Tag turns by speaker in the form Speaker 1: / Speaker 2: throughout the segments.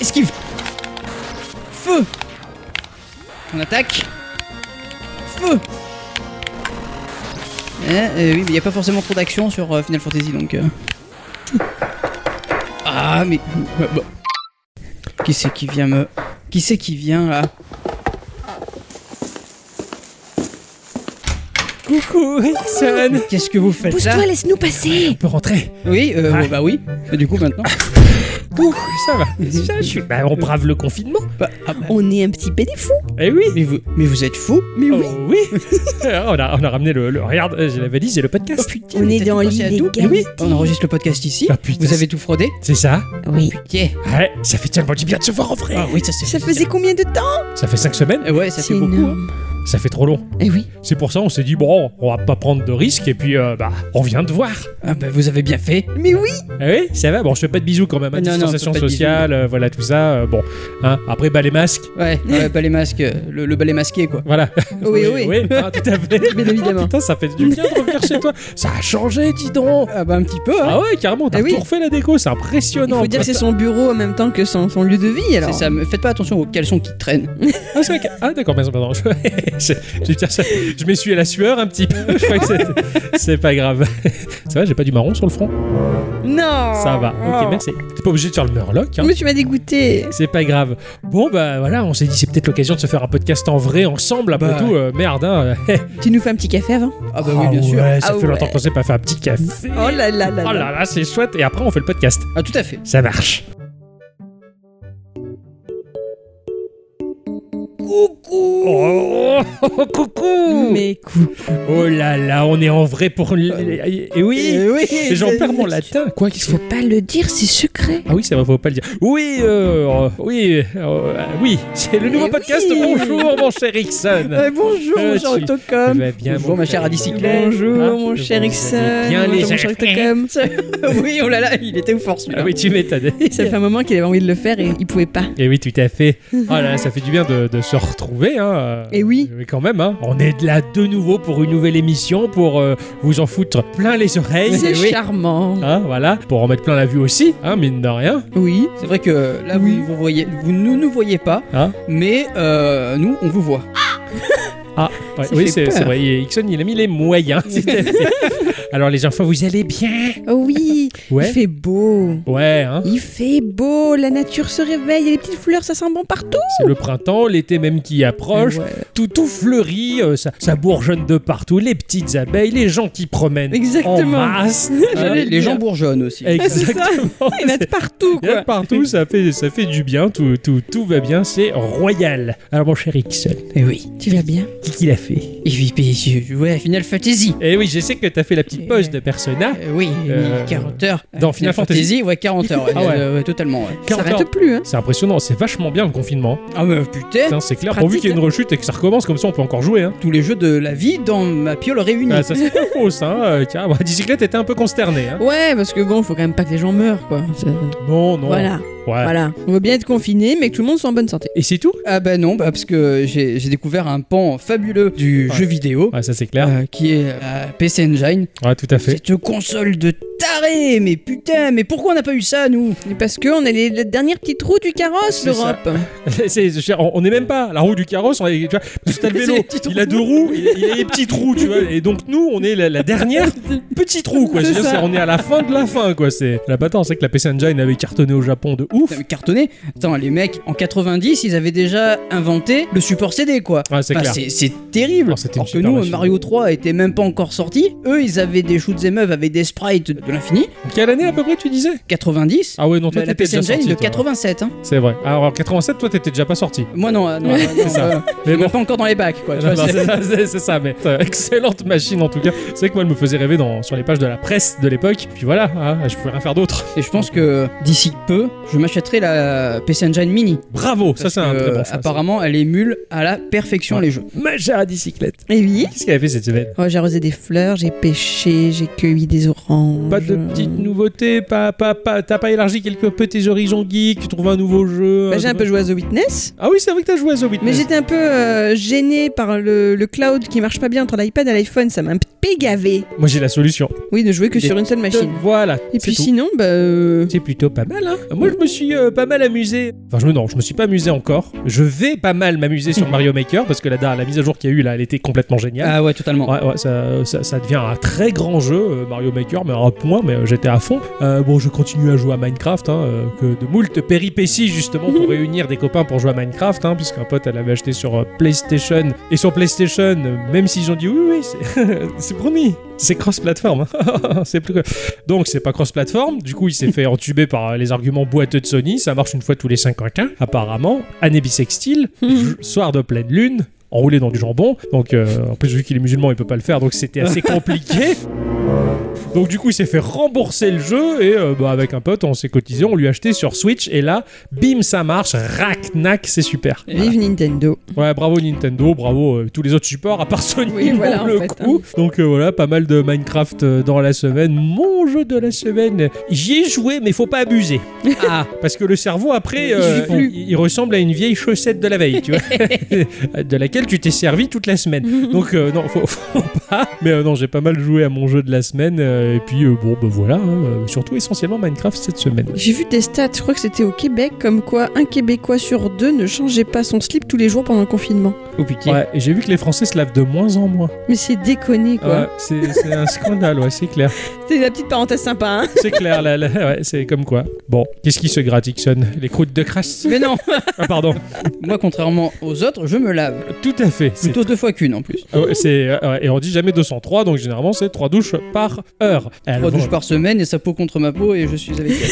Speaker 1: Esquive Feu On attaque Feu Eh, euh, Oui, mais il n'y a pas forcément trop d'action sur euh, Final Fantasy donc. euh. Ah, mais. bah, bah. Qui c'est qui vient me. Qui c'est qui vient là
Speaker 2: Coucou, Rickson
Speaker 1: Qu'est-ce que vous faites là
Speaker 3: Euh, Pousse-toi, laisse-nous passer
Speaker 2: On peut rentrer
Speaker 1: Oui, euh,
Speaker 2: Ouais.
Speaker 1: bah oui. Bah, du coup maintenant.
Speaker 2: Ouh, ça va. Ça, je suis... bah, on brave le confinement.
Speaker 1: Bah, ah, bah,
Speaker 3: On est un petit peu des fous
Speaker 2: Eh oui
Speaker 1: mais, vous, mais vous êtes fou Mais
Speaker 2: Oh, oui Ah, on, a, on a ramené le, le- Regarde, euh, j'ai la valise et le podcast.
Speaker 1: putain,
Speaker 3: On
Speaker 1: mais
Speaker 3: est
Speaker 1: t'as
Speaker 3: dans
Speaker 1: tout
Speaker 3: le
Speaker 1: pensé à
Speaker 3: lit
Speaker 1: tout.
Speaker 3: des
Speaker 1: Mais oui, on
Speaker 3: galeries.
Speaker 1: enregistre le podcast ici.
Speaker 2: Ah, putain.
Speaker 1: vous avez tout fraudé
Speaker 2: C'est ça
Speaker 3: Oui.
Speaker 1: Putain.
Speaker 2: Ouais, ça fait tellement du bien de se voir en vrai.
Speaker 1: Ah oui, ça c'est.
Speaker 3: Ça faisait combien de temps
Speaker 2: Ça fait 5 semaines
Speaker 1: Eh ouais, ça fait beaucoup.
Speaker 3: énorme.
Speaker 2: Ça fait trop long.
Speaker 3: Eh oui.
Speaker 2: C'est pour ça on s'est dit, bon, on va pas prendre de risques et puis, euh, bah, on vient de voir.
Speaker 1: Ah bah vous avez bien fait.
Speaker 3: Mais oui
Speaker 2: Eh oui, ça va. Bon, je fais pas de bisous quand même. Hein,
Speaker 1: Non, non,
Speaker 2: distanciation
Speaker 1: pas de bisous.
Speaker 2: sociale, euh, voilà tout ça. euh, bon, hein, après, bah, les masques.
Speaker 1: Ouais, ouais, pas les masques, euh, le, le balai masqué quoi.
Speaker 2: Voilà.
Speaker 3: Oui, oui.
Speaker 2: ah, tout à fait.
Speaker 3: Bien évidemment.
Speaker 2: Putain, ça fait du bien de revenir chez toi. Ça a changé, dis donc.
Speaker 1: Ah bah un petit peu, hein.
Speaker 2: Ah ouais, carrément, t'as
Speaker 3: Eh oui.
Speaker 2: tout refait la déco, c'est
Speaker 3: Il
Speaker 2: impressionnant.
Speaker 3: faut dire que c'est son bureau en même temps que son, son lieu de vie, alors.
Speaker 1: C'est ça, mais faites pas attention aux caleçons qui traînent.
Speaker 2: Ah, c'est vrai que- ah, d'accord, pardon, pardon. Je, je, je- je- je m'essuie la sueur un petit peu. Je crois que c'est- c'est pas grave. Ça va, j'ai pas du marron sur le front.
Speaker 3: Non Oh.
Speaker 2: Ça va.
Speaker 3: Ah.
Speaker 2: Ok, mec, c'est- t'es pas obligé de faire le murloc. hein.
Speaker 3: Mais tu m'as dégoûté.
Speaker 2: C'est pas grave. Bon, bah voilà, on s'est dit, c'est peut-être l'occasion de se faire un podcast en vrai ensemble. Après
Speaker 1: Bah.
Speaker 2: tout, euh, merde. Hein.
Speaker 3: Tu nous fais un petit café avant
Speaker 1: Ah bah oui, bien sûr.
Speaker 2: ouais, ça
Speaker 3: Ah
Speaker 2: fait
Speaker 3: ouais.
Speaker 2: longtemps qu'on s'est pas fait un petit café.
Speaker 3: Oh là là là là.
Speaker 2: Oh là là, c'est chouette. Et après, on fait le podcast.
Speaker 1: Ah tout à fait.
Speaker 2: Ça marche.
Speaker 3: Coucou
Speaker 2: Oh, coucou
Speaker 3: Mais coucou
Speaker 2: Oh là là, on est en vrai pour. l- Et Eh oui
Speaker 3: Euh, eh oui
Speaker 2: Et J'en perds mon latin. Quoi, qu'est-ce
Speaker 3: Faut pas le dire, c'est secret.
Speaker 2: Ah oui, ça va, faut pas le dire. Oui, euh, euh, oui, euh, euh, oui, c'est le nouveau
Speaker 3: Eh
Speaker 2: podcast.
Speaker 3: oui. Eh ben,
Speaker 2: Bonjour, mon cher Rickson.
Speaker 3: bonjour,
Speaker 2: Euh,
Speaker 3: mon cher
Speaker 2: tu-
Speaker 3: Octocom.
Speaker 1: Bonjour, ma chère Alice Hickley.
Speaker 2: Hein
Speaker 3: Bonjour, mon cher
Speaker 2: Vous
Speaker 3: Ixon.
Speaker 2: allez Bien les
Speaker 3: Bonjour, mon cher Octocom. Ça
Speaker 1: oui, oh là là, il était aux forces
Speaker 2: Ah oui, tu m'étonnes.
Speaker 3: fait un moment qu'il avait envie de le faire et il pouvait pas.
Speaker 2: Et Eh oui, tout à fait. Oh là là, ça fait du bien de, de se retrouver. Hein.
Speaker 3: Eh oui.
Speaker 2: Mais quand même, hein. on est là de nouveau pour une nouvelle émission, pour euh, vous en foutre plein les oreilles.
Speaker 3: C'est
Speaker 2: Eh oui.
Speaker 3: charmant.
Speaker 2: Hein, voilà, pour en mettre plein la vue aussi, hein, mine de rien.
Speaker 3: Oui.
Speaker 1: C'est vrai que là vous, vous voyez, vous nous nous voyez pas,
Speaker 2: Hein
Speaker 1: mais euh, nous on vous voit.
Speaker 2: Ah, ouais,
Speaker 1: Ça
Speaker 2: oui,
Speaker 1: fait
Speaker 2: c'est
Speaker 1: peur.
Speaker 2: c'est vrai. Et Ixon, il a mis les moyens. tout à fait. Alors, les enfants, vous allez bien
Speaker 3: Oh oui. Il
Speaker 2: Ouais.
Speaker 3: fait beau.
Speaker 2: Ouais, hein.
Speaker 3: Il fait beau, la nature se réveille, il y a des petites fleurs, ça sent bon partout.
Speaker 2: C'est le printemps, l'été même qui approche,
Speaker 3: Ouais.
Speaker 2: tout, tout fleurit, euh, ça, ça bourgeonne de partout, les petites abeilles, les gens qui promènent
Speaker 3: Exactement.
Speaker 2: en masse.
Speaker 1: Ah,
Speaker 2: hein.
Speaker 1: les, les
Speaker 3: le dire.
Speaker 1: gens bourgeonnent aussi.
Speaker 3: c'est ça.
Speaker 2: Exactement.
Speaker 3: Il y en a de partout,
Speaker 2: Il y en a
Speaker 3: quoi.
Speaker 2: partout, ça fait, ça fait du bien, tout, tout, tout va bien, c'est royal. Alors mon cher Ixon,
Speaker 1: Et Eh oui.
Speaker 3: Tu vas bien
Speaker 2: qui qu'il a fait
Speaker 1: Et puis puis, je je jouais à Final Fantasy.
Speaker 2: Eh oui, je sais que t'as fait la petite pause de Persona.
Speaker 1: Euh, oui,
Speaker 2: Euh,
Speaker 1: 40 heures.
Speaker 2: dans Final Fantasy.
Speaker 1: ouais, 40 heures. ouais,
Speaker 2: Ah ouais.
Speaker 1: euh, ouais, totalement. ouais.
Speaker 3: Ça
Speaker 2: Quarante heures.
Speaker 3: S'arrête plus, hein.
Speaker 2: C'est impressionnant, c'est vachement bien le confinement.
Speaker 1: Ah mais putain,
Speaker 2: Putain, c'est clair,
Speaker 3: Euh, pratique,
Speaker 2: pourvu qu'il y ait une rechute et que ça recommence, comme ça on peut encore jouer. Hein.
Speaker 1: tous les jeux de la vie dans ma piole réunie.
Speaker 2: Ah, ça c'est pas faux, ça. hein. Euh, Tiens, bah, Dicyclette était un peu consterné. Hein.
Speaker 3: Ouais, parce que bon, faut quand même pas que les gens meurent, quoi. Ça-
Speaker 2: Non, non.
Speaker 3: Voilà,
Speaker 2: Ouais.
Speaker 3: voilà. On veut bien être confinés, mais que tout le monde soit en bonne santé.
Speaker 2: Et c'est tout
Speaker 1: Ah bah non, bah parce que j'ai j'ai découvert un pan fabuleux du
Speaker 2: Ouais.
Speaker 1: jeu vidéo.
Speaker 2: Ouais, Ah. ça c'est clair.
Speaker 1: euh, qui est la PC Engine.
Speaker 3: Euh.
Speaker 2: Ouais, tout à fait.
Speaker 1: Cette console de taré, mais putain, mais pourquoi on n'a pas eu ça nous
Speaker 3: Mais parce qu'on est les, les dernières petites roues du carrosse,
Speaker 1: C'est ça.
Speaker 3: l'Europe.
Speaker 2: C'est- c'est- on on est même pas à la roue du carrosse. On est, tu vois, parce que t'as le
Speaker 1: C'est
Speaker 2: vélo,
Speaker 1: les petites
Speaker 2: il a
Speaker 1: roues.
Speaker 2: deux roues, il, il a les petites roues, tu vois. Et donc nous, on est la, la dernière petite roue, quoi.
Speaker 3: C'est
Speaker 2: C'est-à-dire,
Speaker 3: ça.
Speaker 2: c'est- on est à la fin de la fin, quoi. C'est la patente, c'est que la PC Engine avait cartonné au Japon de ouf.
Speaker 1: Putain, mais cartonné. Attends, les mecs, en 90, ils avaient déjà inventé le support CD, quoi.
Speaker 2: Ouais, c'est
Speaker 1: Enfin,
Speaker 2: clair.
Speaker 1: bah, c'est c'est terrible.
Speaker 2: Alors, c'était une
Speaker 1: Alors que
Speaker 2: super
Speaker 1: nous,
Speaker 2: machine.
Speaker 1: Mario 3 était même pas encore sorti. Eux, ils avaient des shoot'em up avec des sprites de l'infini.
Speaker 2: Quelle année à peu près tu disais
Speaker 1: 90.
Speaker 2: Ah ouais, non, toi
Speaker 1: la, Bah, la
Speaker 2: t'étais
Speaker 1: PC
Speaker 2: déjà
Speaker 1: Engine
Speaker 2: sorti.
Speaker 1: de
Speaker 2: toi.
Speaker 1: 87. hein.
Speaker 2: C'est vrai. Ah, Alors en 87, toi t'étais déjà pas sorti.
Speaker 1: Moi non, euh, non, euh, non, euh,
Speaker 2: Mais
Speaker 1: on
Speaker 2: bon.
Speaker 1: est pas encore dans les bacs quoi. tu
Speaker 2: Non,
Speaker 1: vois,
Speaker 2: non,
Speaker 1: c'est-
Speaker 2: c'est ça, c'est- c'est ça, mais euh, excellente machine en tout cas. C'est que moi, elle me faisait rêver dans, sur les pages de la presse de l'époque. Puis voilà, hein, je pouvais rien faire d'autre.
Speaker 1: Et je pense que euh, d'ici peu, je m'achèterai la PC Engine Mini.
Speaker 2: Bravo, ça
Speaker 1: Parce
Speaker 2: c'est un
Speaker 1: que,
Speaker 2: très bon choix, ça.
Speaker 1: Apparemment, elle émule à la perfection
Speaker 2: Ouais.
Speaker 1: les jeux.
Speaker 2: Ma chère à bicyclette.
Speaker 3: Eh oui.
Speaker 2: Qu'est-ce qu'elle a fait cette semaine
Speaker 3: Oh, j'ai arrosé des fleurs, j'ai pêché, j'ai cueilli des oranges.
Speaker 2: Pas de petites nouveautés pas, pas, pas- T'as pas élargi quelque peu tes horizons geeks Tu trouves un nouveau jeu
Speaker 3: Bah, j'ai un peu joué à The Witness.
Speaker 2: Ah oui, c'est vrai que t'as joué à The Witness.
Speaker 3: Mais j'étais un peu euh, gênée par le, le cloud qui marche pas bien entre l'iPad et l'iPhone, ça m'a un peu gavé.
Speaker 2: Moi, j'ai la solution.
Speaker 3: Oui, ne jouer que
Speaker 2: Des
Speaker 3: sur une seule machine.
Speaker 2: Voilà.
Speaker 3: Et
Speaker 2: c'est
Speaker 3: puis
Speaker 2: tout.
Speaker 3: sinon, bah. euh,
Speaker 2: C'est plutôt pas mal, hein Moi, je me suis euh, pas mal amusé. Enfin, je me, non, je me suis pas amusé encore. Je vais pas mal m'amuser sur Mario Maker parce que la, la mise à jour qu'il y a eu là, elle était complètement géniale.
Speaker 1: Ah ouais, totalement.
Speaker 2: Ouais, ouais, ça, ça, ça devient un très grand jeu, euh, Mario Maker, mais à un point, mais euh, j'étais à fond. Euh, bon, je continue à jouer à Minecraft, hein, euh, que de moult péripéties justement pour réunir des copains pour jouer à Minecraft, hein, puisqu'un pote elle avait acheté sur euh, PlayStation. Et sur PlayStation, euh, même s'ils ont dit oui, oui, c'est- c'est promis, c'est cross-platform. hein. c'est plus que- Donc c'est pas cross-platform, du coup il s'est fait entuber par euh, les arguments boiteux de Sony, ça marche une fois tous les 50 ans, apparemment, année bisextile, j- soir de pleine lune, enroulé dans du jambon. Donc, euh, en plus, vu qu'il est musulman, il peut pas le faire, donc c'était assez compliqué. Donc du coup, il s'est fait rembourser le jeu et euh, bah, avec un pote, on s'est cotisé, on lui a acheté sur Switch et là, bim, ça marche, rac, nac, c'est super.
Speaker 1: Voilà.
Speaker 3: Vive Nintendo.
Speaker 2: Ouais, bravo Nintendo, bravo euh, tous les autres supports à part Sony
Speaker 3: Oui,
Speaker 2: pour
Speaker 3: voilà, en
Speaker 2: le
Speaker 3: fait, hein.
Speaker 2: coup. Donc euh, voilà, pas mal de Minecraft euh, dans la semaine. Mon jeu de la semaine, j'y ai joué, mais faut pas abuser.
Speaker 1: Ah,
Speaker 2: Parce que le cerveau, après,
Speaker 1: Il
Speaker 2: euh,
Speaker 1: suit plus.
Speaker 2: il, il ressemble à une vieille chaussette de la veille, tu vois, de laquelle tu t'es servi toute la semaine. Donc, euh, non, faut, faut pas. Mais euh, non, j'ai pas mal joué à mon jeu de la semaine. euh, et puis, euh, bon, bah voilà, hein, euh, surtout essentiellement Minecraft cette semaine.
Speaker 3: J'ai vu des stats, je crois que c'était au Québec, comme quoi un Québécois sur deux ne changeait pas son slip tous les jours pendant le confinement.
Speaker 1: oh putain.
Speaker 2: Ouais, et j'ai vu que les Français se lavent de moins en moins.
Speaker 3: Mais c'est déconné quoi.
Speaker 2: Ah Ouais, c'est c'est un scandale, ouais, c'est clair.
Speaker 3: C'était la petite parenthèse sympa, hein.
Speaker 2: C'est clair, là, là, ouais, c'est comme quoi. Bon, qu'est-ce qui se gratte, Ixon Les croûtes de crasse
Speaker 1: Mais non,
Speaker 2: Ah, pardon.
Speaker 1: moi contrairement aux autres, je me lave.
Speaker 2: Tout à fait. c'est
Speaker 1: Plutôt deux fois qu'une en plus.
Speaker 2: Ah ouais, c'est- euh, ouais, et on dit jamais 203, donc généralement c'est 3 douches par heure. Elle
Speaker 1: Trois
Speaker 2: vend-
Speaker 1: douches par semaine et sa peau contre ma peau et je suis avec elle.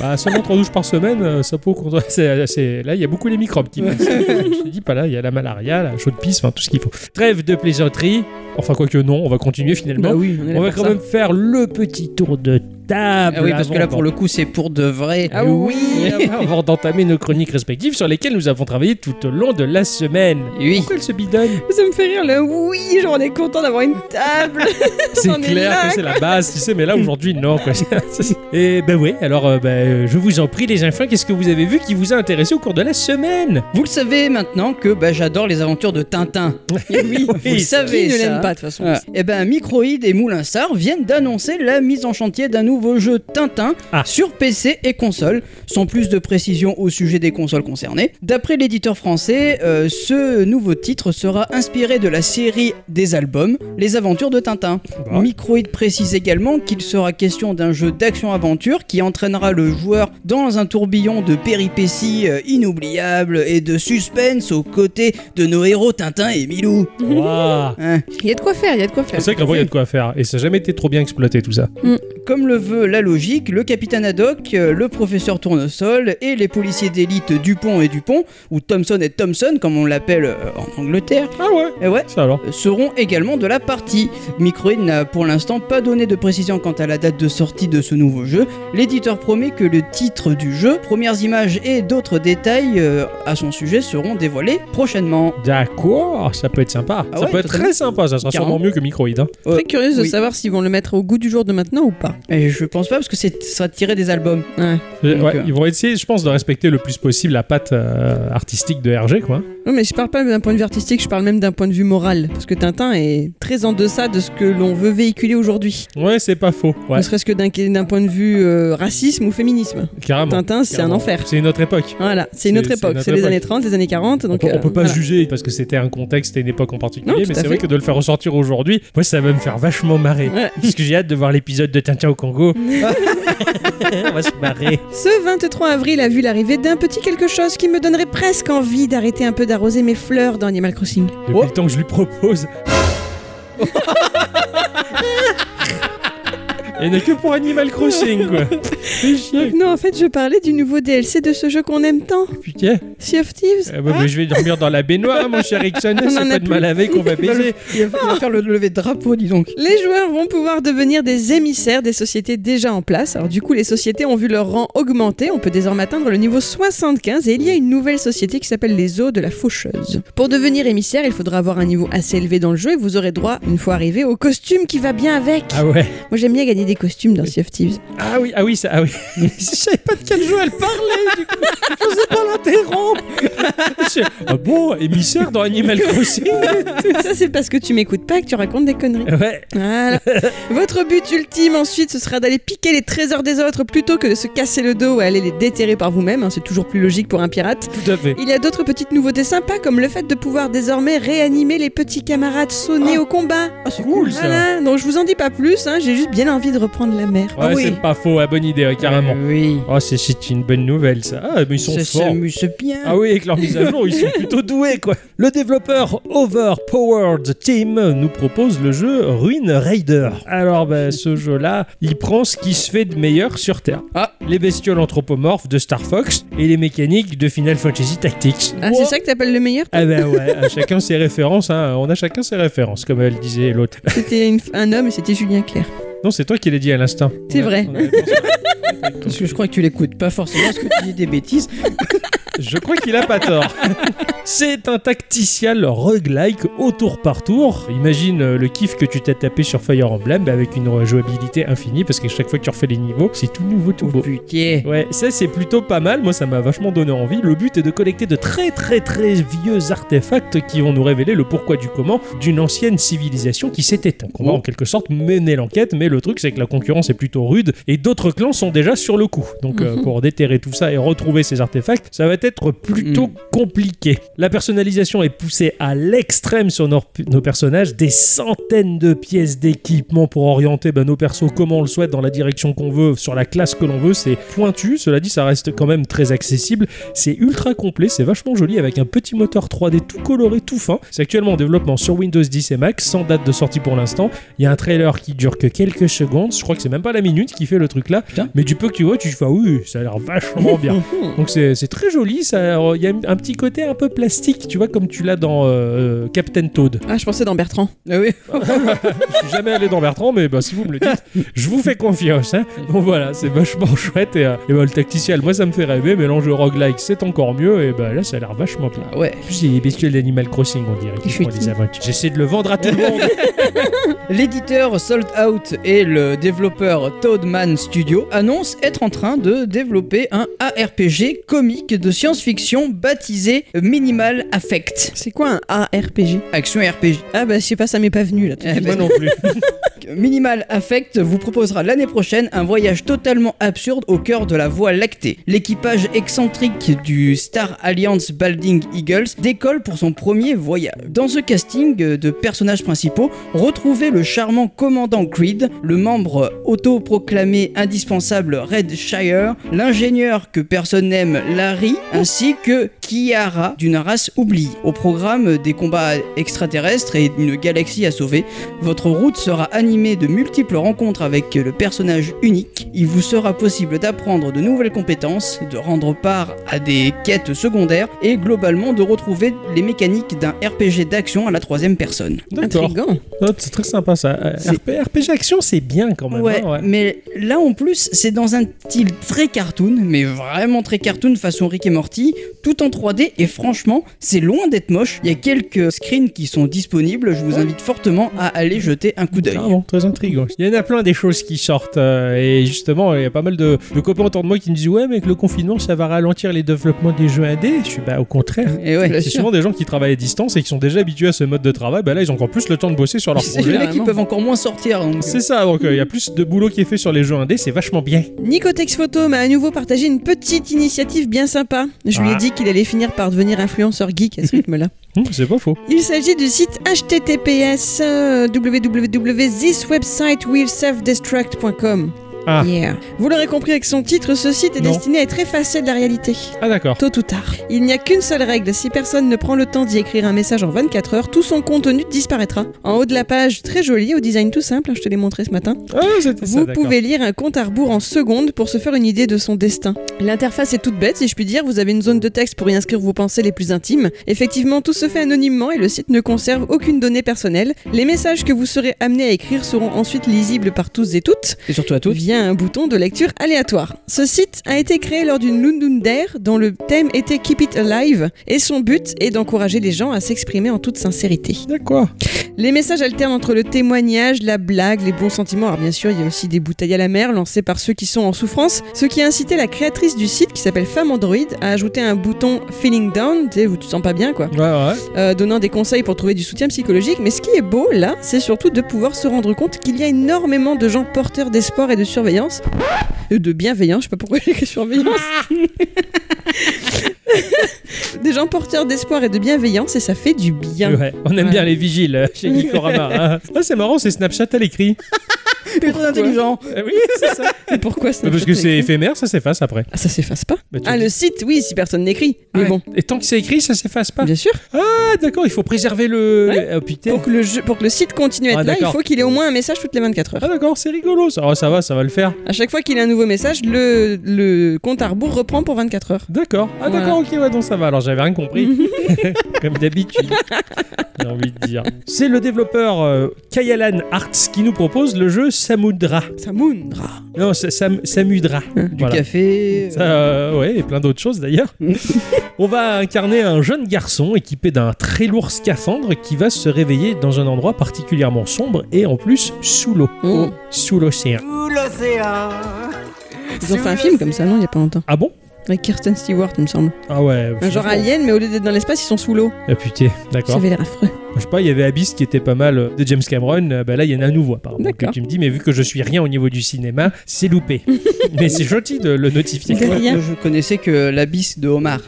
Speaker 2: Bah, seulement 3 douches par semaine, euh, ça peut. contre- c'est- euh, c'est- Là, il y a beaucoup les microbes qui passent. Je te dis pas là, il y a la malaria, la chaude pisse, enfin tout ce qu'il faut. Trêve de plaisanterie. Enfin, quoique non, on va continuer finalement.
Speaker 1: Bah oui, on est là
Speaker 2: on va
Speaker 1: pour
Speaker 2: quand
Speaker 1: ça.
Speaker 2: même faire le petit tour de table.
Speaker 1: Ah oui, parce que là
Speaker 2: avant
Speaker 1: pour le coup, c'est pour de vrai.
Speaker 3: Ah oui.
Speaker 2: d'en- Avant d'entamer nos chroniques respectives sur lesquelles nous avons travaillé tout au long de la semaine.
Speaker 1: Oui.
Speaker 2: Pourquoi elle se bidonne
Speaker 3: Ça me fait rire le oui, genre on est content d'avoir une table.
Speaker 2: C'est
Speaker 3: On est
Speaker 2: clair
Speaker 3: là,
Speaker 2: que c'est la base, tu sais, mais là aujourd'hui, non. Quoi. Et ben oui, alors euh, ben, euh, je vous en prie, les enfants, qu'est-ce que vous avez vu qui vous a intéressé au cours de la semaine
Speaker 1: Vous le savez maintenant que bah, j'adore les aventures de Tintin.
Speaker 2: Eh Oui,
Speaker 1: Vous le savez
Speaker 3: Qui ne
Speaker 1: ça,
Speaker 3: l'aime
Speaker 1: hein.
Speaker 3: pas de toute façon
Speaker 1: Ouais. Eh ben, Microïd et Moulinsart viennent d'annoncer la mise en chantier d'un nouveau jeu Tintin
Speaker 2: Ah.
Speaker 1: sur PC et console, sans plus de précision au sujet des consoles concernées. D'après l'éditeur français, euh, ce nouveau titre sera inspiré de la série des albums Les Aventures de Tintin.
Speaker 2: Bah.
Speaker 1: Microïd précise également qu'il sera question d'un jeu d'action-aventure qui entraînera le joueur dans un tourbillon de péripéties euh, inoubliables et de suspense aux côtés de nos héros Tintin et Milou.
Speaker 2: Waouh
Speaker 1: Hein.
Speaker 3: Il y a de quoi faire, il y a de quoi faire.
Speaker 2: C'est vrai qu'avant, il y a de quoi faire. Et ça n'a jamais été trop bien exploité, tout ça.
Speaker 1: Comme le veut la logique, le capitaine Haddock, euh, le professeur Tournesol et les policiers d'élite Dupont et Dupont, ou Thomson et Thompson comme on l'appelle euh, en Angleterre,
Speaker 2: Ah ouais
Speaker 1: eh ouais,
Speaker 2: Ça alors
Speaker 1: euh, seront également de la partie. Microïd n'a pour l'instant pas donné de précision quant à la date de sortie de ce nouveau jeu. L'éditeur promet que le titre du jeu, premières images et d'autres détails euh, à son sujet seront dévoilés prochainement.
Speaker 2: D'accord, ça peut être sympa.
Speaker 1: Ah
Speaker 2: ça
Speaker 1: ouais,
Speaker 2: peut être
Speaker 1: totalement.
Speaker 2: très sympa, ça sera sûrement
Speaker 1: Carrément.
Speaker 2: mieux que Microïd. hein.
Speaker 1: Euh,
Speaker 3: Très curieuse de
Speaker 1: oui.
Speaker 3: savoir s'ils vont le mettre au goût du jour de maintenant ou pas.
Speaker 1: Et je pense pas parce que c'est- ça sera tiré des albums.
Speaker 2: Euh,
Speaker 1: Donc,
Speaker 2: ouais,
Speaker 1: euh,
Speaker 2: Ils vont essayer, je pense, de respecter le plus possible la patte euh, artistique de RG, quoi.
Speaker 3: Non, mais je parle pas d'un point de vue artistique, je parle même d'un point de vue moral. Parce que Tintin est très en deçà de ce que l'on veut véhiculer aujourd'hui.
Speaker 2: Ouais, c'est pas faux. Ouais,
Speaker 3: Ne serait-ce que d'un d'un point de vue euh, racisme ou féminisme.
Speaker 2: carrément.
Speaker 3: Tintin, c'est un
Speaker 2: Carrément.
Speaker 3: enfer.
Speaker 2: C'est une autre époque.
Speaker 3: Voilà, c'est une
Speaker 2: C'est-
Speaker 3: autre
Speaker 2: c'est
Speaker 3: époque.
Speaker 2: notre
Speaker 3: C'est les
Speaker 2: époque.
Speaker 3: années 30, les années 40. Donc,
Speaker 2: on, peut- on
Speaker 3: euh,
Speaker 2: peut pas
Speaker 3: voilà.
Speaker 2: juger parce que c'était un contexte et une époque en particulier,
Speaker 3: Non, tout
Speaker 2: mais
Speaker 3: à
Speaker 2: c'est
Speaker 3: fait.
Speaker 2: vrai que de le faire ressortir aujourd'hui, moi ça va me faire vachement marrer.
Speaker 3: Ouais.
Speaker 2: Parce que j'ai hâte de voir l'épisode de Tintin au Congo. on va se marrer.
Speaker 3: Ce 23 avril a vu l'arrivée d'un petit quelque chose qui me donnerait presque envie d'arrêter un peu d'arroser mes fleurs dans Animal Crossing.
Speaker 2: Depuis
Speaker 1: Oh.
Speaker 2: le temps que je lui propose. Il n'y en a que pour Animal Crossing, quoi. Fais chier.
Speaker 3: Non, en fait, je parlais du nouveau DLC de ce jeu qu'on aime tant.
Speaker 2: Putain,
Speaker 3: Sea of Thieves
Speaker 2: Ah, bah, mais je vais dormir dans la baignoire, mon cher Ixon.
Speaker 3: On
Speaker 2: C'est
Speaker 3: en a
Speaker 2: pas de
Speaker 3: plus.
Speaker 2: mal avec qu'on va
Speaker 1: Il va, le-
Speaker 2: baiser.
Speaker 1: il va- il va faire le lever de drapeau, dis donc.
Speaker 3: Les joueurs vont pouvoir devenir des émissaires des sociétés déjà en place. Alors du coup, les sociétés ont vu leur rang augmenter. On peut désormais atteindre le niveau 75 et il y a une nouvelle société qui s'appelle les eaux de la faucheuse. Pour devenir émissaire, il faudra avoir un niveau assez élevé dans le jeu et vous aurez droit, une fois arrivé, au costume qui va bien avec.
Speaker 2: Ah ouais.
Speaker 3: Moi, j'aime bien gagner des costumes dans Sea of Thieves.
Speaker 2: Ah oui, ah oui, ça, ah oui. je savais pas de Ah, quel jeu elle parlait, du coup. Je sais pas l'interrompre. Je- ah bon, émissaire dans Animal Crossing
Speaker 3: Ça, c'est parce que tu m'écoutes pas et que tu racontes des conneries.
Speaker 2: Ouais.
Speaker 3: Voilà. Votre but ultime ensuite, ce sera d'aller piquer les trésors des autres plutôt que de se casser le dos et aller les déterrer par vous-même. hein, c'est toujours plus logique pour un pirate.
Speaker 2: Tout à fait.
Speaker 3: Il y a d'autres petites nouveautés sympas comme le fait de pouvoir désormais réanimer les petits camarades sonnés au combat. Oh,
Speaker 1: Ah, c'est
Speaker 2: Cool ça.
Speaker 3: Voilà, donc je vous en dis pas plus, hein, j'ai juste bien envie de reprendre la mer.
Speaker 2: Ouais,
Speaker 1: Ah oui.
Speaker 2: c'est pas faux, ah, bonne idée, ouais, carrément.
Speaker 1: Euh, oui.
Speaker 2: Oh, c'est- c'est une bonne nouvelle, ça. Ah, mais ils sont
Speaker 1: Ça
Speaker 2: forts.
Speaker 1: s'amuse bien.
Speaker 2: Ah oui, avec leur mise à jour, ils sont plutôt doués, quoi. Le développeur Overpowered Team nous propose le jeu Ruin Raider. Alors, bah, ce jeu-là, il prend ce qui se fait de meilleur sur Terre.
Speaker 1: Ah.
Speaker 2: Les bestioles anthropomorphes de Star Fox et les mécaniques de Final Fantasy Tactics.
Speaker 3: Ah, c'est ça que t'appelles le meilleur
Speaker 2: Ah ben ouais, à chacun ses références, hein. on a chacun ses références, comme elle disait l'autre.
Speaker 3: C'était une- un homme et c'était Julien Clerc.
Speaker 2: Non, c'est toi qui l'as dit à l'instant.
Speaker 3: C'est
Speaker 2: On a-
Speaker 3: vrai.
Speaker 2: on a-
Speaker 1: Parce que je crois que tu l'écoutes pas forcément parce que tu dis des bêtises.
Speaker 2: Je crois qu'il a pas tort. C'est un tacticial roguelike au tour par tour. Imagine euh, le kiff que tu t'es tapé sur Fire Emblem bah, avec une rejouabilité infinie parce que chaque fois que tu refais les niveaux, c'est tout nouveau, tout
Speaker 1: Oh
Speaker 2: beau.
Speaker 1: putain.
Speaker 2: Ouais, ça c'est plutôt pas mal, moi ça m'a vachement donné envie. Le but est de collecter de très très très vieux artefacts qui vont nous révéler le pourquoi du comment d'une ancienne civilisation qui s'est éteinte. On va en quelque sorte mener l'enquête, mais le truc c'est que la concurrence est plutôt rude et d'autres clans sont déjà sur le coup. Donc euh, pour déterrer tout ça et retrouver ces artefacts, ça va être plutôt
Speaker 1: Mhm.
Speaker 2: compliqué. La personnalisation est poussée à l'extrême sur nos, nos personnages, des centaines de pièces d'équipement pour orienter bah, nos persos comme on le souhaite dans la direction qu'on veut, sur la classe que l'on veut, c'est pointu, cela dit ça reste quand même très accessible, c'est ultra complet, c'est vachement joli avec un petit moteur 3D tout coloré, tout fin, c'est actuellement en développement sur Windows 10 et Mac, sans date de sortie pour l'instant, il y a un trailer qui dure que quelques secondes, je crois que c'est même pas la minute qui fait le truc là,
Speaker 1: Putain.
Speaker 2: mais du peu que tu vois, tu fais ah oui, ça a l'air vachement bien.
Speaker 3: Mhm.
Speaker 2: Donc c'est c'est très joli, ça- il y a un petit côté un peu plastique, tu vois, comme tu l'as dans euh, Captain Toad.
Speaker 3: Ah, je pensais dans Bertrand.
Speaker 1: Ah oui.
Speaker 2: Je suis jamais allé dans Bertrand, mais bah, si vous me le dites, je vous fais confiance. hein. Donc voilà, c'est vachement chouette. Et, euh, et bah, le tacticiel, moi ça me fait rêver, mais l'enjeu roguelike, c'est encore mieux. Et bah, là, ça a l'air vachement bien.
Speaker 1: Ah ouais.
Speaker 2: En plus, il y a les bestioles d'Animal Crossing, on dirait, qui
Speaker 3: Je suis
Speaker 2: font des
Speaker 3: qui
Speaker 2: aventures. J'essaie de le vendre à tout le monde.
Speaker 1: L'éditeur Sold Out et le développeur Toadman Studio annoncent être en train de développer un ARPG comique de science-fiction baptisé Minimal Affect.
Speaker 3: C'est quoi un ARPG
Speaker 1: Action RPG.
Speaker 3: Ah, bah, je sais pas, ça m'est pas venu là. tout de
Speaker 1: Eh
Speaker 3: suite.
Speaker 1: ben,
Speaker 2: moi non plus.
Speaker 1: Minimal Affect vous proposera l'année prochaine un voyage totalement absurde au cœur de la Voie lactée. L'équipage excentrique du Star Alliance Balding Eagles décolle pour son premier voyage. Dans ce casting euh, de personnages principaux, retrouvez le charmant commandant Creed, le membre autoproclamé indispensable Red Shire, l'ingénieur que personne n'aime Larry, ainsi que Kiara d'une race oubliée. Au programme des combats extraterrestres et une galaxie à sauver, votre route sera animée de multiples rencontres avec le personnage unique. Il vous sera possible d'apprendre de nouvelles compétences, de rendre part à des quêtes secondaires et globalement de retrouver les mécaniques d'un RPG d'action à la troisième personne.
Speaker 3: ben,
Speaker 2: D'accord.
Speaker 3: Intrigant.
Speaker 2: Oh, C'est très sympa ça. Euh,
Speaker 1: C'est-
Speaker 2: RP RPG Action, c'est bien quand même.
Speaker 1: Ouais,
Speaker 2: hein, ouais.
Speaker 1: mais là en plus, c'est dans un style très cartoon, mais vraiment très cartoon façon Rick et Morty, tout en 3D et franchement, c'est loin d'être moche. Il y a quelques screens qui sont disponibles, je vous invite fortement à aller jeter un coup d'œil.
Speaker 2: Ah bon, très intriguant. Il y en a plein des choses qui sortent. euh, et justement, il y a pas mal de, de copains autour de moi qui me disent Ouais, mais avec le confinement, ça va ralentir les développements des jeux indés. Je suis Bah, au contraire.
Speaker 1: Et ouais,
Speaker 2: C'est souvent des gens qui travaillent à distance et qui sont déjà habitués à ce mode de travail. Bah là, ils ont encore plus le temps de bosser sur leur
Speaker 1: c'est
Speaker 2: projet.
Speaker 1: les mecs qui
Speaker 3: Carrément.
Speaker 1: peuvent encore moins sortir. donc,
Speaker 2: C'est ça, donc euh, il y a plus de boulot qui est fait sur les jeux indés, c'est vachement bien.
Speaker 3: Nicotex Photo m'a à nouveau partagé une petite initiative bien sympa. Je lui
Speaker 2: Ah.
Speaker 3: ai dit qu'il allait finir par devenir influenceur geek à ce rythme-là.
Speaker 2: Hum, c'est pas faux.
Speaker 3: Il s'agit du site euh, https www.thiswebsitewillselfdestruct.com.
Speaker 2: Ah.
Speaker 3: Yeah. Vous l'aurez compris avec son titre, ce site est
Speaker 2: Non.
Speaker 3: destiné à être effacé de la réalité.
Speaker 2: Ah d'accord.
Speaker 3: Tôt ou tard. Il n'y a qu'une seule règle, si personne ne prend le temps d'y écrire un message en 24 heures, tout son contenu disparaîtra. En haut de la page, très jolie, au design tout simple, hein, je te l'ai montré ce matin,
Speaker 2: Ah, c'était ça,
Speaker 3: vous
Speaker 2: d'accord.
Speaker 3: pouvez lire un compte à rebours en secondes pour se faire une idée de son destin. L'interface est toute bête, si je puis dire. Vous avez une zone de texte pour y inscrire vos pensées les plus intimes. Effectivement, tout se fait anonymement et le site ne conserve aucune donnée personnelle. Les messages que vous serez amenés à écrire seront ensuite lisibles par tous et toutes
Speaker 1: Et surtout à tous.
Speaker 3: via un bouton de lecture aléatoire. Ce site a été créé lors d'une Lundun Dare dont le thème était Keep It Alive et son but est d'encourager les gens à s'exprimer en toute sincérité.
Speaker 2: D'accord.
Speaker 3: Les messages alternent entre le témoignage, la blague, les bons sentiments. Alors bien sûr, il y a aussi des bouteilles à la mer lancées par ceux qui sont en souffrance, ce qui a incité la créatrice du site, qui s'appelle Femme Android, à ajouter un bouton Feeling Down, tu sais, où tu te sens pas bien quoi,
Speaker 2: Ouais, ouais.
Speaker 3: euh, donnant des conseils pour trouver du soutien psychologique. Mais ce qui est beau là, c'est surtout de pouvoir se rendre compte qu'il y a énormément de gens porteurs d'espoir et de surveillance. Et de bienveillance, je sais pas pourquoi j'ai écrit surveillance. des gens porteurs d'espoir et de bienveillance, et ça fait du bien.
Speaker 2: Ouais, On aime
Speaker 3: Ouais.
Speaker 2: bien les vigiles euh, chez Gikorama. hein. Ah, c'est marrant, c'est Snapchat à l'écrit.
Speaker 1: Il est trop intelligent.
Speaker 2: Euh, Oui, c'est ça.
Speaker 3: Et pourquoi ça
Speaker 2: Parce que c'est éphémère, ça s'efface après.
Speaker 3: Ah, ça s'efface pas
Speaker 2: Bah, tu
Speaker 3: Ah,
Speaker 2: dis-
Speaker 3: le site, oui, si personne n'écrit. Mais
Speaker 2: Ouais.
Speaker 3: bon,
Speaker 2: Et tant que c'est écrit, ça s'efface pas.
Speaker 3: bien sûr.
Speaker 2: Ah, d'accord, il faut préserver le.
Speaker 3: Ouais.
Speaker 2: le- Ah, putain.
Speaker 3: Pour que, le jeu, pour que le site continue à être
Speaker 2: Ah,
Speaker 3: là, il
Speaker 2: d'accord.
Speaker 3: faut qu'il ait au moins un message toutes les 24 heures.
Speaker 2: Ah, d'accord, c'est rigolo ça. Ah, ça va, ça va le faire.
Speaker 3: À chaque fois qu'il a un nouveau message, le, le compte à rebours reprend pour 24 heures.
Speaker 2: D'accord. Ah,
Speaker 3: Voilà.
Speaker 2: d'accord, ok, ouais, donc ça va. Alors j'avais rien
Speaker 3: Mm.
Speaker 2: compris. Comme d'habitude. J'ai envie de dire. C'est le développeur euh, Kayalan Arts qui nous propose le jeu Samudra.
Speaker 3: Ça moonra.
Speaker 2: Non, Sa- Sam- Samudra.
Speaker 1: Du
Speaker 2: Voilà.
Speaker 1: café.
Speaker 2: Ça, euh, ouais, et plein d'autres choses d'ailleurs. On va incarner un jeune garçon équipé d'un très lourd scaphandre qui va se réveiller dans un endroit particulièrement sombre et en plus sous l'eau,
Speaker 3: Oh.
Speaker 2: sous l'océan.
Speaker 4: Sous l'océan.
Speaker 3: Ils ont fait un film comme ça, non, il y a pas longtemps.
Speaker 2: Ah bon
Speaker 3: Avec Kirsten Stewart, il me semble.
Speaker 2: Ah ouais.
Speaker 3: Un
Speaker 2: je-
Speaker 3: genre alien, mais au lieu d'être dans l'espace, ils sont sous l'eau.
Speaker 2: Ah putain,
Speaker 3: Ça
Speaker 2: d'accord.
Speaker 3: avait l'air affreux.
Speaker 2: Je sais pas, il y avait Abyss qui était pas mal euh, de James Cameron. euh, Bah là, il y en a un nouveau apparemment. Donc,
Speaker 3: D'accord.
Speaker 2: Tu me dis, mais vu que je suis rien au niveau du cinéma, c'est loupé. mais c'est gentil de le notifier.
Speaker 3: De
Speaker 1: Moi,
Speaker 3: rien.
Speaker 1: je connaissais que l'abysse de Omar.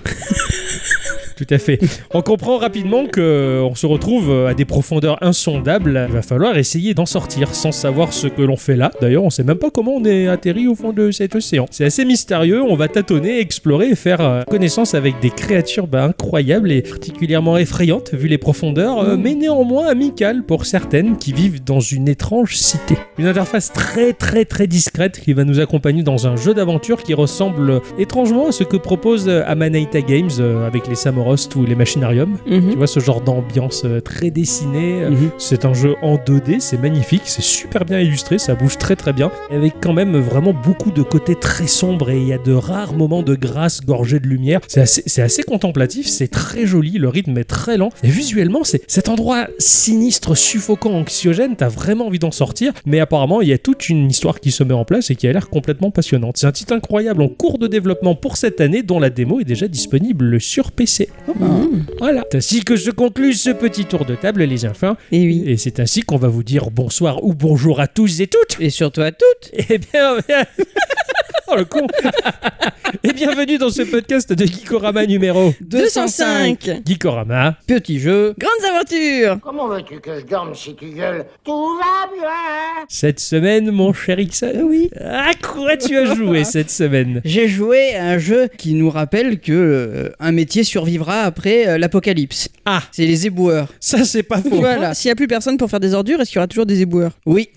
Speaker 2: Tout à fait. On comprend rapidement que euh, on se retrouve euh, à des profondeurs insondables. Il va falloir essayer d'en sortir sans savoir ce que l'on fait là. D'ailleurs, on sait même pas comment on est atterri au fond de cet océan. C'est assez mystérieux. On va tâtonner, explorer et faire euh, connaissance avec des créatures bah, incroyables et particulièrement effrayantes vu les profondeurs,
Speaker 3: Mm.
Speaker 2: euh, mais néanmoins amicales pour certaines qui vivent dans une étrange cité. Une interface très très très discrète qui va nous accompagner dans un jeu d'aventure qui ressemble euh, étrangement à ce que propose euh, Amanita Games euh, avec les Samorost ou les Machinarium. Tu
Speaker 3: Mhm.
Speaker 2: vois ce genre d'ambiance euh, très dessinée. euh, C'est un jeu en 2D, c'est magnifique, c'est super bien illustré, ça bouge très très bien, avec quand même vraiment beaucoup de côtés très sombres et il y a de rares moments de grâce gorgés de lumière. C'est assez, c'est assez contemplatif, c'est très joli, le rythme est très lent et visuellement, c'est cet endroit sinistre, suffocant, anxiogène, t'as vraiment envie d'en sortir, mais apparemment il y a toute une histoire qui se met en place et qui a l'air complètement passionnante. C'est un titre incroyable en cours de développement pour cette année dont la démo est déjà disponible sur PC.
Speaker 3: Mhm.
Speaker 2: Voilà, c'est ainsi que se conclut ce petit tour de table les enfants.
Speaker 3: Et oui.
Speaker 2: Et c'est ainsi qu'on va vous dire bonsoir ou bonjour à tous et toutes.
Speaker 1: Et surtout à toutes.
Speaker 2: Et bien. oh le con Et bienvenue dans ce podcast de Geekorama numéro.
Speaker 3: 205
Speaker 2: Geekorama.
Speaker 1: Petit jeu.
Speaker 3: Grandes aventures
Speaker 4: Comment veux-tu que je dorme si tu gueules Tout va bien.
Speaker 2: Cette semaine, mon cher Ixon. Oui. À quoi tu as joué cette semaine
Speaker 1: J'ai joué à un jeu qui nous rappelle que euh, un métier survivra après euh, l'apocalypse.
Speaker 2: Ah,
Speaker 1: C'est les éboueurs.
Speaker 2: ça c'est pas faux.
Speaker 1: Voilà.
Speaker 3: S'il n'y a plus personne pour faire des ordures, est-ce qu'il y aura toujours des éboueurs
Speaker 1: Oui.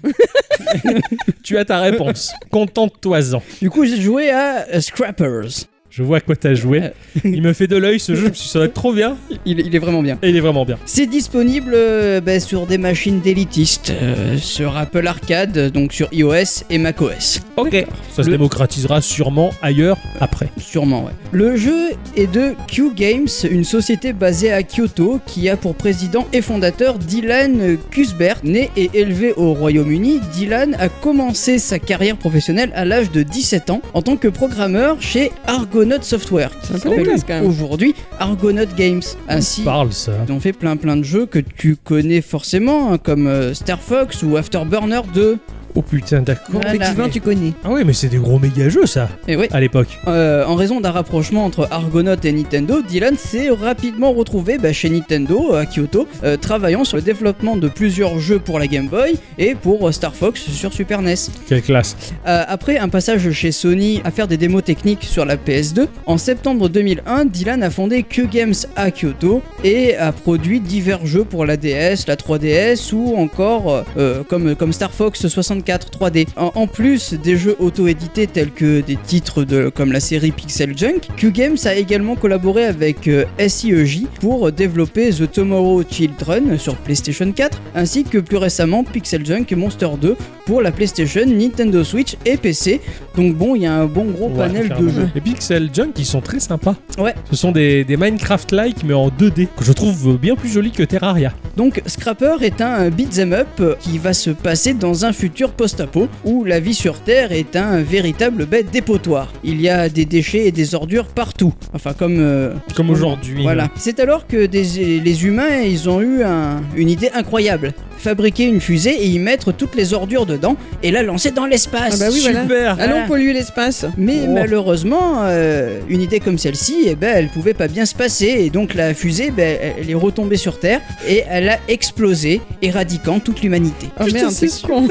Speaker 2: Tu as ta réponse. Contente-toi-en.
Speaker 1: Du coup, j'ai joué à euh, Scrappers.
Speaker 2: Je vois à quoi t'as joué. Il me fait de l'œil ce jeu, je me suis dit, ça va être trop bien.
Speaker 1: Il, il est vraiment bien.
Speaker 2: Et il est vraiment bien.
Speaker 1: C'est disponible euh, bah, sur des machines d'élitistes, euh, sur Apple Arcade, donc sur iOS et macOS.
Speaker 2: Ok. Ça se
Speaker 1: Le-
Speaker 2: démocratisera sûrement ailleurs après.
Speaker 1: Sûrement, ouais. Le jeu est de Q Games, une société basée à Kyoto qui a pour président et fondateur Dylan Cusbert. Né et élevé au Royaume-Uni, Dylan a commencé sa carrière professionnelle à l'âge de 17 ans en tant que programmeur chez Argonaut Software. qui
Speaker 3: C'est un peu la
Speaker 1: s'appelle
Speaker 3: classe, quand même. Bah.
Speaker 1: Aujourd'hui, Argonaut Games. Ainsi,
Speaker 2: Parle ça.
Speaker 1: ils ont fait plein plein de jeux que tu connais forcément, hein, comme euh, Star Fox ou Afterburner 2.
Speaker 2: Oh putain, d'accord.
Speaker 1: Voilà.
Speaker 3: Effectivement, tu connais.
Speaker 2: Ah ouais, mais c'est des gros méga jeux ça,
Speaker 1: Et oui,
Speaker 2: à l'époque.
Speaker 1: Euh, en raison d'un rapprochement entre Argonaut et Nintendo, Dylan s'est rapidement retrouvé bah, chez Nintendo à Kyoto, euh, travaillant sur le développement de plusieurs jeux pour la Game Boy et pour euh, Star Fox sur Super E NES.
Speaker 2: Quelle classe.
Speaker 1: Euh, après un passage chez Sony à faire des démos techniques sur la PS2, en septembre 2001, Dylan a fondé Q Games à Kyoto et a produit divers jeux pour la DS, la 3DS ou encore euh, comme, comme Star Fox 64 3D. En, en plus des jeux auto-édités tels que des titres de, comme la série Pixel Junk, Q Games a également collaboré avec euh, SIEJ pour développer The Tomorrow Children sur PlayStation 4 ainsi que plus récemment Pixel Junk et Monster 2 pour la PlayStation, Nintendo Switch et PC. Donc bon, il y a un bon gros
Speaker 2: Ouais,
Speaker 1: panel de
Speaker 2: carrément.
Speaker 1: jeux.
Speaker 2: Les Pixel Junk, ils sont très sympas.
Speaker 1: Ouais.
Speaker 2: Ce sont des, des Minecraft-like, mais en 2D, que je trouve bien plus joli que Terraria.
Speaker 1: Donc Scrapper est un beat'em up euh, qui va se passer dans un futur post-apo où la vie sur Terre est un véritable bête dépotoir. Il y a des déchets et des ordures partout. Enfin comme euh,
Speaker 2: Comme aujourd'hui.
Speaker 1: Voilà. C'est alors que des- les humains, ils ont eu un- une idée incroyable. Fabriquer une fusée et y mettre toutes les ordures dedans et la lancer dans l'espace.
Speaker 3: Ah bah oui, voilà.
Speaker 2: Super.
Speaker 3: Allons polluer l'espace.
Speaker 1: Mais
Speaker 2: Oh.
Speaker 1: malheureusement, euh, une idée comme celle-ci, eh ben, elle pouvait pas bien se passer. Et donc la fusée, ben, elle est retombée sur Terre et elle a explosé, éradiquant toute l'humanité.
Speaker 3: Oh
Speaker 2: Putain,
Speaker 3: merde,
Speaker 2: c'est
Speaker 3: c'est con.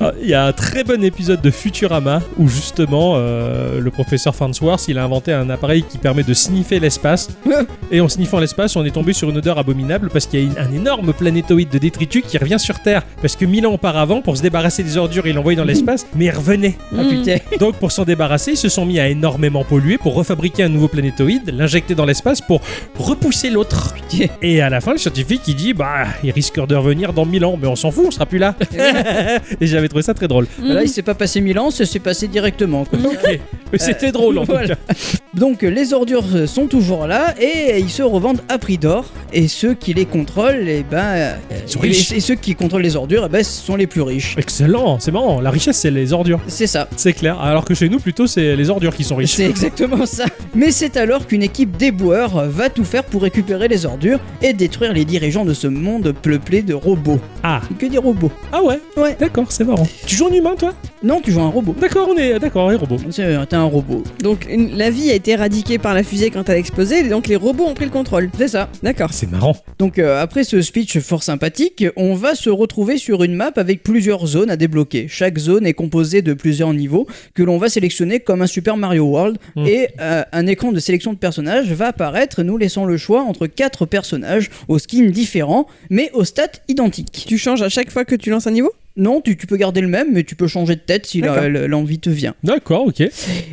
Speaker 2: Ah, Il y a un très bon épisode de Futurama où justement euh, le professeur Farnsworth il a inventé un appareil qui permet de sniffer l'espace et en sniffant l'espace on est tombé sur une odeur abominable parce qu'il y a une- un énorme planétoïde de détritus qui revient sur Terre parce que mille ans auparavant pour se débarrasser des ordures il l'envoyait dans l'espace mais il revenait
Speaker 1: Ah
Speaker 3: Mm.
Speaker 1: putain.
Speaker 2: donc pour s'en débarrasser ils se sont mis à énormément polluer pour refabriquer un nouveau planétoïde l'injecter dans l'espace pour repousser l'autre
Speaker 1: Putain.
Speaker 2: et à la fin, le scientifique il dit bah il risque de revenir dans 1000 ans, mais on s'en fout, on sera plus là.
Speaker 1: Eh
Speaker 2: et j'avais trouvé ça très drôle.
Speaker 3: Bah
Speaker 1: Là, il s'est pas passé mille ans, ça s'est passé directement. quoi.
Speaker 2: Ok, mais c'était drôle en
Speaker 1: voilà.
Speaker 2: tout cas.
Speaker 1: Donc les ordures euh, sont toujours là et ils se revendent à prix d'or. Et ceux qui les contrôlent, eh ben, euh,
Speaker 2: sont
Speaker 1: et,
Speaker 2: riches.
Speaker 1: et ceux qui contrôlent les ordures, eh ben, ce sont les plus riches.
Speaker 2: Excellent, c'est marrant. La richesse, c'est les ordures,
Speaker 1: C'est ça.
Speaker 2: c'est clair. Alors que chez nous, plutôt, c'est les ordures qui sont riches.
Speaker 1: C'est exactement ça. Mais c'est alors qu'une équipe d'éboueurs va tout faire pour récupérer les ordures et détruire les dirigeants de ce monde peuplé de robots.
Speaker 2: Ah,
Speaker 1: Que des robots
Speaker 2: ah ouais,
Speaker 1: Ouais.
Speaker 2: D'accord, c'est marrant. Tu joues en humain, toi
Speaker 1: Non, tu joues un robot.
Speaker 2: D'accord, on est d'accord, les robots.
Speaker 1: C'est- euh, T'es un robot.
Speaker 3: Donc une- la vie a été éradiquée par la fusée quand elle a explosé, et donc les robots ont pris le contrôle.
Speaker 1: C'est ça.
Speaker 3: D'accord.
Speaker 2: Ah, C'est marrant.
Speaker 1: Donc euh, après ce speech fort sympathique, on va se retrouver sur une map avec plusieurs zones à débloquer. Chaque zone est composée de plusieurs niveaux que l'on va sélectionner comme un Super Mario World
Speaker 2: Mm.
Speaker 1: et euh, un écran de sélection de personnages va apparaître nous laissant le choix entre quatre personnages aux skins différents mais aux stats identiques.
Speaker 3: Tu changes à chaque fois que tu lances un niveau
Speaker 1: Non, tu, tu peux garder le même, mais tu peux changer de tête si la-
Speaker 3: D'accord.
Speaker 1: la- l'envie te vient.
Speaker 2: D'accord, ok.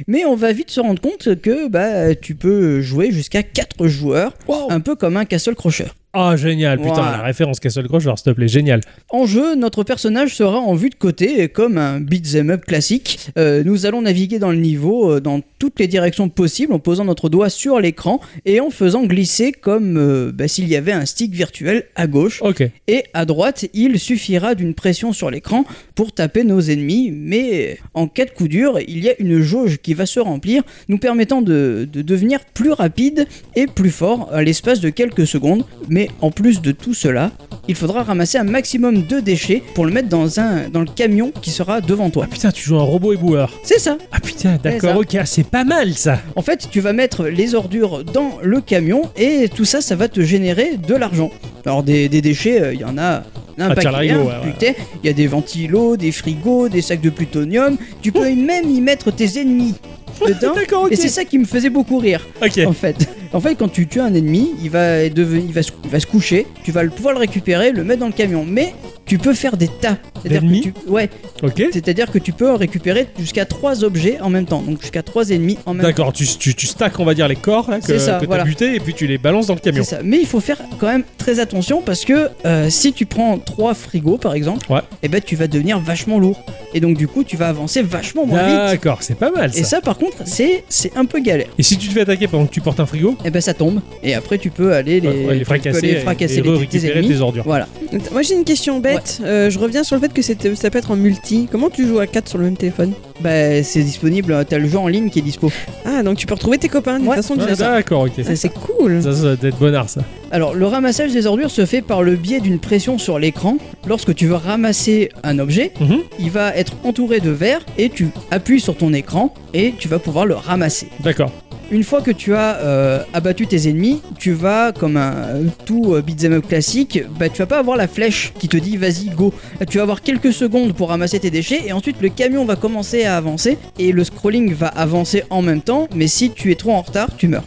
Speaker 1: Mais on va vite se rendre compte que bah, tu peux jouer jusqu'à 4 joueurs,
Speaker 2: Oh.
Speaker 1: un peu comme un Castle Crusher.
Speaker 2: Ah, génial, putain,
Speaker 1: Voilà.
Speaker 2: la référence Castle Crusher, s'il te plaît, génial.
Speaker 1: En jeu, notre personnage sera en vue de côté, et comme un beat'em up classique. Euh, nous allons naviguer dans le niveau euh, dans toutes les directions possibles en posant notre doigt sur l'écran et en faisant glisser comme euh, bah, s'il y avait un stick virtuel à gauche.
Speaker 2: Ok.
Speaker 1: Et à droite, il suffira d'une pression sur l'écran pour taper nos ennemis, mais en cas de coup dur, il y a une jauge qui va se remplir, nous permettant de, de devenir plus rapide et plus fort à l'espace de quelques secondes. Mais en plus de tout cela, il faudra ramasser un maximum de déchets pour le mettre dans, un, dans le camion qui sera devant toi.
Speaker 2: Ah putain, tu joues un robot éboueur.
Speaker 1: C'est ça
Speaker 2: Ah putain, d'accord,
Speaker 1: ça.
Speaker 2: ok, ah, c'est pas mal ça.
Speaker 1: En fait, tu vas mettre les ordures dans le camion et tout ça, ça va te générer de l'argent. Alors, des, des déchets, euh, il y en a. il y en a Un
Speaker 2: Ah,
Speaker 1: paquet,
Speaker 2: tiens, l'arigot,
Speaker 1: hein,
Speaker 2: ouais, ouais.
Speaker 1: putain. Il y a des ventilos, des frigos, des sacs de plutonium. Tu peux même y mettre tes ennemis dedans.
Speaker 2: D'accord, Oh. ok.
Speaker 1: Et c'est ça qui me faisait beaucoup rire,
Speaker 2: Ok.
Speaker 1: en fait. En fait, quand tu tues un ennemi, il va, devenir, il va, se, il va se coucher, tu vas le, pouvoir le récupérer, le mettre dans le camion. Mais tu peux faire des tas. C'est-à-dire que
Speaker 2: D'ennemis
Speaker 1: tu- Ouais,
Speaker 2: Ok.
Speaker 1: c'est-à-dire que tu peux en récupérer jusqu'à 3 objets en même temps. Donc jusqu'à 3 ennemis en même temps.
Speaker 2: D'accord, tu, tu, tu stacks, on va dire, les corps là, que,
Speaker 1: C'est ça,
Speaker 2: que t'as
Speaker 1: voilà.
Speaker 2: butés et puis tu les balances dans le camion.
Speaker 1: C'est ça. Mais il faut faire quand même très attention parce que euh, si tu prends trois frigos par exemple,
Speaker 2: Ouais.
Speaker 1: et ben tu vas devenir vachement lourd. Et donc du coup tu vas avancer vachement moins vite.
Speaker 2: D'accord, c'est pas mal ça.
Speaker 1: Et ça par contre c'est c'est un peu galère.
Speaker 2: Et si tu te fais attaquer pendant que tu portes un frigo, euh,
Speaker 1: Et ben ça tombe. Et après tu peux aller les,
Speaker 2: ouais, ouais,
Speaker 1: tu peux
Speaker 2: fracasser,
Speaker 1: aller fracasser
Speaker 2: et,
Speaker 1: les, tes
Speaker 2: récupérer
Speaker 1: ennemis.
Speaker 2: tes ordures.
Speaker 1: Voilà.
Speaker 3: Attends, Moi j'ai une question bête. Euh, je reviens sur le fait que c'était- ça peut être en multi. Comment tu joues à 4 sur le même téléphone
Speaker 1: Bah, c'est disponible, euh, t'as le jeu en ligne qui est dispo.
Speaker 3: Ah, donc tu peux retrouver tes copains d'une
Speaker 1: Ouais.
Speaker 3: façon ou d'une
Speaker 2: Ah,
Speaker 3: autre.
Speaker 2: D'accord, ok.
Speaker 3: Ah, c'est cool.
Speaker 2: Ça, ça doit être bonnard, ça.
Speaker 1: Alors, le ramassage des ordures se fait par le biais d'une pression sur l'écran. Lorsque tu veux ramasser un objet,
Speaker 2: Mhm.
Speaker 1: il va être entouré de verre et tu appuies sur ton écran et tu vas pouvoir le ramasser.
Speaker 2: D'accord.
Speaker 1: Une fois que tu as euh, abattu tes ennemis, tu vas, comme un euh, tout euh, beat'em up classique, bah, tu vas pas avoir la flèche qui te dit vas-y go. Tu vas avoir quelques secondes pour ramasser tes déchets et ensuite le camion va commencer à avancer et le scrolling va avancer en même temps, mais si tu es trop en retard, tu meurs.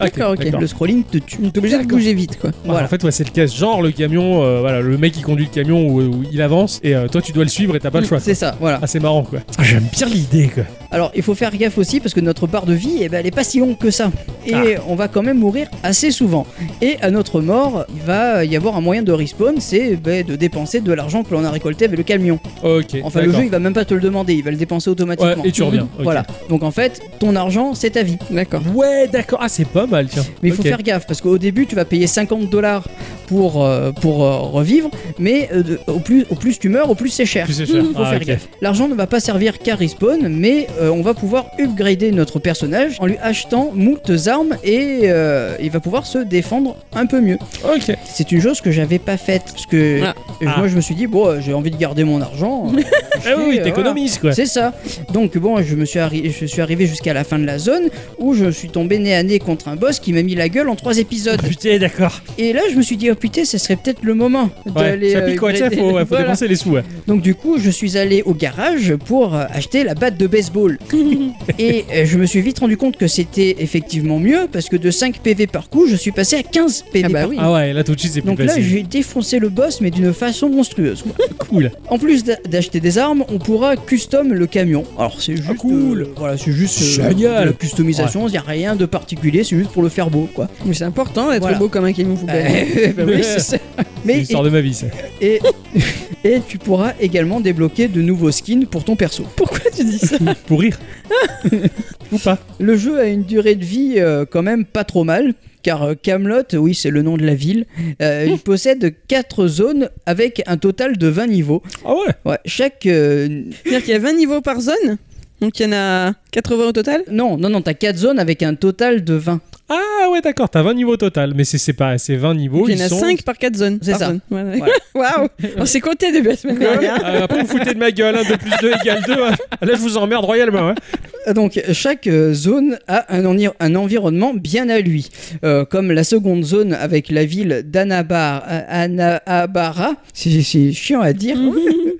Speaker 3: D'accord, ok.
Speaker 1: Le scrolling te tue.
Speaker 3: T'es obligé de
Speaker 1: D'accord.
Speaker 3: bouger vite quoi.
Speaker 2: Ah,
Speaker 1: Voilà.
Speaker 2: En fait, ouais, c'est le cas. Genre, le camion, euh, voilà, le mec qui conduit le camion où, où il avance et euh, toi, tu dois le suivre et t'as pas le choix.
Speaker 1: Mm, C'est ça, voilà.
Speaker 2: Ah, c'est marrant, quoi. Ah, J'aime bien l'idée, quoi.
Speaker 1: Alors il faut faire gaffe aussi parce que notre barre de vie, eh ben, elle est pas si longue que ça. Et
Speaker 2: Ah.
Speaker 1: on va quand même mourir assez souvent. Et à notre mort, il va y avoir un moyen de respawn, c'est ben, de dépenser de l'argent que l'on a récolté avec le camion.
Speaker 2: Ok.
Speaker 1: Enfin le
Speaker 2: d'accord.
Speaker 1: jeu, il va même pas te le demander, il va le dépenser automatiquement. Mmh.
Speaker 2: Ouais, et tu reviens, ok.
Speaker 1: Voilà. Donc en fait, ton argent, c'est ta vie.
Speaker 3: D'accord.
Speaker 2: Ouais, d'accord. Ah, c'est pas mal, tiens.
Speaker 1: Mais il faut
Speaker 2: Ok.
Speaker 1: faire gaffe parce qu'au début, tu vas payer 50 dollars pour, euh, pour euh, revivre, mais euh, de- au, plus, au plus tu meurs, au plus c'est cher.
Speaker 2: Plus c'est cher.
Speaker 1: Faut
Speaker 2: Ah,
Speaker 1: faire
Speaker 2: ok.
Speaker 1: gaffe. L'argent ne va pas servir qu'à respawn, mais euh, on va pouvoir upgrader notre personnage en lui achetant moult armes et euh, il va pouvoir se défendre un peu mieux.
Speaker 2: Ok.
Speaker 1: C'est une chose que j'avais pas faite parce que
Speaker 3: Ah.
Speaker 1: euh,
Speaker 2: Ah.
Speaker 1: moi je me suis dit bon euh, j'ai envie de garder mon argent. euh, je
Speaker 2: Eh
Speaker 1: fais,
Speaker 2: oui,
Speaker 1: euh, voilà.
Speaker 2: t'économises, quoi.
Speaker 1: C'est ça. Donc bon, je me suis, arri- je suis arrivé jusqu'à la fin de la zone où je suis tombé nez à nez contre un boss qui m'a mis la gueule en trois épisodes.
Speaker 2: Ah, Putain, d'accord.
Speaker 1: Et là, je me suis dit oh putain, ce serait peut-être le moment
Speaker 2: Ouais,
Speaker 1: d'aller.
Speaker 2: ça
Speaker 1: euh,
Speaker 2: pique quoi, tiens,
Speaker 1: gratter-
Speaker 2: faut, ouais, faut
Speaker 1: Voilà.
Speaker 2: dépenser les sous, ouais.
Speaker 1: Donc du coup, je suis allé au garage pour euh, acheter la batte de baseball. et euh, je me suis vite rendu compte que c'était effectivement mieux parce que de 5 PV par coup, je suis passé à 15 PV
Speaker 3: Ah bah
Speaker 1: par
Speaker 3: oui.
Speaker 1: coup.
Speaker 2: Ah ouais, là tout de suite c'est plus
Speaker 1: Donc là,
Speaker 2: facile.
Speaker 1: j'ai défoncé le boss, mais d'une façon monstrueuse. quoi.
Speaker 2: Cool.
Speaker 1: En plus d'a- d'acheter des armes, on pourra custom le camion. Alors c'est juste
Speaker 2: cool.
Speaker 1: euh, voilà, c'est juste euh,
Speaker 2: Génial.
Speaker 1: de la customisation, il y a rien de particulier, c'est juste pour le faire beau quoi.
Speaker 3: Mais c'est important d'être
Speaker 1: Voilà.
Speaker 3: beau comme un camion poubelle.
Speaker 1: Euh, bah oui, c'est ça.
Speaker 2: C'est
Speaker 1: Mais
Speaker 2: l'histoire de ma vie ça.
Speaker 1: et, et tu pourras également débloquer de nouveaux skins pour ton perso.
Speaker 3: Pourquoi tu dis ça
Speaker 2: Pour rire. Ou pas.
Speaker 1: Le jeu a une durée de vie euh, quand même pas trop mal, car euh, Camelot, oui c'est le nom de la ville, euh, il possède 4 zones avec un total de 20 niveaux.
Speaker 2: Ah ouais.
Speaker 1: Ouais, chaque... euh,
Speaker 3: C'est-à-dire qu'il y a 20 niveaux par zone Donc il y en a 80 au total
Speaker 1: Non, non, non, t'as 4 zones avec un total de 20.
Speaker 2: Ah ouais, d'accord, t'as 20 niveaux total, mais c'est c'est pas c'est 20 niveaux,
Speaker 3: Donc, Il
Speaker 2: Oh, ils
Speaker 3: y en a
Speaker 2: sont
Speaker 3: 5 par 4 zones.
Speaker 1: C'est
Speaker 3: par
Speaker 1: ça.
Speaker 3: zone. Voilà.
Speaker 1: Voilà.
Speaker 3: Waouh On s'est compté depuis la semaine dernière.
Speaker 2: Euh, après vous foutez de ma gueule, 2 plus 2 égale 2. Là je vous emmerde royalement. hein.
Speaker 1: Donc chaque euh, zone a un, enir- un environnement bien à lui, Euh, comme la seconde zone avec la ville d'Anabar, euh, Anahabara, c'est c'est chiant à dire,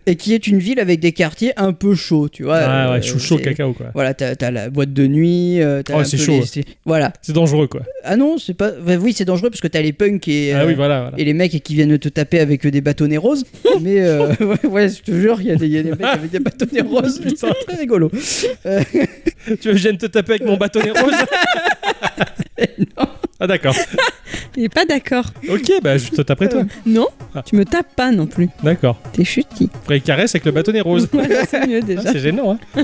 Speaker 1: et qui est une ville avec des quartiers un peu chauds, tu vois.
Speaker 2: Ah ouais,
Speaker 1: Euh,
Speaker 2: chou chaud
Speaker 1: c'est-
Speaker 2: cacao quoi.
Speaker 1: Voilà, t'as t'as la boîte de nuit, euh, t'as
Speaker 2: Oh,
Speaker 1: un
Speaker 2: c'est
Speaker 1: peu
Speaker 2: chaud.
Speaker 1: les- c'est- Voilà.
Speaker 2: C'est dangereux quoi.
Speaker 1: Ah non, c'est pas. bah oui, c'est dangereux parce que t'as les punks et.
Speaker 2: Ah
Speaker 1: euh,
Speaker 2: oui, voilà voilà.
Speaker 1: Et les mecs qui viennent te taper avec des bâtonnets roses. Mais euh, ouais, ouais, je te jure, il y, a des- il y a des mecs avec des bâtonnets roses.
Speaker 2: Putain.
Speaker 1: C'est très rigolo. Euh,
Speaker 2: Tu veux que je vienne te taper avec mon bâtonnet rose Ah d'accord.
Speaker 3: Il est pas d'accord.
Speaker 2: OK, bah je te taperai toi.
Speaker 3: Non
Speaker 2: Ah.
Speaker 3: Tu me tapes pas non plus.
Speaker 2: D'accord.
Speaker 3: T'es chuti.
Speaker 2: Après caresse avec le bâtonnet rose.
Speaker 3: Voilà, c'est mieux
Speaker 2: Ah,
Speaker 3: déjà.
Speaker 2: c'est gênant hein.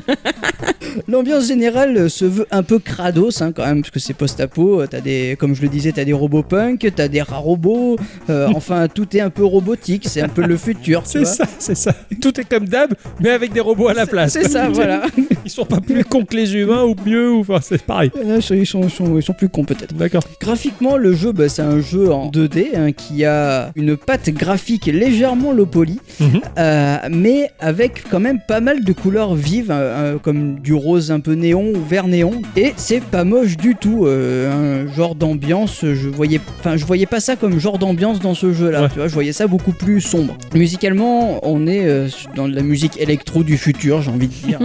Speaker 1: L'ambiance générale euh, se veut un peu crados hein, quand même, parce que c'est post-apo. euh, T'as des, comme je le disais, t'as des robots punk, t'as des rats robots. euh, enfin, tout est un peu robotique. C'est un peu le futur. tu
Speaker 2: C'est
Speaker 1: vois.
Speaker 2: ça, c'est ça. Tout est comme d'hab, mais avec des robots à la place.
Speaker 1: C'est ça, voilà.
Speaker 2: Ils sont pas plus cons que les humains ou mieux, ou enfin, c'est pareil.
Speaker 1: Là, ils sont- ils sont- ils sont- ils sont plus cons peut-être.
Speaker 2: D'accord.
Speaker 1: Graphiquement, le jeu, bah, c'est un jeu en 2D hein, qui a une patte graphique légèrement low poly,
Speaker 2: Mhm.
Speaker 1: euh, mais avec quand même pas mal de couleurs vives, euh, euh, comme du rose un peu néon ou vert néon. Et c'est pas moche du tout, euh, un genre d'ambiance. Je voyais, enfin, je voyais pas ça comme genre d'ambiance dans ce jeu-là.
Speaker 2: Ouais.
Speaker 1: Tu vois, je voyais ça beaucoup plus sombre. Musicalement, on est euh, dans de la musique électro du futur, j'ai envie de dire.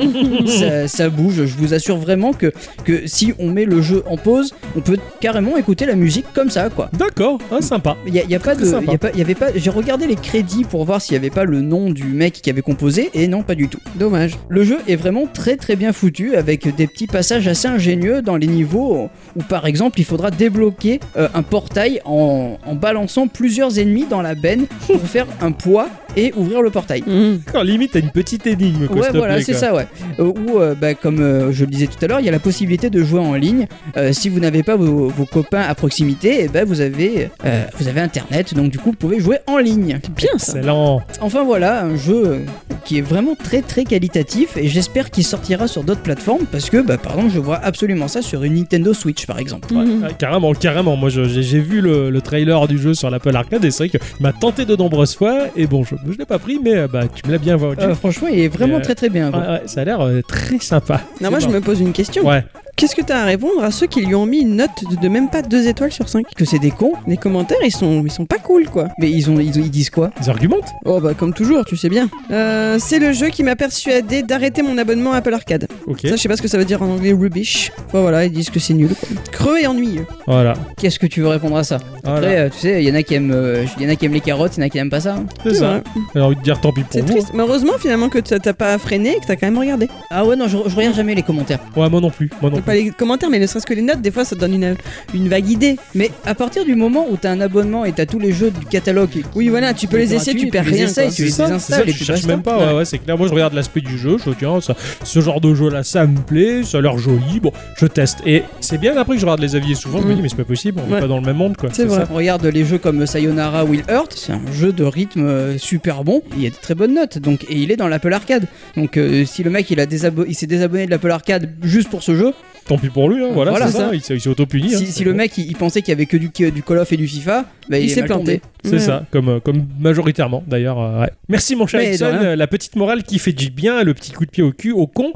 Speaker 1: ça, ça bouge. Je vous assure vraiment que que si on met le jeu en pause, on peut carrément écouter la musique comme ça, quoi.
Speaker 2: D'accord, ah, sympa.
Speaker 1: Il y a, y a pas de,
Speaker 2: Très sympa.
Speaker 1: y a pas- y avait pas. J'ai regardé les crédits pour voir s'il y avait pas le nom du mec qui avait composé, et non, pas du tout.
Speaker 3: Dommage.
Speaker 1: Le jeu est vraiment très très bien foutu, avec des petits passages assez ingénieux dans les niveaux où, par exemple, il faudra débloquer euh, un portail en, en balançant plusieurs ennemis dans la benne pour faire un poids et ouvrir le portail.
Speaker 3: Mhm.
Speaker 2: D'accord, limite, t'as une petite énigme, quoi,
Speaker 1: Ouais,
Speaker 2: s'il te
Speaker 1: voilà,
Speaker 2: plaît,
Speaker 1: c'est
Speaker 2: quoi.
Speaker 1: ça, ouais. Euh, Ou, euh, bah, comme euh, je le disais tout à l'heure, il y a la possibilité de jouer en ligne. Euh, si vous n'avez pas vos, vos copains à proximité, eh ben, vous vous avez, euh, vous avez internet, donc du coup vous pouvez jouer en ligne.
Speaker 3: Bien ça.
Speaker 2: Excellent.
Speaker 1: Enfin voilà, un jeu qui est vraiment très très qualitatif et j'espère qu'il sortira sur d'autres plateformes parce que bah, par exemple je vois absolument ça sur une Nintendo Switch par exemple.
Speaker 2: Ouais,
Speaker 3: Mhm.
Speaker 2: ouais, carrément, carrément. Moi, je- j'ai j'ai vu le, le trailer du jeu sur l'Apple Arcade et c'est vrai qu'il m'a tenté de nombreuses fois. Et bon, je, je l'ai pas pris, mais euh, bah, tu me l'as bien vendu.
Speaker 1: Euh, franchement il est vraiment
Speaker 2: Euh,
Speaker 1: très très bien. quoi.
Speaker 2: Ouais, ouais, ça a l'air euh, très sympa.
Speaker 3: Non, moi je me pose une question.
Speaker 2: Ouais,
Speaker 3: Qu'est-ce que t'as à répondre à ceux qui lui ont mis une note de, de même pas 2 étoiles sur 5
Speaker 1: Que c'est des cons,
Speaker 3: Les commentaires ils sont, ils sont pas cool quoi.
Speaker 1: mais ils, ont, ils, ils disent quoi
Speaker 2: ils argumentent.
Speaker 3: Oh bah comme toujours, tu sais bien. Euh, c'est le jeu qui m'a persuadé d'arrêter mon abonnement à Apple Arcade.
Speaker 2: Ok.
Speaker 3: Ça je sais pas ce que ça veut dire en anglais rubbish. Enfin voilà, ils disent que c'est nul quoi. Creux et ennuyeux.
Speaker 2: Voilà.
Speaker 1: Qu'est-ce que tu veux répondre à ça
Speaker 2: Voilà.
Speaker 1: Après, euh, tu sais, il y en a qui aiment, euh, il y en a qui aiment les carottes, il y en a qui n'aiment pas ça. hein.
Speaker 2: C'est ça.
Speaker 3: vrai.
Speaker 2: J'ai envie de dire tant pis pour
Speaker 3: C'est
Speaker 2: vous.
Speaker 3: triste. Mais heureusement finalement que t'as t'as pas freiné et que t'as quand même regardé.
Speaker 1: Ah ouais, non, je, je regarde jamais les commentaires.
Speaker 2: Ouais, moi non plus. Moi non
Speaker 3: Donc, pas les commentaires mais ne serait-ce que les notes, des fois ça te donne une, une vague idée.
Speaker 1: Mais à partir du moment où t'as un abonnement et t'as tous les jeux du catalogue, et-
Speaker 3: Oui, voilà, tu peux les
Speaker 1: gratuits,
Speaker 3: essayer, tu perds
Speaker 1: les
Speaker 3: rien,
Speaker 1: essayes,
Speaker 3: quoi.
Speaker 1: tu les
Speaker 2: ça,
Speaker 1: désinstalles
Speaker 2: ça,
Speaker 1: et
Speaker 2: je
Speaker 1: puis
Speaker 2: cherche
Speaker 1: basta.
Speaker 2: même pas, ouais, ouais, c'est clair. Moi, je regarde l'aspect du jeu, je dis, tiens, ça- ce genre de jeu-là, ça me plaît, ça a l'air joli, bon, je teste. Et c'est bien après que je regarde les avis et souvent, je me
Speaker 3: Mm.
Speaker 2: dis, mais c'est pas possible, on
Speaker 3: Ouais.
Speaker 2: est pas dans le même monde, quoi.
Speaker 3: C'est
Speaker 1: C'est
Speaker 3: vrai.
Speaker 1: ça. Regarde les jeux comme Sayonara Will Hurt, c'est un jeu de rythme euh, super bon, il y a de très bonnes notes, donc, et il est dans l'Apple Arcade. Donc euh, si le mec il, a désabo- il s'est désabonné de l'Apple Arcade juste pour ce jeu,
Speaker 2: Tant pis pour lui, hein, voilà,
Speaker 1: Voilà,
Speaker 2: c'est
Speaker 1: ça.
Speaker 2: ça. il s'est il s'est auto-puni. hein,
Speaker 1: si, si
Speaker 2: c'est
Speaker 1: le
Speaker 2: bon.
Speaker 1: mec il, il pensait qu'il y avait que du, que du Call of et du FIFA, bah, il,
Speaker 3: Il
Speaker 1: est
Speaker 3: s'est
Speaker 1: mal
Speaker 3: planté.
Speaker 1: tombé.
Speaker 2: C'est
Speaker 3: Ouais.
Speaker 2: ça, comme, euh, comme majoritairement d'ailleurs. euh, ouais. Merci mon cher
Speaker 1: Mais de
Speaker 2: Edson,
Speaker 1: rien.
Speaker 2: euh, la petite morale qui fait du bien, le petit coup de pied au cul, au con,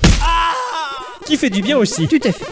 Speaker 2: qui fait du bien aussi.
Speaker 1: Tout à fait.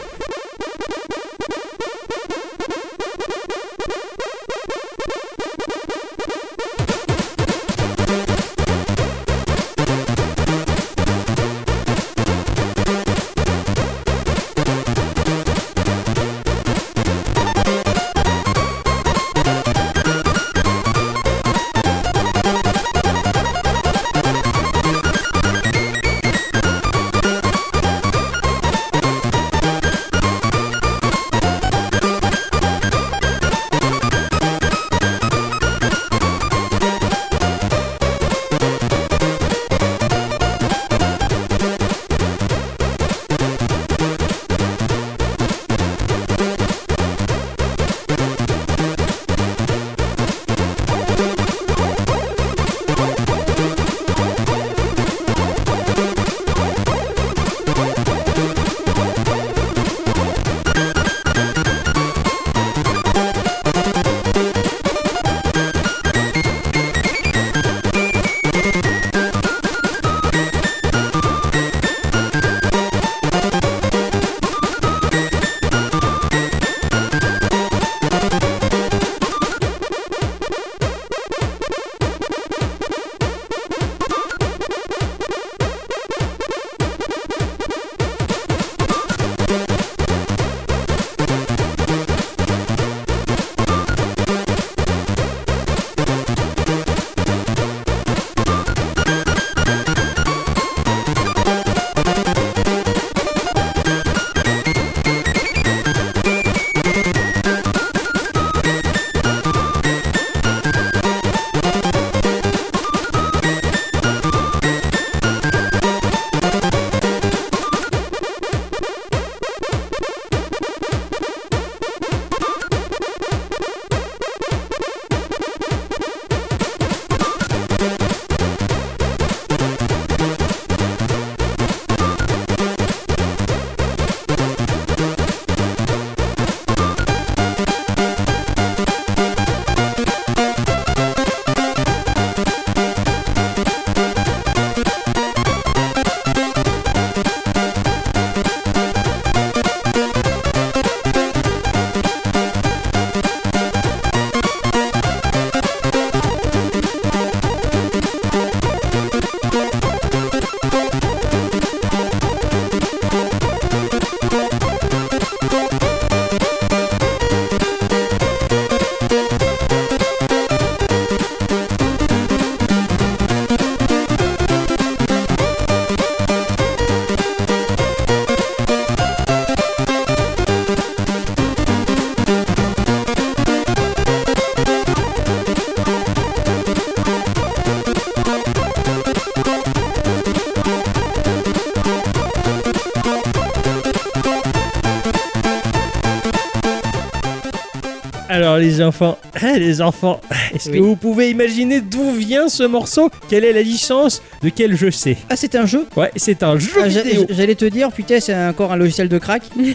Speaker 2: Alors les enfants, ah, les enfants, est-ce
Speaker 1: Oui.
Speaker 2: que vous pouvez imaginer d'où vient ce morceau Quelle est la licence De quel jeu c'est
Speaker 1: Ah, c'est un jeu
Speaker 2: Ouais, c'est un jeu
Speaker 1: Ah, j'a-
Speaker 2: vidéo.
Speaker 1: J'allais te dire, putain, c'est encore un logiciel de crack.
Speaker 2: Non,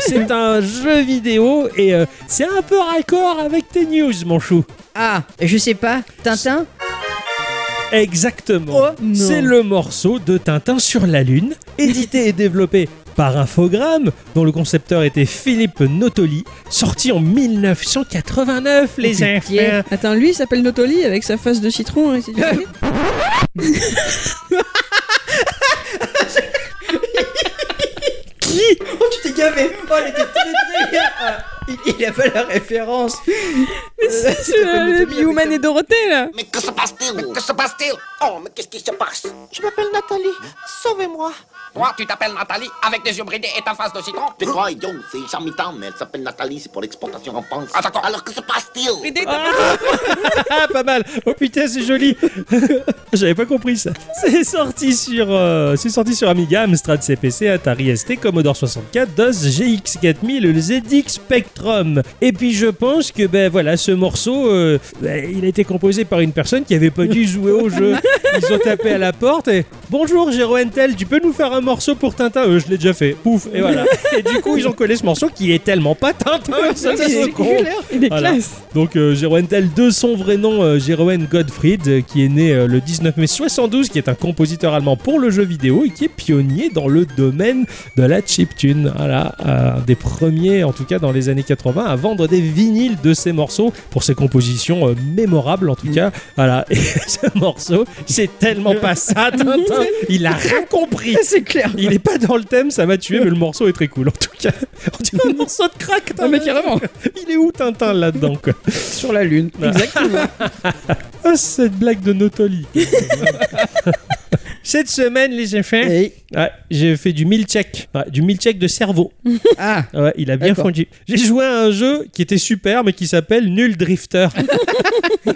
Speaker 2: c'est un jeu vidéo et euh, c'est un peu raccord avec tes news, mon chou.
Speaker 1: Ah, je sais pas, Tintin
Speaker 2: Exactement.
Speaker 1: Oh,
Speaker 3: non.
Speaker 2: c'est le morceau de Tintin sur la Lune, édité et développé par Infogrames, dont le concepteur était Philippe Notoli, sorti en 1989, les
Speaker 1: Oh, putain.
Speaker 2: enfants.
Speaker 3: Attends, lui, il s'appelle Notoli avec sa face de citron. hein, c'est du salé.
Speaker 1: Qui Oh, tu t'es gavé Oh, elle était très très bien Ah, il, il a pas la référence Mais
Speaker 3: C'est le Bioman et Dorothée, là.
Speaker 4: Mais que se passe-t-il Hein Mais que se passe-t-il Oh, mais qu'est-ce qui se passe Hein
Speaker 5: Je m'appelle Nathalie. Sauvez-moi.
Speaker 4: Toi, tu t'appelles Nathalie avec des yeux bridés et ta face de citron
Speaker 5: C'est quoi, idiot C'est Charmitan, mais elle s'appelle Nathalie, c'est pour l'exportation en France.
Speaker 4: Ah, d'accord.
Speaker 5: Alors que se passe-t-il
Speaker 3: Aidez, t'as-
Speaker 2: Ah, pas mal. Oh putain, c'est joli. J'avais pas compris ça. C'est sorti sur, euh, c'est sorti sur Amiga, Amstrad CPC, Atari ST, Commodore 64, DOS, GX4000, le ZX Spectrum. Et puis je pense que ben voilà, ce morceau, euh, ben, il a été composé par une personne qui avait pas dû jouer au jeu. Ils ont tapé à la porte et bonjour Jérôme Tel, tu peux nous faire un morceau pour Tintin Euh, Je l'ai déjà fait. Pouf et voilà. Et du coup ils ont collé ce morceau qui est tellement pas Tintin. ça,
Speaker 1: C'est
Speaker 2: c'est con.
Speaker 3: Il est
Speaker 2: Voilà.
Speaker 3: classe.
Speaker 2: Donc euh, Jeroen Tell, de son vrai nom, euh, Jeroen Gottfried, euh, qui est né euh, le 19 mai 72, qui est un compositeur allemand pour le jeu vidéo et qui est pionnier dans le domaine de la chiptune. Voilà, euh, un des premiers, en tout cas dans les années 80, à vendre des vinyles de ses morceaux pour ses compositions euh, mémorables, en tout cas. Voilà, et ce morceau, c'est tellement pas ça, Tintin, il a rien compris.
Speaker 1: C'est clair
Speaker 2: Il est pas dans le thème, ça m'a tué, mais le morceau est très cool. En tout cas, on dirait un morceau de crack,
Speaker 1: Ah, mais carrément Bah.
Speaker 2: Il est où Tintin là-dedans, quoi
Speaker 1: Sur la lune, exactement
Speaker 2: Ah, cette blague de Notoli. cette semaine, les j'ai fait.
Speaker 1: Et-
Speaker 2: Ouais, j'ai fait du milkshake. Ouais, du milkshake de cerveau.
Speaker 1: Ah
Speaker 2: Ouais, il a bien
Speaker 1: D'accord.
Speaker 2: fondu. J'ai joué à un jeu qui était super, mais qui s'appelle Nul Drifter.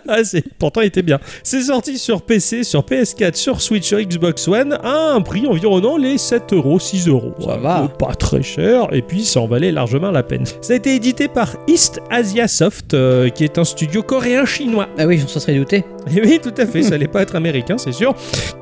Speaker 2: Ah, c'est- pourtant, il était bien. C'est sorti sur PC, sur PS4, sur Switch, sur Xbox One, à un prix environnant les 7 euros, 6 euros.
Speaker 1: Ça va.
Speaker 2: vaut Pas très cher, et puis ça en valait largement la peine. Ça a été édité par East Asia Soft, euh, qui est un studio coréen-chinois.
Speaker 1: Ah oui, on s'en serait douté.
Speaker 2: Et Eh oui, tout à fait, ça allait pas être américain, c'est sûr,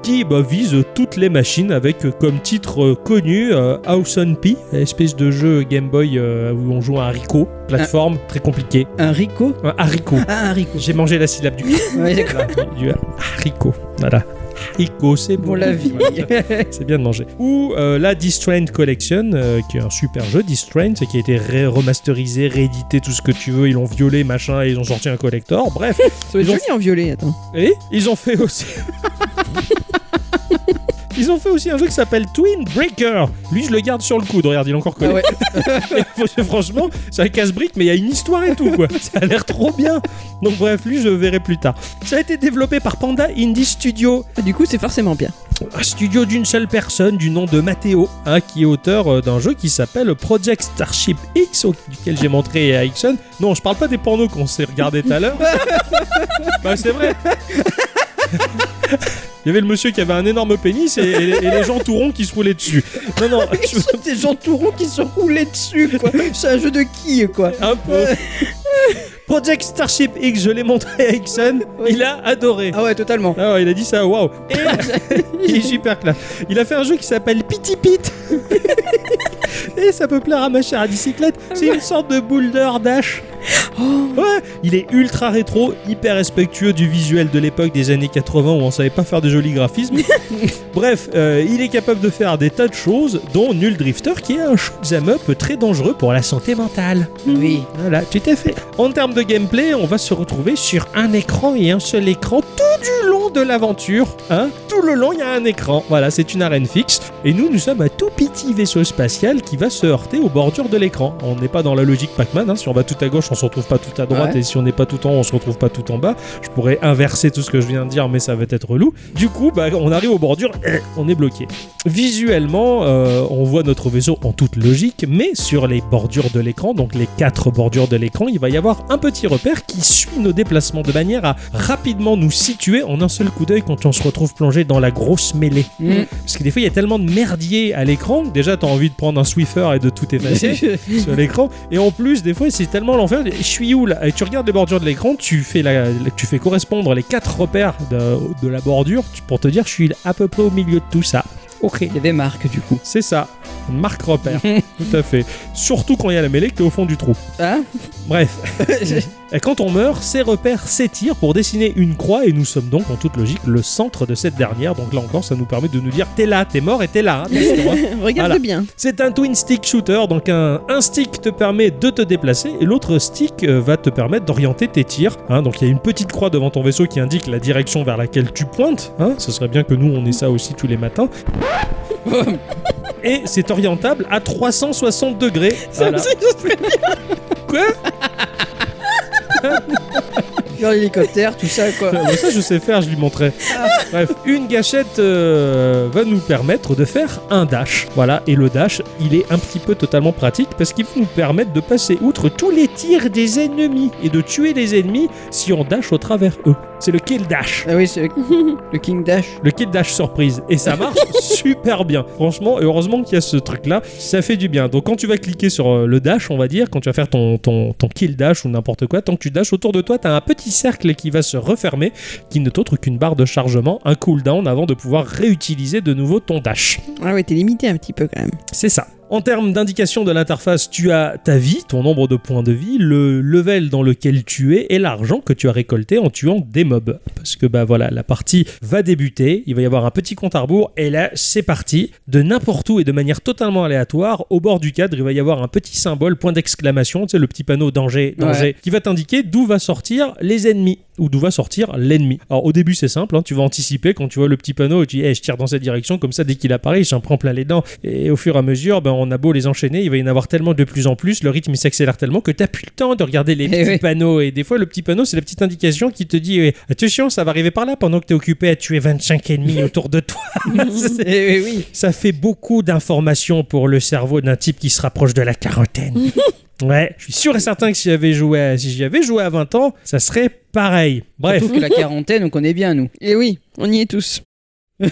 Speaker 2: qui bah, vise toutes les machines avec euh, comme titre euh, connu euh, House on P, espèce de jeu Game Boy euh, où on joue à un haricot, plateforme très compliquée.
Speaker 1: Un haricot
Speaker 2: Un haricot.
Speaker 1: Ah, un haricot.
Speaker 2: J'ai mangé la syllabe du,
Speaker 1: Ouais, d'accord.
Speaker 2: du haricot. Voilà. Haricot, c'est bon.
Speaker 1: Pour la vie.
Speaker 2: C'est bien de manger. Ou euh, la Distraint Collection, euh, qui est un super jeu, Distraint, qui a été ré- remasterisé, réédité, tout ce que tu veux. Ils l'ont violé, machin, et ils ont sorti un collector. Bref,
Speaker 3: Ça va être
Speaker 2: Ils ont-
Speaker 3: joli en violet, attends.
Speaker 2: Et ils ont fait aussi. Ils ont fait aussi un jeu qui s'appelle Twin Breaker. Lui, je le garde sur le coude. Regarde, il est encore
Speaker 1: Ah
Speaker 2: collé.
Speaker 1: ouais.
Speaker 2: Mais Franchement, c'est un casse-brique, mais il y a une histoire et tout, quoi. Ça a l'air trop bien. Donc, bref, lui, je le verrai plus tard. Ça a été développé par Panda Indie Studio
Speaker 3: Ah, Du coup, c'est forcément bien.
Speaker 2: un studio d'une seule personne du nom de Matteo, hein, qui est auteur euh, d'un jeu qui s'appelle Project Starship X, au- duquel j'ai montré à Ixon. Non, je parle pas des pornos qu'on s'est regardés tout à l'heure. bah, c'est vrai. Il y avait le monsieur qui avait un énorme pénis et, et les- et les gens tout ronds qui se roulaient dessus. Non, non, je-
Speaker 1: Ils sont des gens tout ronds qui se roulaient dessus, quoi. C'est un jeu de qui, quoi.
Speaker 2: un peu. Project Starship X, je l'ai montré à Ixon. Il a adoré.
Speaker 1: Ah ouais, totalement.
Speaker 2: Ah ouais, il a dit ça, waouh! Et- il est super classe. Il a fait un jeu qui s'appelle Pity Pit. Et ça peut plaire à ma chère à bicyclette. C'est une sorte de boulder dash. Ouais, il est ultra rétro, hyper respectueux du visuel de l'époque des années 80 où on savait pas faire des jolis graphismes. Bref, euh, il est capable de faire des tas de choses, dont Null Drifter, qui est un shoot'em up très dangereux pour la santé mentale.
Speaker 1: Oui.
Speaker 2: Voilà, tout à fait. En termes de gameplay, on va se retrouver sur un écran et un seul écran tout du long de l'aventure. Hein tout le long, il y a un écran. Voilà, c'est une arène fixe. Et nous, nous sommes un tout petit vaisseau spatial qui va se heurter aux bordures de l'écran. On n'est pas dans la logique Pac-Man. hein. Si on va tout à gauche, on se retrouve pas tout à droite.
Speaker 1: Ouais.
Speaker 2: Et si on n'est pas tout en haut, on se retrouve pas tout en bas. Je pourrais inverser tout ce que je viens de dire, mais ça va être relou. Du coup, bah, on arrive aux bordures, on est bloqué. Visuellement, euh, on voit notre vaisseau en toute logique, mais sur les bordures de l'écran, donc les quatre bordures de l'écran, il va y avoir un petit repère qui suit nos déplacements de manière à rapidement nous situer en un seul coup d'œil quand on se retrouve plongé dans la grosse mêlée.
Speaker 1: Mm.
Speaker 2: Parce que des fois, il y a tellement de merdier à l'écran que déjà, t'as envie de prendre un Swiffer et de tout effacer sur l'écran. Et en plus, des fois, c'est tellement l'enfer, regardes, je suis où là Et tu regardes les bordures de l'écran, tu fais la, la- tu fais correspondre les quatre repères de, de la bordure tu- pour te dire je suis à peu près au milieu de tout ça. Ok.
Speaker 1: Il y a des marques du coup.
Speaker 2: C'est ça, marque repère, tout à fait. Surtout quand il y a la mêlée que t'es au fond du trou.
Speaker 1: Hein
Speaker 2: Bref, et quand on meurt, ces repères s'étirent pour dessiner une croix et nous sommes donc en toute logique le centre de cette dernière. Donc là encore, ça nous permet de nous dire t'es là, t'es mort et t'es là. hein, t'es sur droite.
Speaker 3: Regarde
Speaker 2: Voilà.
Speaker 3: bien.
Speaker 2: C'est un twin stick shooter, donc un, un stick te permet de te déplacer et l'autre stick euh, va te permettre d'orienter tes tirs. hein. donc il y a une petite croix devant ton vaisseau qui indique la direction vers laquelle tu pointes. hein. ce serait bien que nous on ait ça aussi tous les matins. et c'est orientable à 360 degrés. Voilà.
Speaker 3: Ça aussi, je sais.
Speaker 2: Quoi
Speaker 1: Genre l'hélicoptère, tout ça quoi.
Speaker 2: Ah, mais ça, je sais faire, je lui montrais. Bref, une gâchette euh, va nous permettre de faire un dash. Voilà, et le dash, il est un petit peu totalement pratique parce qu'il va nous permettre de passer outre tous les tirs des ennemis et de tuer les ennemis si on dash au travers eux. C'est le kill dash.
Speaker 1: Ah oui, c'est le King Dash.
Speaker 2: Le kill dash surprise. Et ça marche super bien. Franchement, et heureusement qu'il y a ce truc-là. Ça fait du bien. Donc quand tu vas cliquer sur euh, le dash, on va dire, quand tu vas faire ton, ton, ton kill dash ou n'importe quoi, tant que tu dashes autour de toi, t'as un petit cercle qui va se refermer, qui ne t'autre qu'une barre de chargement, un cooldown avant de pouvoir réutiliser de nouveau ton dash.
Speaker 3: Ah ouais, t'es limité un petit peu quand même.
Speaker 2: C'est ça. En termes d'indication de l'interface, tu as ta vie, ton nombre de points de vie, le level dans lequel tu es et l'argent que tu as récolté en tuant des mobs. Parce que bah voilà, la partie va débuter, il va y avoir un petit compte à rebours et là c'est parti. De n'importe où et de manière totalement aléatoire, au bord du cadre, il va y avoir un petit symbole, point d'exclamation, tu sais, le petit panneau danger, danger, qui va t'indiquer d'où va sortir les ennemis ou d'où va sortir l'ennemi. Alors au début c'est simple, hein, tu vas anticiper quand tu vois le petit panneau et tu dis Eh, je tire dans cette direction, comme ça dès qu'il apparaît j'en prends plein les dents. Et au fur et à mesure, ben, on a beau les enchaîner, il va y en avoir tellement de plus en plus, le rythme il s'accélère tellement que t'as plus le temps de regarder les
Speaker 1: Eh
Speaker 2: petits
Speaker 1: oui.
Speaker 2: panneaux. Et des fois le petit panneau c'est la petite indication qui te dit Eh, attention ça va arriver par là pendant que t'es occupé à tuer 25 ennemis autour de toi. C'est-
Speaker 1: Eh oui, oui.
Speaker 2: ça fait beaucoup d'informations pour le cerveau d'un type qui se rapproche de la quarantaine. Ouais, je suis sûr et certain que si j'avais joué, à- si j'y avais joué à 20 ans, ça serait pareil. Bref,
Speaker 1: Surtout que la quarantaine, on connaît bien nous.
Speaker 3: Et Eh oui, on y est tous.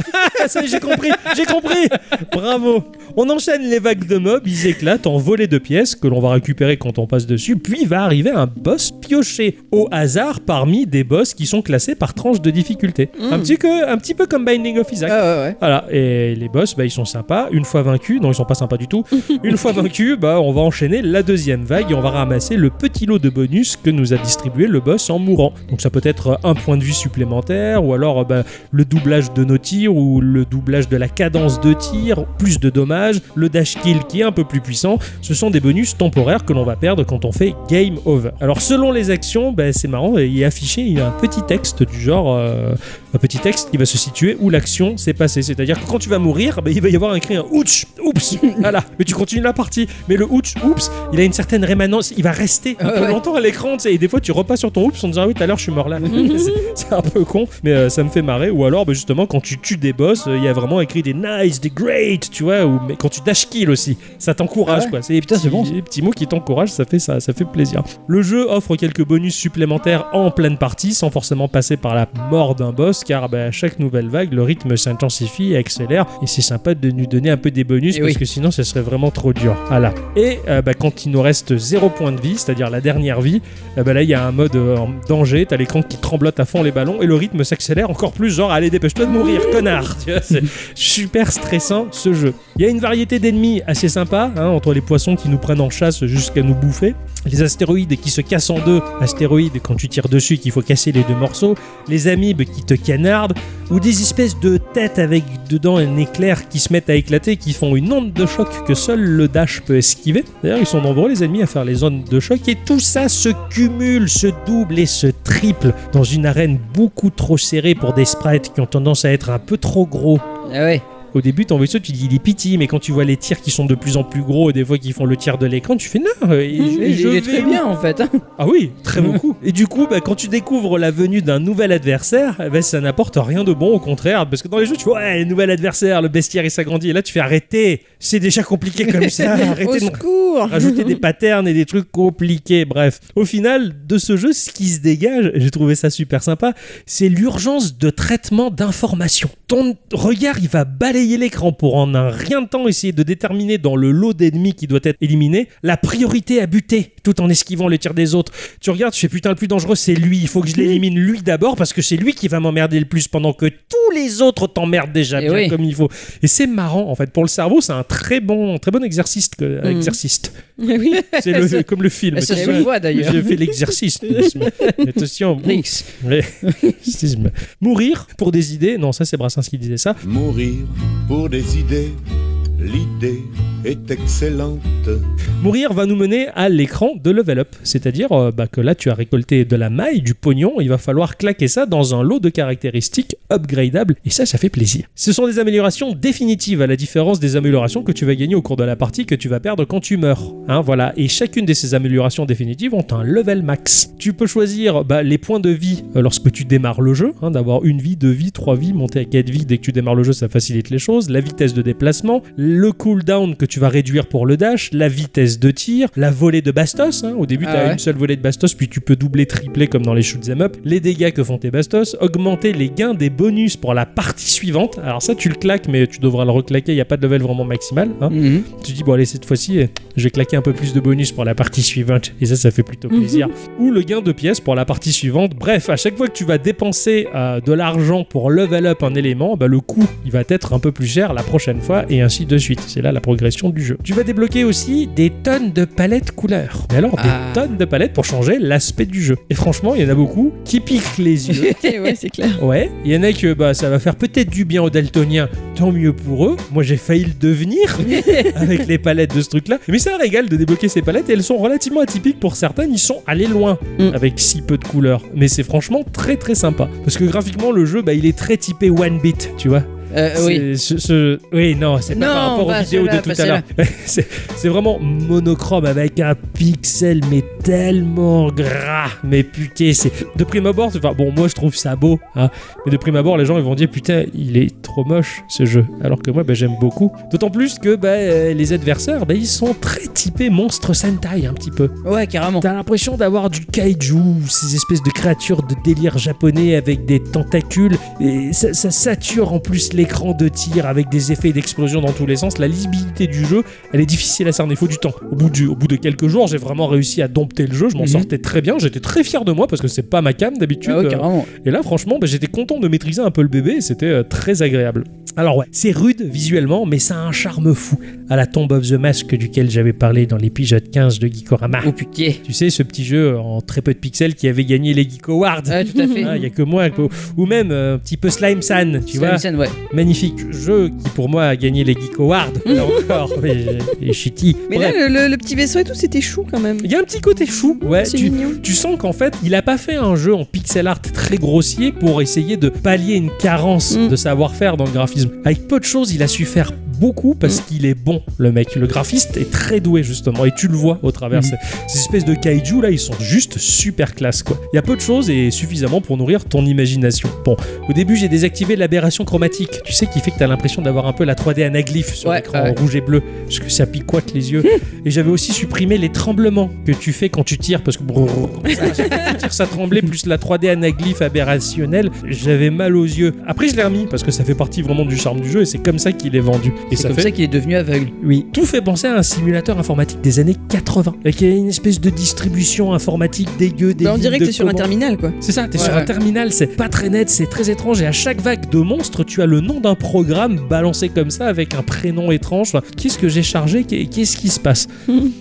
Speaker 2: ça y est, j'ai compris, j'ai compris. Bravo. On enchaîne les vagues de mobs, ils éclatent en volées de pièces que l'on va récupérer quand on passe dessus, puis va arriver un boss pioché au hasard parmi des boss qui sont classés par tranche de difficulté. Un petit que, un petit peu comme Binding of Isaac.
Speaker 1: Hmm. Ah ouais, ouais.
Speaker 2: Voilà, et les boss, bah, ils sont sympas. Une fois vaincus, non, ils sont pas sympas du tout. Une fois vaincus, bah, on va enchaîner la deuxième vague et on va ramasser le petit lot de bonus que nous a distribué le boss en mourant. Donc ça peut être un point de vie supplémentaire, ou alors euh, bah, le doublage de nos tirs, ou le doublage de la cadence de tir, plus de dommages, le dash kill qui est un peu plus puissant. Ce sont des bonus temporaires que l'on va perdre quand on fait game over. Alors selon les actions, bah, c'est marrant, il est affiché, il y a un petit texte du genre... euh, un petit texte qui va se situer où l'action s'est passée. C'est-à-dire que quand tu vas mourir, bah, il va y avoir un cri, un ouch, oups, voilà. Mais tu continues la partie. Mais le ouch, oups, il a une certaine rémanence, il va rester un
Speaker 1: Ah
Speaker 2: peu
Speaker 1: ouais.
Speaker 2: longtemps à l'écran, tu sais. Et des fois, tu repas sur ton oups en disant, ah oui, tout à l'heure, je suis mort là. C'est- c'est un peu con, mais euh, ça me fait marrer. Ou alors, bah, justement, quand tu tues des boss, euh, il y a vraiment écrit des nice, des great, tu vois. Ou mais quand tu dash kill aussi, ça t'encourage,
Speaker 1: Ah ouais.
Speaker 2: quoi. C'est des
Speaker 1: Putain, c'est
Speaker 2: petits-
Speaker 1: bon, ça.
Speaker 2: des petits mots qui t'encouragent, ça fait ça, ça fait plaisir. Le jeu offre quelques bonus supplémentaires en pleine partie, sans forcément passer par la mort d'un boss, car bah, à chaque nouvelle vague, le rythme s'intensifie et accélère, et c'est sympa de nous donner un peu des bonus,
Speaker 1: Eh
Speaker 2: parce
Speaker 1: oui.
Speaker 2: que sinon, ce serait vraiment trop dur. Voilà. Et euh, bah, quand il nous reste 0 points de vie, c'est-à-dire la dernière vie, euh, bah, là, il y a un mode euh, en danger, t'as l'écran qui tremblote à fond les ballons, et le rythme s'accélère encore plus, genre, allez, dépêche-toi de mourir, connard Tu vois, c'est- super stressant ce jeu. Il y a une variété d'ennemis assez sympa, hein, entre les poissons qui nous prennent en chasse jusqu'à nous bouffer, les astéroïdes qui se cassent en deux, astéroïdes quand tu tires dessus qu'il faut casser les deux morceaux, les amibes qui te canardent, ou des espèces de têtes avec dedans un éclair qui se mettent à éclater, qui font une onde de choc que seul le dash peut esquiver. D'ailleurs, ils sont nombreux les ennemis à faire les ondes de choc, et tout ça se cumule, se double et se triple dans une arène beaucoup trop serrée pour des sprites qui ont tendance à être un peu trop gros
Speaker 1: Ah ouais.
Speaker 2: au début, ton vaisseau, tu dis il est petit, mais quand tu vois les tirs qui sont de plus en plus gros et des fois qui font le tir de l'écran, tu fais non, euh, et je-
Speaker 1: Mmh, Il, il
Speaker 2: je
Speaker 1: est
Speaker 2: vais
Speaker 1: très
Speaker 2: où
Speaker 1: bien en fait. hein.
Speaker 2: Ah oui, très beaucoup. Et du coup, bah, quand tu découvres la venue d'un nouvel adversaire, eh ben, ça n'apporte rien de bon, au contraire, parce que dans les jeux, tu vois, ouais, nouvel adversaire, le bestiaire il s'agrandit, et là tu fais arrêtez, c'est déjà compliqué comme ça,
Speaker 3: Au
Speaker 2: arrêtez de
Speaker 3: secours
Speaker 2: rajouter des patterns et des trucs compliqués. Bref, au final, de ce jeu, ce qui se dégage, j'ai trouvé ça super sympa, c'est l'urgence de traitement d'informations. ton regard, il va balayer l'écran pour en un rien de temps essayer de déterminer dans le lot d'ennemis qui doit être éliminé la priorité à buter, tout en esquivant les tirs des autres. Tu regardes, tu fais putain, le plus dangereux, c'est lui. Il faut que je l'élimine lui d'abord parce que c'est lui qui va m'emmerder le plus pendant que tous les autres t'emmerdent déjà
Speaker 1: Eh
Speaker 2: bien
Speaker 1: oui.
Speaker 2: comme il faut. Et c'est marrant en fait. Pour le cerveau, c'est un très bon, très bon exercice. que-
Speaker 1: Hmm.
Speaker 3: Mhm.
Speaker 2: exercice.
Speaker 3: oui.
Speaker 2: C'est le- comme le film.
Speaker 1: Mais ça
Speaker 2: tu
Speaker 1: se
Speaker 2: vois.
Speaker 1: voit d'ailleurs.
Speaker 2: J'ai fait l'exercice. Attention.
Speaker 1: Nix.
Speaker 2: Mais- Sisme. Mourir pour des idées, non, ça c'est Brassens qui disait ça.
Speaker 6: Mourir pour des idées, l'idée est excellente.
Speaker 2: Mourir va nous mener à l'écran de level up, c'est-à-dire euh, bah, que là tu as récolté de la maille, du pognon, il va falloir claquer ça dans un lot de caractéristiques upgradables, et ça, ça fait plaisir. Ce sont des améliorations définitives, à la différence des améliorations que tu vas gagner au cours de la partie que tu vas perdre quand tu meurs. Hein, voilà, et chacune de ces améliorations définitives ont un level max. Tu peux choisir bah, les points de vie euh, lorsque tu démarres le jeu, hein, d'avoir une vie, deux vies, trois vies, monter à quatre vies dès que tu démarres le jeu, ça facilite les choses, la vitesse de déplacement, le cooldown que tu vas réduire pour le dash, la vitesse de tir, la volée de bastos, hein, au début tu
Speaker 1: Ah
Speaker 2: as
Speaker 1: ouais.
Speaker 2: une seule volée de bastos, puis tu peux doubler, tripler comme dans les shoots 'em up, les dégâts que font tes bastos, augmenter les gains des bonus pour la partie suivante, alors ça tu le claques mais tu devras le reclaquer, il n'y a pas de level vraiment maximal, hein
Speaker 1: Mhm.
Speaker 2: tu dis bon allez cette fois-ci euh, je vais claquer un peu plus de bonus pour la partie suivante et ça ça fait plutôt plaisir ou le gain de pièces pour la partie suivante bref à chaque fois que tu vas dépenser euh, de l'argent pour level up un élément bah, le coût il va être un peu plus cher la prochaine fois et ainsi de suite c'est là la progression du jeu tu vas débloquer aussi des tonnes de palettes couleurs mais alors
Speaker 1: Ah.
Speaker 2: des tonnes de palettes pour changer l'aspect du jeu et franchement il y en a beaucoup qui piquent les yeux
Speaker 3: Eh ouais, c'est clair.
Speaker 2: Ouais, il y en a que bah, ça va faire peut-être du bien aux daltoniens, tant mieux pour eux. Moi j'ai failli le devenir avec les palettes de ce truc-là. Mais c'est un régal de débloquer ces palettes et elles sont relativement atypiques pour certaines, ils sont allés loin
Speaker 3: Mm.
Speaker 2: avec si peu de couleurs. Mais c'est franchement très très sympa. Parce que graphiquement le jeu bah, il est très typé one bit, tu vois.
Speaker 1: Euh, oui.
Speaker 2: C'est- ce- ce- oui, non, c'est pas
Speaker 1: Non, bah,
Speaker 2: par rapport
Speaker 1: pas
Speaker 2: aux vidéos
Speaker 1: celle-là,
Speaker 2: de tout
Speaker 1: pas
Speaker 2: à l'heure. c'est c'est vraiment monochrome avec un pixel, mais tellement gras. Mais putain, c'est. De prime abord, enfin, bon, moi je trouve ça beau, hein, mais de prime abord, les gens ils vont dire putain, il est trop moche ce jeu. Alors que moi, ben, j'aime beaucoup. D'autant plus que ben, euh, les adversaires, ben, ils sont très typés monstres Sentai un petit peu.
Speaker 1: Ouais, carrément.
Speaker 2: T'as l'impression d'avoir du kaiju, ces espèces de créatures de délire japonais avec des tentacules, et ça, ça sature en plus l'écran de tir avec des effets d'explosion dans tous les sens. La lisibilité du jeu, elle est difficile à cerner, faut du temps. Au bout, du, au bout de quelques jours, j'ai vraiment réussi à dompter le jeu, je m'en
Speaker 1: Mhm.
Speaker 2: sortais très bien, j'étais très fier de moi parce que c'est pas ma cam d'habitude.
Speaker 1: Ah ouais,
Speaker 2: euh,
Speaker 1: carrément.
Speaker 2: et là, franchement, bah, j'étais content de maîtriser un peu le bébé, et c'était euh, très agréable. Alors ouais, c'est rude visuellement, mais ça a un charme fou, à la Tomb of the Mask duquel j'avais parlé dans l'épisode 15 de Geekorama.
Speaker 1: Oh putain.
Speaker 2: Tu sais, ce petit jeu en très peu de pixels qui avait gagné les Geek Awards.
Speaker 1: Ouais, tout à fait.
Speaker 2: Ah, Il y a que moi, ou même euh, un petit peu Slime San, tu
Speaker 1: C'est
Speaker 2: vois,
Speaker 1: la scène, ouais.
Speaker 2: magnifique jeu qui pour moi a gagné les Geek Awards, là encore, mais, et shitty.
Speaker 3: Mais
Speaker 2: Bref.
Speaker 3: là, le, le- le petit vaisseau et tout, c'était chou quand même.
Speaker 2: il y a un petit côté chou, ouais,
Speaker 3: c'est
Speaker 2: tu,
Speaker 3: mignon.
Speaker 2: tu sens qu'en fait, il a pas fait un jeu en pixel art très grossier pour essayer de pallier une carence
Speaker 3: Mm.
Speaker 2: de savoir-faire dans le graphisme. Avec peu de choses, il a su faire beaucoup
Speaker 1: Mm.
Speaker 2: parce qu'il est bon, le mec. Le graphiste est très doué, justement, et tu le vois au travers.
Speaker 1: Mm.
Speaker 2: Ces, ces espèces de kaiju, là, ils sont juste super classe, quoi. Il y a peu de choses et suffisamment pour nourrir ton imagination. Bon, au début, j'ai désactivé l'aberration chromatique. Tu sais, qui fait que t'as l'impression d'avoir un peu la 3D anaglyphe sur
Speaker 1: Ouais,
Speaker 2: l'écran
Speaker 1: ouais.
Speaker 2: en rouge et bleu, parce que ça picoite les yeux. et j'avais aussi supprimé les tremblements que tu fais quand tu tires, parce que tire, ça tremblait, plus la 3D anaglyphe aberrationnelle, j'avais mal aux yeux. Après, je l'ai remis parce que ça fait partie vraiment du charme du jeu et c'est comme ça qu'il est vendu. Et
Speaker 1: C'est
Speaker 2: ça
Speaker 1: comme
Speaker 2: fait.
Speaker 1: ça qu'il est devenu aveugle.
Speaker 2: Oui. Tout fait penser à un simulateur informatique des années 80, avec une espèce de distribution informatique dégueu, des
Speaker 3: Bah, on
Speaker 2: lignes
Speaker 3: dirait que
Speaker 2: de
Speaker 3: t'es sur un
Speaker 2: commandes.
Speaker 3: terminal quoi.
Speaker 2: C'est ça, t'es
Speaker 1: Ouais,
Speaker 2: sur
Speaker 1: ouais.
Speaker 2: un terminal, c'est pas très net, c'est très étrange, et à chaque vague de monstres, tu as le nom d'un programme balancé comme ça avec un prénom étrange. Enfin, Qu'est-ce que j'ai chargé Qu'est- Qu'est-ce qui se passe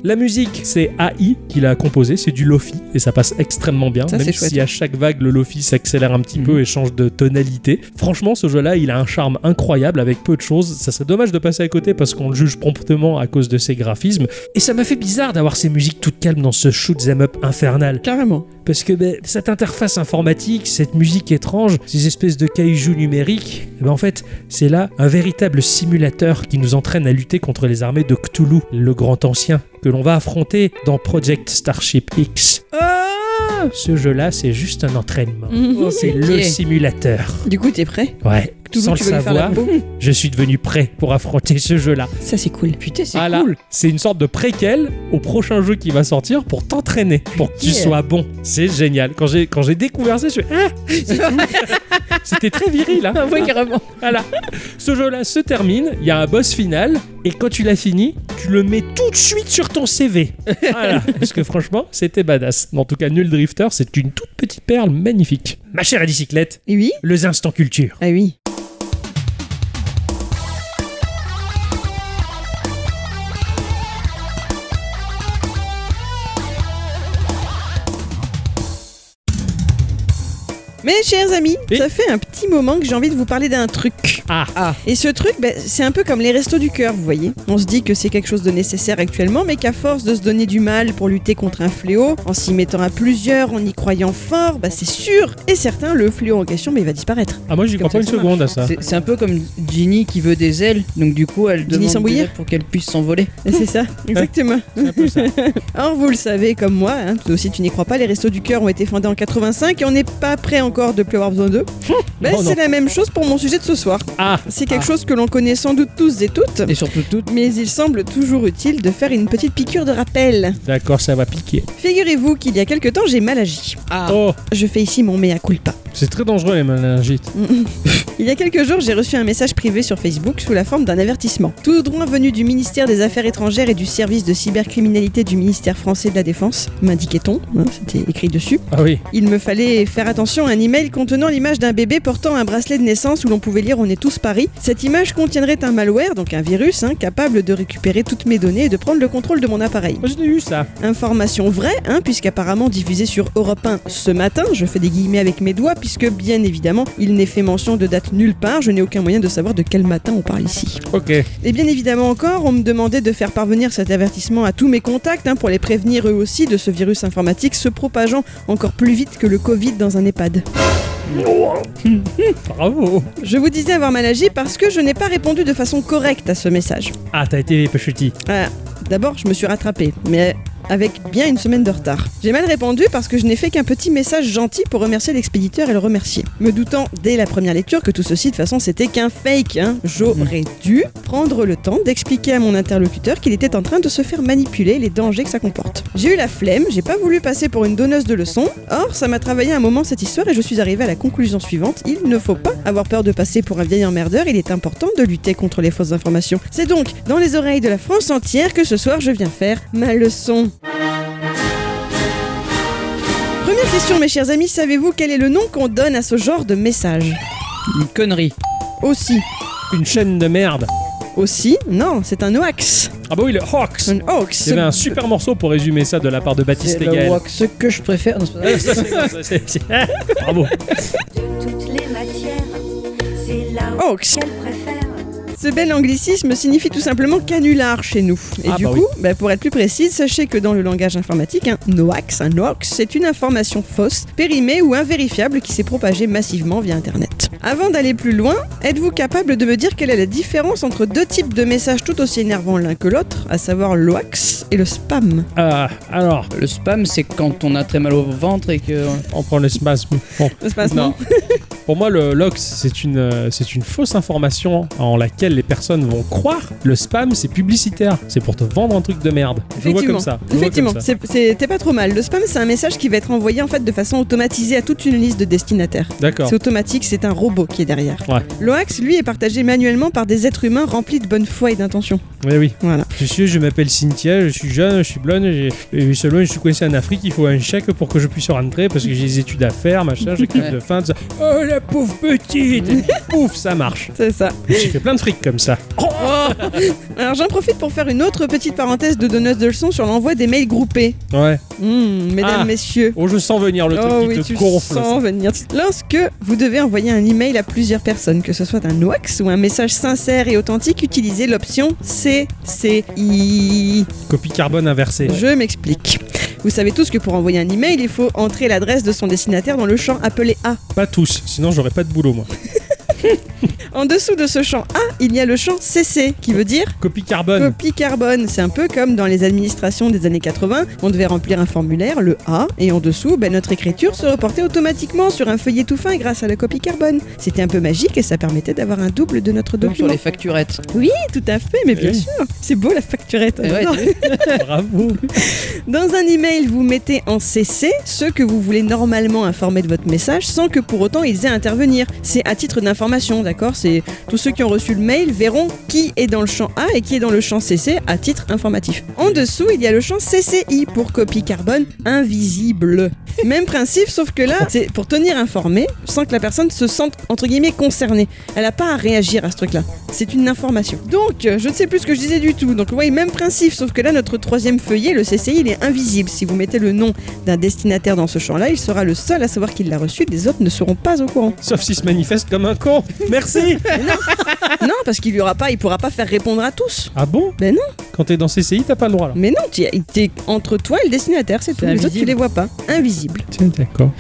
Speaker 2: La musique, c'est AI qui l'a composée, c'est du Lofi, et ça passe extrêmement bien,
Speaker 3: Ça,
Speaker 2: même
Speaker 3: c'est chouette. Mm.
Speaker 2: si à chaque vague, le Lofi s'accélère un petit
Speaker 1: Mhm.
Speaker 2: peu et change de tonalité. Franchement, ce jeu-là, il a un charme incroyable avec peu de choses. Ça serait dommage de passer à côté parce qu'on le juge promptement à cause de ses graphismes. Et ça m'a fait bizarre d'avoir ces musiques toutes calmes dans ce shoot 'em up infernal.
Speaker 3: Carrément.
Speaker 2: Parce que ben, cette interface informatique, cette musique étrange, ces espèces de cailloux numériques, eh ben, en fait, c'est là un véritable simulateur qui nous entraîne à lutter contre les armées de Cthulhu, le grand ancien, que l'on va affronter dans Project Starship X.
Speaker 3: Ah
Speaker 2: Ce jeu-là, c'est juste un entraînement.
Speaker 3: Oh.
Speaker 2: Oh,
Speaker 3: Mhm.
Speaker 2: C'est le
Speaker 1: Ok.
Speaker 2: simulateur.
Speaker 3: Du coup, t'es prêt
Speaker 2: Ouais.
Speaker 3: Toujours,
Speaker 2: Sans
Speaker 3: tu
Speaker 2: le
Speaker 3: veux lui faire la
Speaker 2: savoir.
Speaker 3: peau.
Speaker 2: Je suis devenu prêt pour affronter ce jeu-là.
Speaker 3: Ça, c'est cool. Ah,
Speaker 1: Putain, c'est
Speaker 2: Voilà.
Speaker 1: cool.
Speaker 2: Ah C'est une sorte de préquel au prochain jeu qui va sortir pour t'entraîner, pour que tu
Speaker 1: Yeah.
Speaker 2: sois bon. C'est génial. Quand j'ai quand j'ai découvert ça, je suis ah c'était très viril hein.
Speaker 3: Oui, carrément.
Speaker 2: Voilà. Ce jeu-là se termine, il y a un boss final, et quand tu l'as fini, tu le mets tout de suite sur ton CV. Voilà. Parce que franchement, c'était badass. En tout cas, Nul Drifter, c'est une toute petite perle magnifique. Ma chère bicyclette,
Speaker 3: Et oui
Speaker 2: le instant culture.
Speaker 3: Ah oui. Mes chers amis,
Speaker 2: Oui.
Speaker 3: ça fait un petit moment que j'ai envie de vous parler d'un truc.
Speaker 2: Ah.
Speaker 3: Et ce truc, ben, c'est un peu comme les restos du cœur, vous voyez. On se dit que c'est quelque chose de nécessaire actuellement, mais qu'à force de se donner du mal pour lutter contre un fléau, en s'y mettant à plusieurs, en y croyant fort, ben, c'est sûr et certain, le fléau en question, mais il va disparaître.
Speaker 2: Ah, moi, j'y crois
Speaker 3: Comme
Speaker 2: pas une
Speaker 3: ça, ça
Speaker 2: seconde à ça.
Speaker 1: C'est- C'est un peu comme Ginny qui veut des ailes, donc du coup elle demande
Speaker 3: sans
Speaker 1: des
Speaker 3: bouillir
Speaker 1: ailes pour qu'elle puisse s'envoler.
Speaker 3: Et C'est ça, exactement.
Speaker 2: C'est un peu ça.
Speaker 3: Or, vous le savez, comme moi, hein, toi aussi tu n'y crois pas, les Restos du Cœur ont été fondés en 85 et on n'est pas prêt encore de Play Warzone 2. Ben,
Speaker 2: Oh, non.
Speaker 3: c'est la même chose pour mon sujet de ce soir.
Speaker 2: Ah,
Speaker 3: C'est quelque
Speaker 1: Ah.
Speaker 3: chose que l'on connaît sans doute tous et toutes,
Speaker 1: Et surtout tout.
Speaker 3: mais il semble toujours utile de faire une petite piqûre de rappel.
Speaker 2: d'accord, ça va piquer.
Speaker 3: Figurez-vous qu'il y a quelque temps, j'ai mal agi.
Speaker 1: Ah,
Speaker 2: Oh,
Speaker 3: Je fais ici mon mea culpa.
Speaker 2: c'est très dangereux les méningites.
Speaker 3: Il y a quelques jours, j'ai reçu un message privé sur Facebook sous la forme d'un avertissement. Tout droit venu du ministère des Affaires étrangères et du service de cybercriminalité du ministère français de la Défense, m'indiquait-on, hein, c'était écrit dessus.
Speaker 2: Ah oui.
Speaker 3: Il me fallait faire attention à un email contenant l'image d'un bébé portant un bracelet de naissance où l'on pouvait lire On est tous Paris. Cette image contiendrait un malware, donc un virus, hein, capable de récupérer toutes mes données et de prendre le contrôle de mon appareil.
Speaker 2: Moi, j'ai eu ça.
Speaker 3: Information vraie, hein, puisqu'apparemment diffusée sur Europe 1 ce matin, je fais des guillemets avec mes doigts, puisque bien évidemment, il n'est fait mention de date nulle part, je n'ai aucun moyen de savoir de quel matin on parle ici.
Speaker 2: Ok.
Speaker 3: Et bien évidemment encore, on me demandait de faire parvenir cet avertissement à tous mes contacts, hein, pour les prévenir eux aussi de ce virus informatique se propageant encore plus vite que le Covid dans un EHPAD.
Speaker 2: Bravo.
Speaker 3: Je vous disais avoir mal agi parce que je n'ai pas répondu de façon correcte à ce message.
Speaker 2: Ah, t'as été petit.
Speaker 3: Ah, D'abord, je me suis rattrapée, mais avec bien une semaine de retard. J'ai mal répondu parce que je n'ai fait qu'un petit message gentil pour remercier l'expéditeur et le remercier. Me doutant dès la première lecture que tout ceci de toute façon c'était qu'un fake, hein, j'aurais dû prendre le temps d'expliquer à mon interlocuteur qu'il était en train de se faire manipuler et les dangers que ça comporte. J'ai eu la flemme, j'ai pas voulu passer pour une donneuse de leçons, or ça m'a travaillé un moment cette histoire et je suis arrivée à la conclusion suivante, il ne faut pas avoir peur de passer pour un vieil emmerdeur, il est important de lutter contre les fausses informations. C'est donc dans les oreilles de la France entière que ce soir je viens faire ma leçon. Première question, mes chers amis, savez-vous quel est le nom qu'on donne à ce genre de message
Speaker 1: une connerie.
Speaker 3: Aussi,
Speaker 2: Une chaîne de merde.
Speaker 3: aussi, non, c'est un hoax.
Speaker 2: Ah bah oui, le Hawks.
Speaker 3: Un hoax.
Speaker 2: Il y avait un super morceau pour résumer ça de la part de Baptiste
Speaker 1: C'est
Speaker 2: et
Speaker 1: le
Speaker 2: Gaël.
Speaker 1: rock. Ce que je préfère. Non, c'est pas vrai.
Speaker 2: Ça, c'est- c'est- c'est- Bravo.
Speaker 7: toutes les matières, c'est là où
Speaker 3: Hoax.
Speaker 7: qu'elle préfère.
Speaker 3: Ce bel anglicisme signifie tout simplement canular chez nous. Et
Speaker 2: Ah
Speaker 3: du
Speaker 2: bah
Speaker 3: coup, bah, pour être plus précise, sachez que dans le langage informatique, un hoax, un hoax, c'est une information fausse, périmée ou invérifiable qui s'est propagée massivement via Internet. Avant d'aller plus loin, êtes-vous capable de me dire quelle est la différence entre deux types de messages tout aussi énervants l'un que l'autre, à savoir l'hoax et le spam
Speaker 2: Ah, alors,
Speaker 1: Le spam, c'est quand on a très mal au ventre et que.
Speaker 2: on prend le smash. Bon.
Speaker 3: Le spam, non.
Speaker 2: Pour moi, le LOX, c'est une, euh, c'est une fausse information en laquelle les personnes vont croire. Le spam, c'est publicitaire. C'est pour te vendre un truc de merde. Je le vois comme ça. Je le vois comme
Speaker 3: Effectivement,
Speaker 2: ça.
Speaker 3: c'est- c'est- t'es pas trop mal. Le spam, c'est un message qui va être envoyé en fait de façon automatisée à toute une liste de destinataires.
Speaker 2: D'accord.
Speaker 3: C'est automatique, c'est un robot qui est derrière.
Speaker 2: Ouais.
Speaker 3: L'OAX, lui, est partagé manuellement par des êtres humains remplis de bonne foi et d'intention.
Speaker 2: Oui, oui.
Speaker 3: Voilà.
Speaker 2: Monsieur, je m'appelle Cynthia, je suis jeune, je suis blonde, j'ai- et seulement je suis coincé en Afrique, il faut un chèque pour que je puisse rentrer parce que j'ai des études à faire, machin, j'ai crève
Speaker 1: Ouais.
Speaker 2: de faim, tout ça. Oh la pauvre petite Et Pouf, ça marche.
Speaker 3: C'est ça.
Speaker 2: J'ai fait plein de fric comme ça.
Speaker 3: Alors j'en profite pour faire une autre petite parenthèse de donneuse de leçons sur l'envoi des mails groupés.
Speaker 2: Ouais.
Speaker 3: Hmm, mesdames,
Speaker 2: Ah.
Speaker 3: messieurs.
Speaker 2: Oh, je sens venir le truc
Speaker 3: oh
Speaker 2: qui
Speaker 3: oui,
Speaker 2: te
Speaker 3: tu
Speaker 2: gonfle.
Speaker 3: sens venir. Lorsque vous devez envoyer un email à plusieurs personnes, que ce soit un OAX ou un message sincère et authentique, utilisez l'option CCI.
Speaker 2: Copie carbone inversée.
Speaker 3: Je m'explique. Vous savez tous que pour envoyer un email, il faut entrer l'adresse de son destinataire dans le champ appelé A.
Speaker 2: Pas tous, sinon j'aurais pas de boulot moi.
Speaker 3: En dessous de ce champ A, il y a le champ CC, qui veut dire
Speaker 2: Copie carbone.
Speaker 3: Copie carbone, c'est un peu comme dans les administrations des années 80, on devait remplir un formulaire, le A, et en dessous, ben, notre écriture se reportait automatiquement sur un feuillet tout fin grâce à la copie carbone. C'était un peu magique et ça permettait d'avoir un double de notre
Speaker 1: Comme sur
Speaker 3: document.
Speaker 1: les facturettes.
Speaker 3: Oui, tout à fait, mais bien
Speaker 2: Oui.
Speaker 3: sûr. C'est beau la facturette.
Speaker 1: Ouais,
Speaker 3: j'adore.
Speaker 2: Bravo.
Speaker 3: Dans un email, vous mettez en CC ceux que vous voulez normalement informer de votre message sans que pour autant ils aient à intervenir. C'est à titre d'information, d'accord C'est tous ceux qui ont reçu le mail verront qui est dans le champ A et qui est dans le champ CC à titre informatif. En dessous, il y a le champ CCI pour copie carbone invisible. Même principe, sauf que là, c'est pour tenir informé sans que la personne se sente entre guillemets concernée. Elle n'a pas à réagir à ce truc-là. C'est une information. Donc, euh, je ne sais plus ce que je disais du tout. Donc, vous voyez, même principe, sauf que là, notre troisième feuillet, le CCI, il est invisible. Si vous mettez le nom d'un destinataire dans ce champ-là, il sera le seul à savoir qu'il l'a reçu. Les autres ne seront pas au courant.
Speaker 2: Sauf s'il se manifeste comme un con. Merci.
Speaker 3: non, parce qu'il y aura pas, il pourra pas faire répondre à tous.
Speaker 2: Ah bon
Speaker 3: Ben non.
Speaker 2: Quand t'es dans CCI, t'as pas le droit là.
Speaker 3: Mais non, tu es entre toi et le destinataire, c'est tout. Les autres, tu
Speaker 1: invisible.
Speaker 3: les vois pas. Invisible.
Speaker 2: Tiens, d'accord.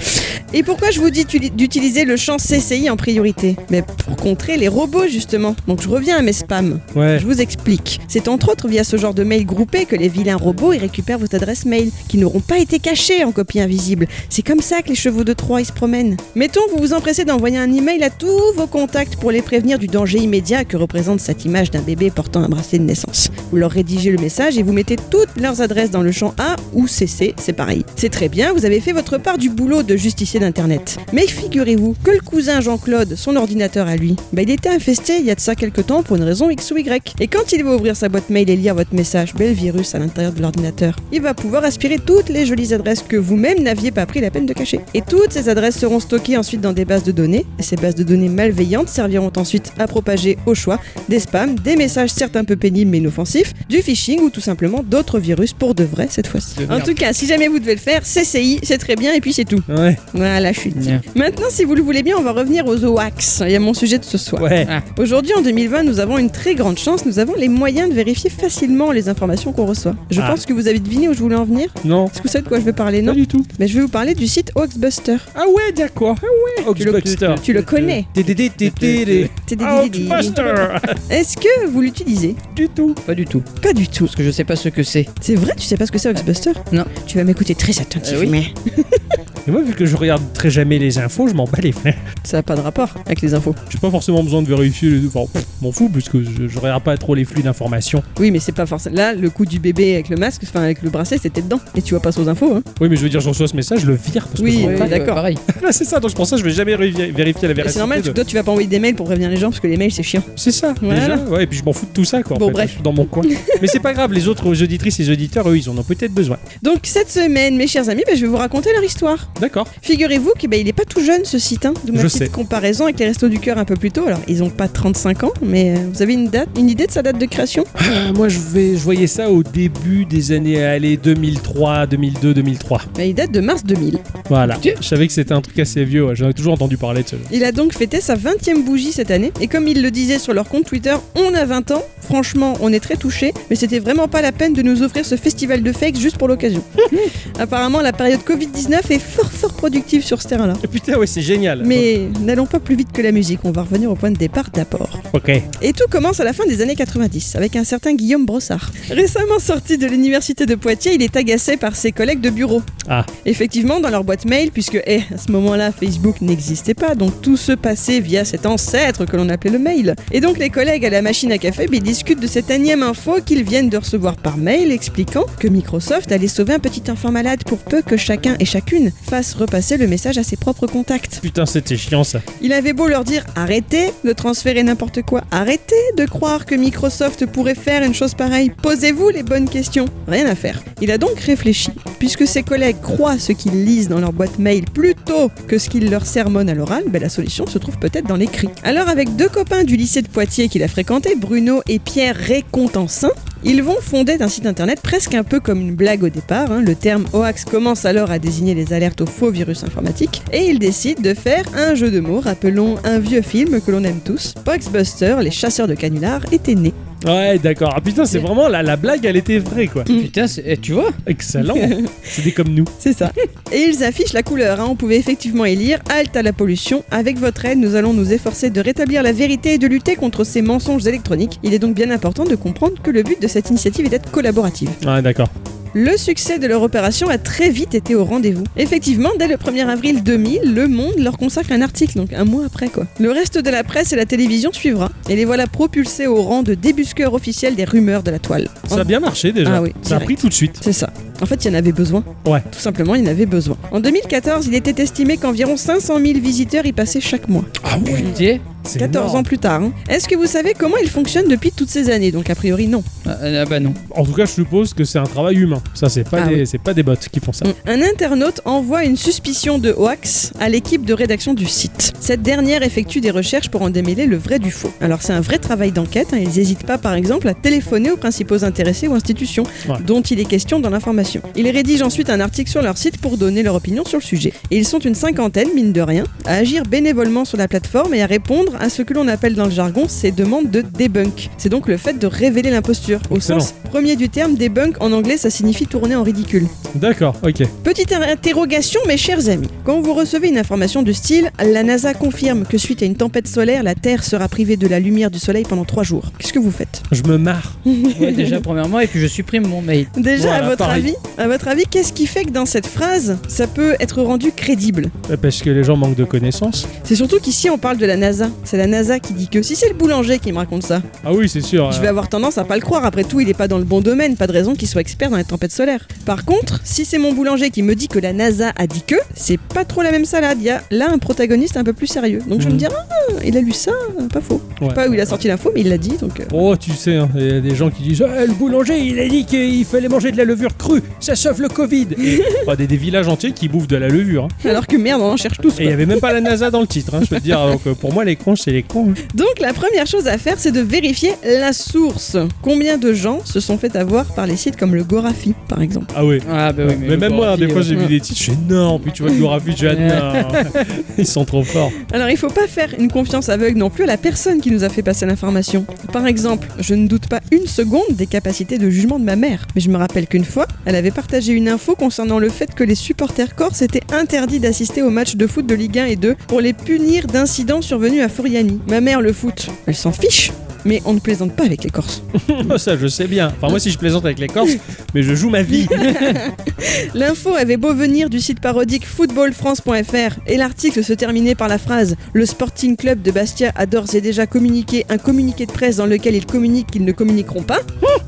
Speaker 3: Et pourquoi je vous dis tuli- d'utiliser le champ CCI en priorité Mais pour contrer les robots justement. Donc je reviens à mes spams.
Speaker 2: Ouais.
Speaker 3: Je vous explique. C'est entre autres via ce genre de mail groupé que les vilains robots y récupèrent votre adresse mail, qui n'auront pas été cachées en copie invisible. C'est comme ça que les chevaux de Troie ils se promènent. Mettons, vous vous empressez d'envoyer un email à tous vos contacts pour les prévenir du danger immédiat que représente cette image d'un bébé portant un bracelet de naissance. Vous leur rédigez le message et vous mettez toutes leurs adresses dans le champ A ou CC, c'est pareil. C'est très bien, vous avez fait votre part du boulot de justicier d'Internet. Mais figurez-vous que le cousin Jean-Claude, son ordinateur à lui, bah, il était infesté il y a de ça quelques temps pour une raison X ou Y. Et quand il va ouvrir sa boîte mail et lire votre message, bel virus à l'intérieur de l'ordinateur, il va pouvoir aspirer toutes les jolies adresses que vous-même n'aviez pas pris la peine de cacher. Et toutes ces adresses seront stockées ensuite dans des bases de données. Et ces bases de données malveillantes serviront ensuite à propager au choix des spams, des messages certes un peu pénibles mais inoffensifs, du phishing ou tout simplement d'autres virus pour de vrai cette fois-ci.
Speaker 1: De
Speaker 3: En
Speaker 1: merde.
Speaker 3: tout cas, si jamais vous devez le faire, CCI, c'est très bien et puis c'est tout.
Speaker 2: Ouais.
Speaker 3: Voilà, je suis dit.
Speaker 1: Bien.
Speaker 3: Maintenant, si vous le voulez bien, on va revenir aux OAX. Il y a mon sujet de ce soir.
Speaker 2: Ouais.
Speaker 3: Aujourd'hui, en 2020, nous avons une très grande chance. Nous avons les moyens de vérifier facilement les informations qu'on reçoit. Je
Speaker 2: Ah.
Speaker 3: pense que vous avez deviné où je voulais en venir.
Speaker 2: Non.
Speaker 3: Est-ce que vous savez de quoi je vais parler
Speaker 2: Pas
Speaker 3: Non.
Speaker 2: du tout.
Speaker 3: Mais je vais vous parler du site Hoaxbuster.
Speaker 2: Ah ouais, d'accord. Ah ouais. Oxbuster. Ah,
Speaker 3: Tu le connais.
Speaker 2: TDDTD.
Speaker 3: Ah,
Speaker 2: Oh, Oxbuster.
Speaker 3: Est-ce que vous l'utilisez
Speaker 2: Du tout.
Speaker 1: Pas du tout.
Speaker 3: Pas du tout.
Speaker 1: Parce que je sais pas ce que c'est.
Speaker 3: C'est vrai, tu sais pas ce que c'est Hoaxbuster
Speaker 1: Non.
Speaker 3: Tu vas m'écouter très attentivement.
Speaker 1: Euh,
Speaker 2: Et moi, vu que je regarde très jamais les infos, je m'en bats les frères.
Speaker 3: Ça n'a pas de rapport avec les infos.
Speaker 2: J'ai pas forcément besoin de vérifier les deux. Enfin, pff, m'en fous, puisque je, je regarde pas trop les flux d'informations.
Speaker 3: Oui, mais c'est pas forcément. Là, le coup du bébé avec le masque, enfin avec le bracelet, c'était dedans. Et tu vois pas aux infos. Hein.
Speaker 2: Oui, mais je veux dire, je reçois ce message, je le vire. Parce
Speaker 3: Oui,
Speaker 2: que je m'en
Speaker 3: oui,
Speaker 2: bats.
Speaker 3: d'accord.
Speaker 1: Pareil.
Speaker 2: Là, c'est ça, donc je pense que je vais jamais ré- vérifier la
Speaker 3: Et
Speaker 2: véracité.
Speaker 3: C'est normal, parce
Speaker 2: de-
Speaker 3: que toi, tu vas pas envoyer des mails pour prévenir les gens parce que les mails, c'est chiant.
Speaker 2: C'est ça,
Speaker 3: Voilà.
Speaker 2: déjà. Ouais, et puis je m'en fous de tout ça, quoi. en
Speaker 3: Bon,
Speaker 2: fait.
Speaker 3: bref.
Speaker 2: Je suis dans mon coin. Mais c'est pas grave, les autres auditrices et auditeurs, eux, ils en ont peut-être besoin.
Speaker 3: Donc cette semaine, mes chers amis, ben, je vais vous raconter leur histoire.
Speaker 2: D'accord.
Speaker 3: Figurez-vous qu'il n'est pas tout jeune ce site, hein, d'où ma
Speaker 2: Je
Speaker 3: petite
Speaker 2: sais.
Speaker 3: comparaison avec les Restos du Cœur un peu plus tôt. Alors ils n'ont pas 35 ans, mais euh, vous avez une date, une idée de sa date de création
Speaker 2: Ah, moi, je, vais, je voyais ça au début des années allez, 2003, 2002, 2003.
Speaker 3: Ben, Il date de mars 2000.
Speaker 2: Voilà.
Speaker 1: Dieu.
Speaker 2: Je savais que c'était un truc assez vieux, ouais. j'en ai toujours entendu parler de ça.
Speaker 3: Il a donc fêté sa 20e bougie cette année, et comme il le disait sur leur compte Twitter, on a 20 ans, franchement on est très touchés, mais c'était vraiment pas la peine de nous offrir ce festival de fakes juste pour l'occasion. Apparemment la période Covid-19 est fort fort productive sur ce terrain-là.
Speaker 2: Et Ah, putain, ouais, c'est génial.
Speaker 3: Mais n'allons pas plus vite que la musique, on va revenir au point de départ d'abord.
Speaker 2: Ok.
Speaker 3: Et tout commence à la fin des années 90 avec un certain Guillaume Brossard. Récemment sorti de l'université de Poitiers, il est agacé par ses collègues de bureau.
Speaker 2: Ah.
Speaker 3: Effectivement, dans leur boîte mail, puisque eh, à ce moment-là, Facebook n'existait pas, donc tout se passait via cet ancêtre que l'on appelait le mail. Et donc les collègues à la machine à café ben, ils discutent de cette énième info qu'ils viennent de recevoir par mail, expliquant que Microsoft allait sauver un petit enfant malade pour peu que chacun et chacune fasse repasser le message à ses propres contacts.
Speaker 2: Putain, c'était chiant ça.
Speaker 3: Il avait beau leur dire arrêtez de transférer n'importe quoi, arrêtez de croire que Microsoft pourrait faire une chose pareille, posez-vous les bonnes questions. Rien à faire. Il a donc réfléchi. Puisque ses collègues croient ce qu'ils lisent dans leur boîte mail plutôt que ce qu'ils leur sermonnent à l'oral, ben, la solution se trouve peut-être dans l'écrit. Alors avec deux copains du lycée de Poitiers qu'il a fréquenté, Bruno et Pierre Récontencin, ils vont fonder un site internet presque un peu comme une blague au départ. hein. Le terme hoax commence alors à désigner les alertes aux faux virus informatiques. Et ils décident de faire un jeu de mots, rappelons un vieux film que l'on aime tous. Hoaxbuster, les chasseurs de canulars, était né.
Speaker 2: Ouais, d'accord. Ah putain, c'est vraiment la, la blague, elle était vraie
Speaker 3: Mm.
Speaker 2: quoi.
Speaker 1: Putain, c'est- eh, tu vois
Speaker 2: Excellent. C'est des comme nous.
Speaker 3: C'est ça. Et ils affichent la couleur. hein. On pouvait effectivement y lire Halte à la pollution. Avec votre aide, nous allons nous efforcer de rétablir la vérité et de lutter contre ces mensonges électroniques. Il est donc bien important de comprendre que le but de cette initiative est d'être collaborative.
Speaker 2: Ouais, d'accord.
Speaker 3: Le succès de leur opération a très vite été au rendez-vous. Effectivement, dès le 1er avril 2000, Le Monde leur consacre un article, donc un mois après quoi. Le reste de la presse et la télévision suivra, et les voilà propulsés au rang de débusqueurs officiels des rumeurs de la toile.
Speaker 2: Ça a bien marché déjà.
Speaker 3: Ah oui,
Speaker 2: ça a
Speaker 3: direct.
Speaker 2: pris tout de suite.
Speaker 3: C'est ça. En fait, il y en avait besoin.
Speaker 2: Ouais.
Speaker 3: Tout simplement, il y en avait besoin. En 2014, il était estimé qu'environ 500 000 visiteurs y passaient chaque mois.
Speaker 2: Ah oui.
Speaker 1: Putain.
Speaker 2: C'est
Speaker 3: 14
Speaker 2: énorme.
Speaker 3: ans plus tard. hein. Est-ce que vous savez comment il fonctionne depuis toutes ces années Donc, a priori, non.
Speaker 1: Ah, ah bah non.
Speaker 2: En tout cas, je suppose que c'est un travail humain. Ça, c'est pas
Speaker 3: Ah
Speaker 2: des, c'est pas des bots qui font ça.
Speaker 3: Un internaute envoie une suspicion de hoax à l'équipe de rédaction du site. Cette dernière effectue des recherches pour en démêler le vrai du faux. Alors c'est un vrai travail d'enquête, hein. ils n'hésitent pas par exemple à téléphoner aux principaux intéressés ou institutions
Speaker 2: Ouais.
Speaker 3: dont il est question dans l'information. Ils rédigent ensuite un article sur leur site pour donner leur opinion sur le sujet. Et ils sont une cinquantaine, mine de rien, à agir bénévolement sur la plateforme et à répondre à ce que l'on appelle dans le jargon ces demandes de debunk. C'est donc le fait de révéler l'imposture. Au
Speaker 2: Excellent.
Speaker 3: sens premier du terme, debunk en anglais ça signifie tourner en ridicule.
Speaker 2: D'accord. Ok.
Speaker 3: Petite interrogation, mes chers amis. Quand vous recevez une information du style La NASA confirme que suite à une tempête solaire, la Terre sera privée de la lumière du soleil pendant trois jours. Qu'est-ce que vous faites
Speaker 2: Je me marre.
Speaker 1: Ouais, déjà, premièrement, et puis je supprime mon mail.
Speaker 3: Déjà,
Speaker 2: Voilà,
Speaker 3: à, votre
Speaker 2: pareil.
Speaker 3: avis, à votre avis, qu'est-ce qui fait que dans cette phrase, ça peut être rendu crédible
Speaker 2: Euh, Parce que les gens manquent de connaissances.
Speaker 3: C'est surtout qu'ici, on parle de la NASA. C'est la NASA qui dit que si c'est le boulanger qui me raconte ça,
Speaker 2: Ah oui, c'est sûr.
Speaker 3: je
Speaker 2: euh,
Speaker 3: vais avoir tendance à pas le croire. Après tout, il est pas dans le bon domaine, pas de raison qu'il soit expert dans les tempêtes solaires. Par contre, si c'est mon boulanger qui me dit que la NASA a dit que, c'est pas trop la même salade. Il y a là un protagoniste un peu plus sérieux. Donc je vais me
Speaker 2: Mhm.
Speaker 3: dire, ah, il a lu ça, pas faux. Je
Speaker 2: ouais.
Speaker 3: sais pas où il a sorti l'info, mais il l'a dit. Donc euh,
Speaker 2: Oh, tu sais, hein, il y a des gens qui disent Ah, le boulanger, il a dit qu'il fallait manger de la levure crue, ça sauve le Covid. Et, bah, des, des villages entiers qui bouffent de la levure. hein.
Speaker 3: alors que merde, on en cherche tous.
Speaker 2: Et il y
Speaker 3: quoi.
Speaker 2: avait même pas la NASA dans le titre, hein, je peux te dire. Donc, euh, pour moi, les cons, c'est les cons. hein.
Speaker 3: Donc la première chose à faire, c'est de vérifier la source. Combien de gens se sont fait avoir par les sites comme le Gorafi, par exemple.
Speaker 2: Ah ouais.
Speaker 1: Ah bah oui,
Speaker 2: Mais,
Speaker 1: le
Speaker 2: même moi, hein,
Speaker 1: Gorafi,
Speaker 2: des fois,
Speaker 1: ouais.
Speaker 2: j'ai vu des titres, je fais non, puis tu vois le Gorafi, je fais, Ah, non. Ils sont trop forts.
Speaker 3: Alors il faut pas faire une confiance aveugle non plus à la personne qui nous a fait passer l'information. Par exemple, je ne doute pas une seconde des capacités de jugement de ma mère, mais je me rappelle qu'une fois, elle avait partagé une info concernant le fait que les supporters corses étaient interdits d'assister aux matchs de foot de Ligue 1 et 2 pour les punir d'incidents survenus à Furiani. Ma mère, le foot, elle s'en fiche, mais on ne plaisante pas avec les Corses.
Speaker 2: Oh, ça, je sais bien. Enfin, moi, si je plaisante avec les Corses, mais je joue ma vie.
Speaker 3: L'info avait beau venir du site parodique footballfrance.fr et l'article se terminait par la phrase Le Sporting Club de Bastia a d'ores et déjà communiqué un communiqué de presse dans lequel ils communiquent qu'ils ne communiqueront pas.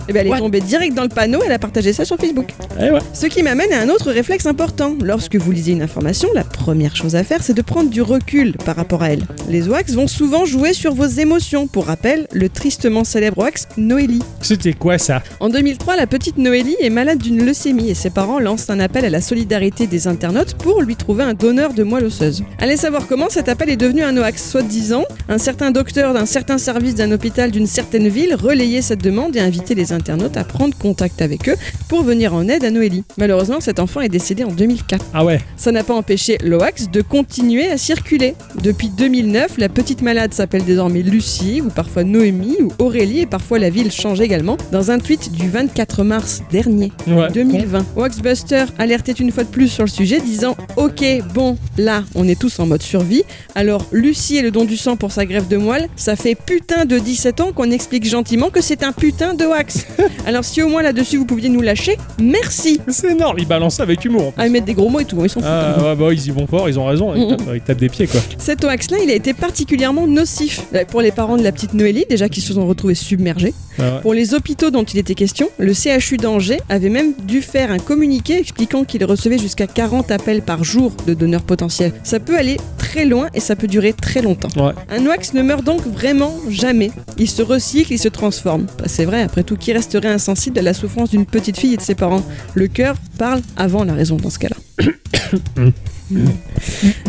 Speaker 3: Et bien elle est
Speaker 1: What
Speaker 3: tombée direct dans le panneau, elle a partagé ça sur Facebook.
Speaker 2: Eh ouais.
Speaker 3: Ce qui m'amène à un autre réflexe important. Lorsque vous lisez une information, la première chose à faire, c'est de prendre du recul par rapport à elle. Les OAX vont souvent jouer sur vos émotions. Pour rappel, le tristement célèbre OAX Noélie.
Speaker 2: C'était quoi ça
Speaker 3: En 2003, la petite Noélie est malade d'une leucémie et ses parents lancent un appel à la solidarité des internautes pour lui trouver un donneur de moelle osseuse. Allez savoir comment cet appel est devenu un hoax. Soi-disant, un certain docteur d'un certain service d'un hôpital d'une certaine ville relayait cette demande et invitait les internautes à prendre contact avec eux pour venir en aide à Noélie. Malheureusement, cet enfant est décédé en 2004.
Speaker 2: Ah ouais.
Speaker 3: Ça n'a pas empêché l'OAX de continuer à circuler. Depuis 2009, la petite malade s'appelle désormais Lucie, ou parfois Noémie, ou Aurélie, et parfois la ville change également, dans un tweet du 24 mars dernier,
Speaker 2: Ouais.
Speaker 3: 2020. Waxbuster alertait une fois de plus sur le sujet, disant Ok, bon, là, on est tous en mode survie, alors Lucie et le don du sang pour sa grève de moelle, ça fait putain de 17 ans qu'on explique gentiment que c'est un putain de wax. Alors si au moins là-dessus vous pouviez nous lâcher, merci
Speaker 2: C'est énorme, ils balancent ça avec humour. en plus.
Speaker 3: Ah, ils mettent des gros mots et tout, ils sont fous. hein.
Speaker 2: Ah ouais, bah, ils y vont fort, ils ont raison. Ils
Speaker 3: Mhm.
Speaker 2: tapent, ils tapent des pieds, quoi.
Speaker 3: Cet hoax-là, il a été particulièrement nocif euh, pour les parents de la petite Noélie, déjà qui se sont retrouvés submergés.
Speaker 2: Ah ouais.
Speaker 3: Pour les hôpitaux dont il était question, le CHU d'Angers avait même dû faire un communiqué expliquant qu'il recevait jusqu'à 40 appels par jour de donneurs potentiels. Ça peut aller très loin et ça peut durer très longtemps.
Speaker 2: Ouais.
Speaker 3: Un hoax ne meurt donc vraiment jamais. Il se recycle, il se transforme. Bah, c'est vrai, après tout, qui resterait insensible à la souffrance d'une petite fille et de ses parents Le cœur parle avant la raison dans ce cas-là.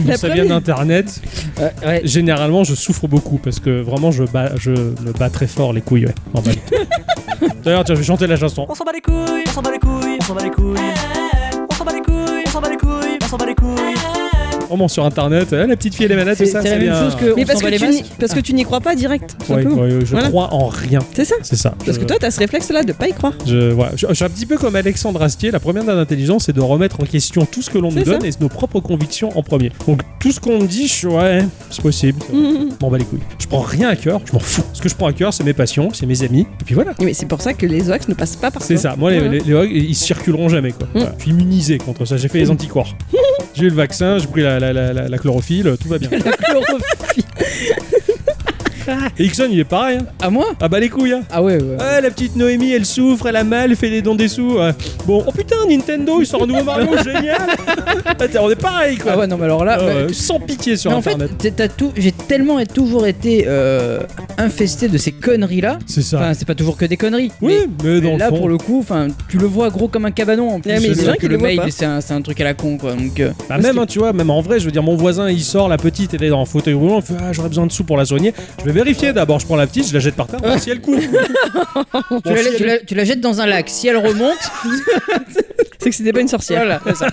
Speaker 3: La
Speaker 2: ça
Speaker 3: première-
Speaker 2: vient d'internet,
Speaker 1: Euh, ouais.
Speaker 2: Généralement, je souffre beaucoup parce que vraiment, je, bats, je me bats très fort les couilles, ouais, en ballet. D'ailleurs, tiens, je vais chanter la chanson.
Speaker 8: On s'en bat les couilles, on s'en bat les couilles, on s'en bat les couilles. On s'en bat les couilles, on s'en bat les couilles, on s'en bat les couilles.
Speaker 2: Vraiment Oh, sur internet, euh, la petite fille et les manettes,
Speaker 1: C'est
Speaker 2: tout ça,
Speaker 1: c'est la
Speaker 2: ça
Speaker 1: même
Speaker 2: vient- euh,
Speaker 1: chose que.
Speaker 3: Mais
Speaker 1: on
Speaker 3: parce
Speaker 1: s'en bat
Speaker 3: que,
Speaker 1: les
Speaker 3: tu n'y-
Speaker 1: masques
Speaker 3: parce que tu n'y crois pas direct. tout
Speaker 2: Ouais,
Speaker 3: simplement.
Speaker 2: ouais, je
Speaker 3: Voilà.
Speaker 2: crois en rien.
Speaker 3: C'est ça.
Speaker 2: C'est ça.
Speaker 3: Parce
Speaker 2: Je-
Speaker 3: que toi, t'as ce réflexe-là de pas y croire.
Speaker 2: Je, voilà. je, je suis un petit peu comme Alexandre Astier. La première date d'intelligence, c'est de remettre en question tout ce que l'on nous
Speaker 3: C'est ça.
Speaker 2: donne et nos propres convictions en premier. Donc tout ce qu'on me dit, je suis ouais, c'est possible.
Speaker 3: Mhm.
Speaker 2: M'en bats les couilles. Je prends rien à cœur, je m'en fous. Ce que je prends à cœur, c'est mes passions, c'est mes amis. Et puis voilà.
Speaker 3: Mais c'est pour ça que les oax ne passent pas par
Speaker 2: C'est
Speaker 3: toi.
Speaker 2: ça. Moi, les,
Speaker 3: Ouais.
Speaker 2: les- les hogs, ils circuleront jamais. Quoi. Voilà. Je suis immunisé contre ça. J'ai fait les anticorps. j'ai eu le vaccin, j'ai pris la, la- la- la- la chlorophylle, tout va bien.
Speaker 1: La chlorophylle.
Speaker 2: Et Ixon, il est pareil. hein.
Speaker 1: À moi
Speaker 2: Ah bah les couilles. hein.
Speaker 1: Ah ouais, ouais.
Speaker 2: Ah, la petite Noémie, elle souffre, elle a mal, fait des dons des sous. ouais. Bon, oh putain, Nintendo, il sort un nouveau Mario, génial. Attends, on est pareil quoi.
Speaker 1: Ah ouais, non, mais alors là.
Speaker 2: Ah
Speaker 1: bah,
Speaker 2: ouais, sans pitié sur
Speaker 1: Mais en fait,
Speaker 2: internet.
Speaker 1: t'as- t'as tout- j'ai tellement et toujours été euh, infesté de ces conneries-là.
Speaker 2: C'est ça.
Speaker 1: Enfin, c'est pas toujours que des conneries.
Speaker 2: oui,
Speaker 1: mais-
Speaker 2: mais,
Speaker 1: mais
Speaker 2: dans
Speaker 1: là,
Speaker 2: le fond.
Speaker 1: pour le coup, enfin, tu le vois gros comme un cabanon. En plus,
Speaker 3: Ouais, mais
Speaker 1: euh,
Speaker 3: c'est vrai
Speaker 1: que
Speaker 3: qu'il
Speaker 1: le
Speaker 3: le voit
Speaker 1: mail,
Speaker 3: pas.
Speaker 1: c'est un, c'est un truc à la con, quoi. Donc, euh,
Speaker 2: Bah, même, hein, tu vois, même en vrai, je veux dire, mon voisin, il sort, la petite, elle est dans un fauteuil roulant, il fait, ah, j'aurais besoin de sous pour la soigner. Je vais vérifier d'abord, je prends la petite, je la jette par terre, voir si elle coule. Bon,
Speaker 1: tu, la,
Speaker 2: si elle
Speaker 1: tu la- tu la jettes dans un lac. Si elle remonte,
Speaker 3: C'est que c'était pas une sorcière.
Speaker 1: voilà. c'est ça.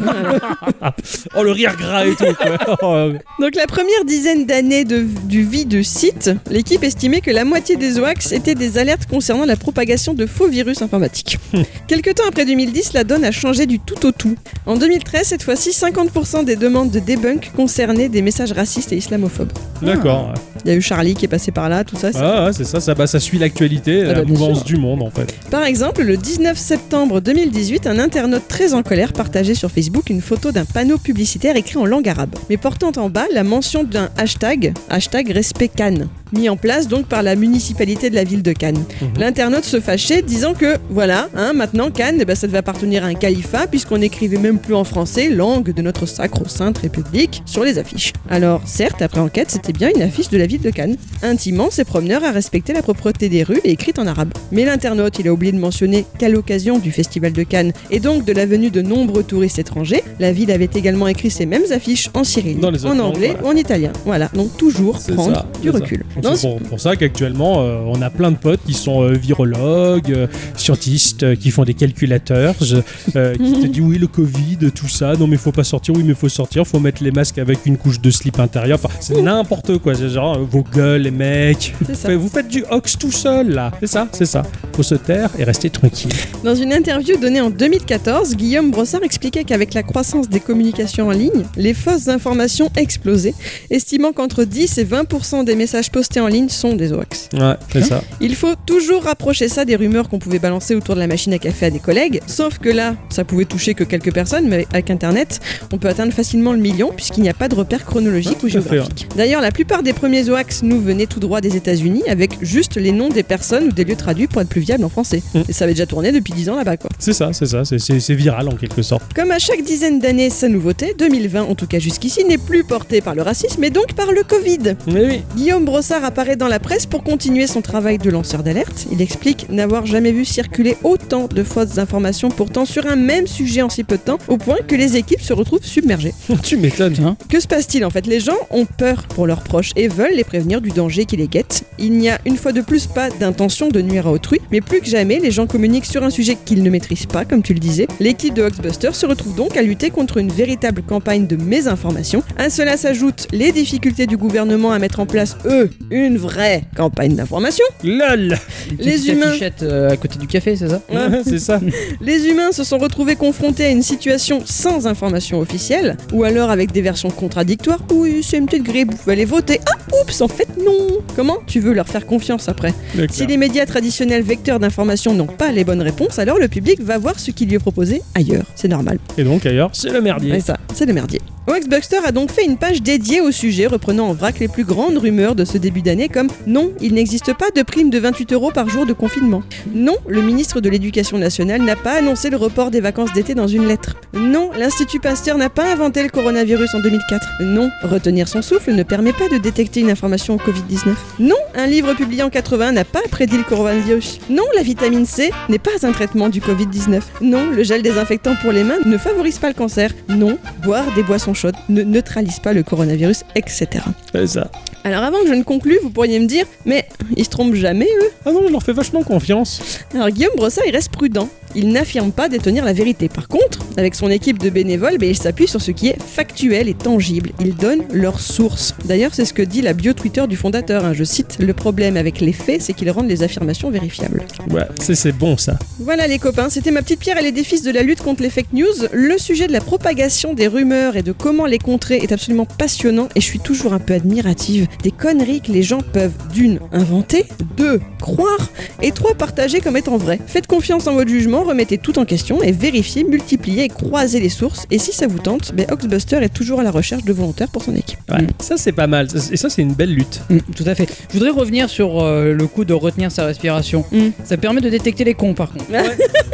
Speaker 2: Oh, le rire gras et tout. quoi. Oh,
Speaker 3: Donc la première dizaine d'années de- du vie du site, l'équipe estimait que la moitié des OAX étaient des alertes concernant la propagation de faux virus informatiques.
Speaker 2: Hmm.
Speaker 3: Quelque temps après 2010, la donne a changé du tout au tout. En 2013, cette fois-ci, 50% des demandes de debunk concernaient des messages racistes et islamophobes.
Speaker 1: Ah,
Speaker 2: D'accord.
Speaker 3: Il y a eu Charlie qui est passé par là, tout ça. c'est-
Speaker 2: Ah, ouais, c'est ça, ça, bah, ça suit l'actualité,
Speaker 3: Ah,
Speaker 2: la
Speaker 3: bah, bien
Speaker 2: mouvance
Speaker 3: sûr.
Speaker 2: du monde en fait.
Speaker 3: Par exemple, le 19 septembre 2018, un internaute très en colère partageait sur Facebook une photo d'un panneau publicitaire écrit en langue arabe, mais portant en bas la mention d'un hashtag, hashtag respect Cannes, mis en place donc par la municipalité de la ville de Cannes.
Speaker 2: Mhm.
Speaker 3: L'internaute se fâchait, disant que voilà, hein, maintenant Cannes, eh ben, ça devait appartenir à un califat, puisqu'on n'écrivait même plus en français, langue de notre sacro-sainte république, sur les affiches. Alors, certes, après enquête, c'était bien une affiche de la ville de Cannes intimant ses promeneurs à respecter la propreté des rues et écrite en arabe. Mais l'internaute, il a oublié de mentionner qu'à l'occasion du festival de Cannes et donc de la venue de nombreux touristes étrangers, la ville avait également écrit ces mêmes affiches en cyrillique,
Speaker 2: Dans les autres
Speaker 3: en
Speaker 2: langues,
Speaker 3: anglais,
Speaker 2: voilà.
Speaker 3: en italien. Voilà, donc toujours
Speaker 2: C'est
Speaker 3: prendre
Speaker 2: ça,
Speaker 3: du
Speaker 2: c'est ça.
Speaker 3: recul.
Speaker 2: Donc,
Speaker 3: Dans
Speaker 2: C'est pour, pour ça qu'actuellement, euh, on a plein de potes qui sont euh, virologues, euh, scientistes, euh, qui font des calculateurs, je- euh, qui te disent oui, le Covid, tout ça, non mais faut pas sortir, oui mais faut sortir, faut mettre les masques avec une couche de slip intérieur, enfin c'est n'importe quoi, c'est genre euh, vos gueules les mecs,
Speaker 3: C'est ça.
Speaker 2: Fait- vous faites du hoax tout seul là, c'est ça, c'est ça, faut se taire et rester tranquille.
Speaker 3: Dans une interview donnée en 2014, Guillaume Brossard expliquait qu'avec la croissance des communications en ligne, les fausses informations explosaient, estimant qu'entre 10 et 20% des messages postés en ligne sont des hoax.
Speaker 2: Ouais, c'est ça.
Speaker 3: Il faut toujours rapprocher ça des rumeurs qu'on pouvait balancer autour de la machine à café à des collègues, sauf que là, ça pouvait toucher que quelques personnes, mais avec Internet, on peut atteindre facilement le million puisqu'il n'y a pas de repère chronologique ou
Speaker 2: Hein, tout à fait,
Speaker 3: géographique. D'ailleurs, la plupart des premiers OAX nous venaient tout droit des États-Unis avec juste les noms des personnes ou des lieux traduits pour être plus viable en français.
Speaker 2: Mm.
Speaker 3: Et ça avait déjà tourné depuis 10 ans là-bas quoi.
Speaker 2: C'est ça, c'est ça, c'est- c'est c'est viral en quelque sorte.
Speaker 3: Comme à chaque dizaine d'années, sa nouveauté, 2020 en tout cas jusqu'ici, n'est plus portée par le racisme mais donc par le Covid.
Speaker 2: Mais oui,
Speaker 3: Guillaume Brossard apparaît dans la presse pour continuer son travail de lanceur d'alerte. Il explique n'avoir jamais vu circuler autant de fausses informations pourtant sur un même sujet en si peu de temps, au point que les équipes se retrouvent submergées.
Speaker 2: tu m'étonnes.
Speaker 3: Que se passe-t-il en fait Les gens ont peur pour leurs proches et veulent les prévenir du danger qui les guette. Il n'y a une fois de plus pas d'intention de nuire à autrui, mais plus que jamais, les gens communiquent sur un sujet qu'ils ne maîtrisent pas, comme tu le disais. L'équipe de Hoaxbuster se retrouve donc à lutter contre une véritable campagne de mésinformation. À cela s'ajoutent les difficultés du gouvernement à mettre en place, eux, une vraie campagne d'information.
Speaker 2: LOL
Speaker 3: Les humains.
Speaker 1: Affichette, euh, à côté du café, c'est ça
Speaker 2: C'est ça.
Speaker 3: Les humains se sont retrouvés confrontés à une situation sans information officielle, ou alors avec des versions contradictoires. Oui, c'est une petite grippe, vous pouvez aller voter. Ah, oups, en fait, non Comment tu veux leur faire confiance après Si les médias traditionnels vecteurs d'information n'ont pas les bonnes réponses, alors le public va voir ce qui lui est proposé ailleurs. C'est normal.
Speaker 2: Et donc ailleurs, c'est le merdier.
Speaker 3: Ouais, ça, c'est le merdier. Ox Buxter a donc fait une page dédiée au sujet, reprenant en vrac les plus grandes rumeurs de ce début d'année comme Non, il n'existe pas de prime de 28 euros par jour de confinement. Non, le ministre de l'Éducation nationale n'a pas annoncé le report des vacances d'été dans une lettre. Non, l'Institut Pasteur n'a pas inventé le coronavirus en 2004. Non, retenir son souffle ne permet pas de détecter une information au Covid-19. Non, un livre publié en 80 n'a pas prédit le coronavirus. Non, la vitamine C n'est pas un traitement du Covid-19. Non, le gel désinfectant pour les mains ne favorise pas le cancer. Non, boire des boissons chaudes ne neutralise pas le coronavirus, etc.
Speaker 2: C'est ça.
Speaker 3: Alors avant que je ne conclue, vous pourriez me dire, mais ils se trompent jamais eux
Speaker 2: Ah non, je leur fais vachement confiance.
Speaker 3: Alors Guillaume Brossard, il reste prudent. Il n'affirme pas détenir la vérité. Par contre, avec son équipe de bénévoles, ben, il s'appuie sur ce qui est factuel et tangible. Il donne leurs sources. D'ailleurs, c'est ce que dit la bio Twitter du fondateur. hein. Je cite Le problème avec les faits, c'est qu'ils rendent les affirmations vérifiables.
Speaker 2: Ouais, c'est c'est bon ça.
Speaker 3: Voilà les copains, c'était ma petite pierre à l'édifice de la lutte contre les fake news. Le sujet de la propagation des rumeurs et de comment les contrer est absolument passionnant et je suis toujours un peu admirative des conneries que les gens peuvent d'une inventer, deux croire et trois partager comme étant vraies. Faites confiance en votre jugement, remettez tout en question et vérifiez, multipliez et croisez les sources. Et si ça vous tente, ben Oxbuster est toujours à la recherche de volontaires pour son équipe.
Speaker 2: Ouais. Ça c'est pas mal. Ça, c'est- Et ça c'est une belle lutte.
Speaker 1: Mm, tout à fait. Je voudrais revenir sur euh, le coup de retenir sa respiration.
Speaker 3: Mm.
Speaker 1: Ça permet de détecter les cons, par contre.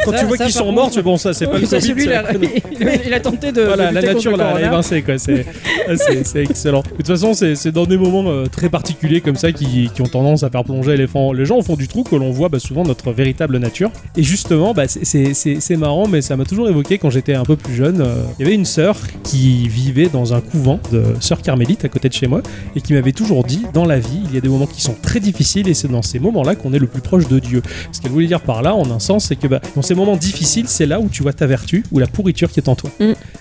Speaker 2: Quand
Speaker 1: Ça-
Speaker 2: tu vois
Speaker 1: ça,
Speaker 2: qu'ils
Speaker 1: par
Speaker 2: sont
Speaker 1: contre,
Speaker 2: morts, tu- bon ça c'est pas le
Speaker 1: Ça,
Speaker 2: Covid,
Speaker 1: celui,
Speaker 2: c'est
Speaker 1: il
Speaker 2: la
Speaker 1: a,
Speaker 2: connerie.
Speaker 1: il a- il a tenté de.
Speaker 2: Voilà,
Speaker 1: de
Speaker 2: la
Speaker 1: lutter contre
Speaker 2: nature
Speaker 1: le
Speaker 2: l'a l'a
Speaker 1: corona.
Speaker 2: évincé, quoi. C'est ah, c'est- c'est excellent. De toute façon, c'est c'est dans des moments euh, très particuliers comme ça qui, qui ont tendance à faire plonger les, fans- les gens au fond du trou que l'on voit bah, souvent notre véritable nature. Et justement, bah, c'est- c'est c'est- c'est marrant, mais ça m'a toujours évoqué quand j'étais un peu plus jeune. euh, Il y avait une sœur qui vivait dans un couvent de sœur carmélite à côté de chez moi et qui m'avait toujours dit dans la vie, il y a des moments qui sont très difficiles et c'est dans ces moments-là qu'on est le plus proche de Dieu. Ce qu'elle voulait dire par là, en un sens, c'est que bah, dans ces moments difficiles, c'est là où tu vois ta vertu ou la pourriture qui est en toi.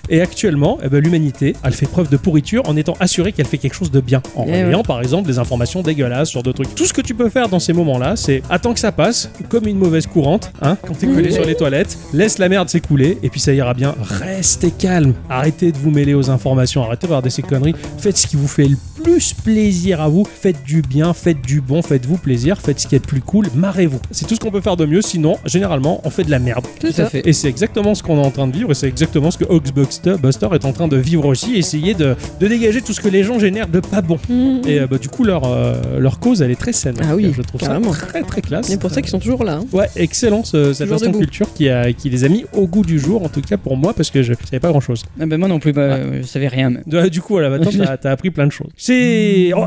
Speaker 2: Et actuellement, eh ben, l'humanité, elle fait preuve de pourriture en étant assurée qu'elle fait quelque chose de bien. En
Speaker 1: Eh
Speaker 2: relayant, par exemple, des informations dégueulasses sur deux trucs. Tout ce que tu peux faire dans ces moments-là, c'est attends que ça passe, comme une mauvaise courante, hein, quand t'es collé sur les toilettes, laisse la merde s'écouler, et puis ça ira bien. Restez calme. Arrêtez de vous mêler aux informations, arrêtez de regarder ces conneries. Faites ce qui vous fait le plus plaisir à vous. Faites du bien, faites du bon, faites-vous plaisir, faites ce qui est le plus cool, marrez-vous. C'est tout ce qu'on peut faire de mieux, sinon, généralement, on fait de la merde.
Speaker 1: Tout à fait.
Speaker 2: Et c'est exactement ce qu'on est en train de vivre, et c'est exactement ce que Oxbuster Buster est en train de vivre aussi, essayer de, de dégager tout ce que les gens génèrent de pas bon. Et euh, bah, du coup, leur, euh, leur cause, elle est très saine.
Speaker 3: Mhm. Ah
Speaker 2: Donc,
Speaker 3: oui,
Speaker 2: euh, je trouve
Speaker 3: carrément.
Speaker 2: ça très très classe.
Speaker 3: C'est pour ça qu'ils sont toujours là. hein.
Speaker 2: Ouais, excellent ce- cette
Speaker 3: Toujours
Speaker 2: façon de
Speaker 3: debout.
Speaker 2: culture qui, a, qui les a mis au goût du jour, en tout cas pour moi, parce que je savais pas grand chose.
Speaker 1: Ah ben moi non plus, bah, euh, je savais rien. mais-
Speaker 2: Du coup, voilà, maintenant t'as- t'as appris plein de choses. C'est. oh,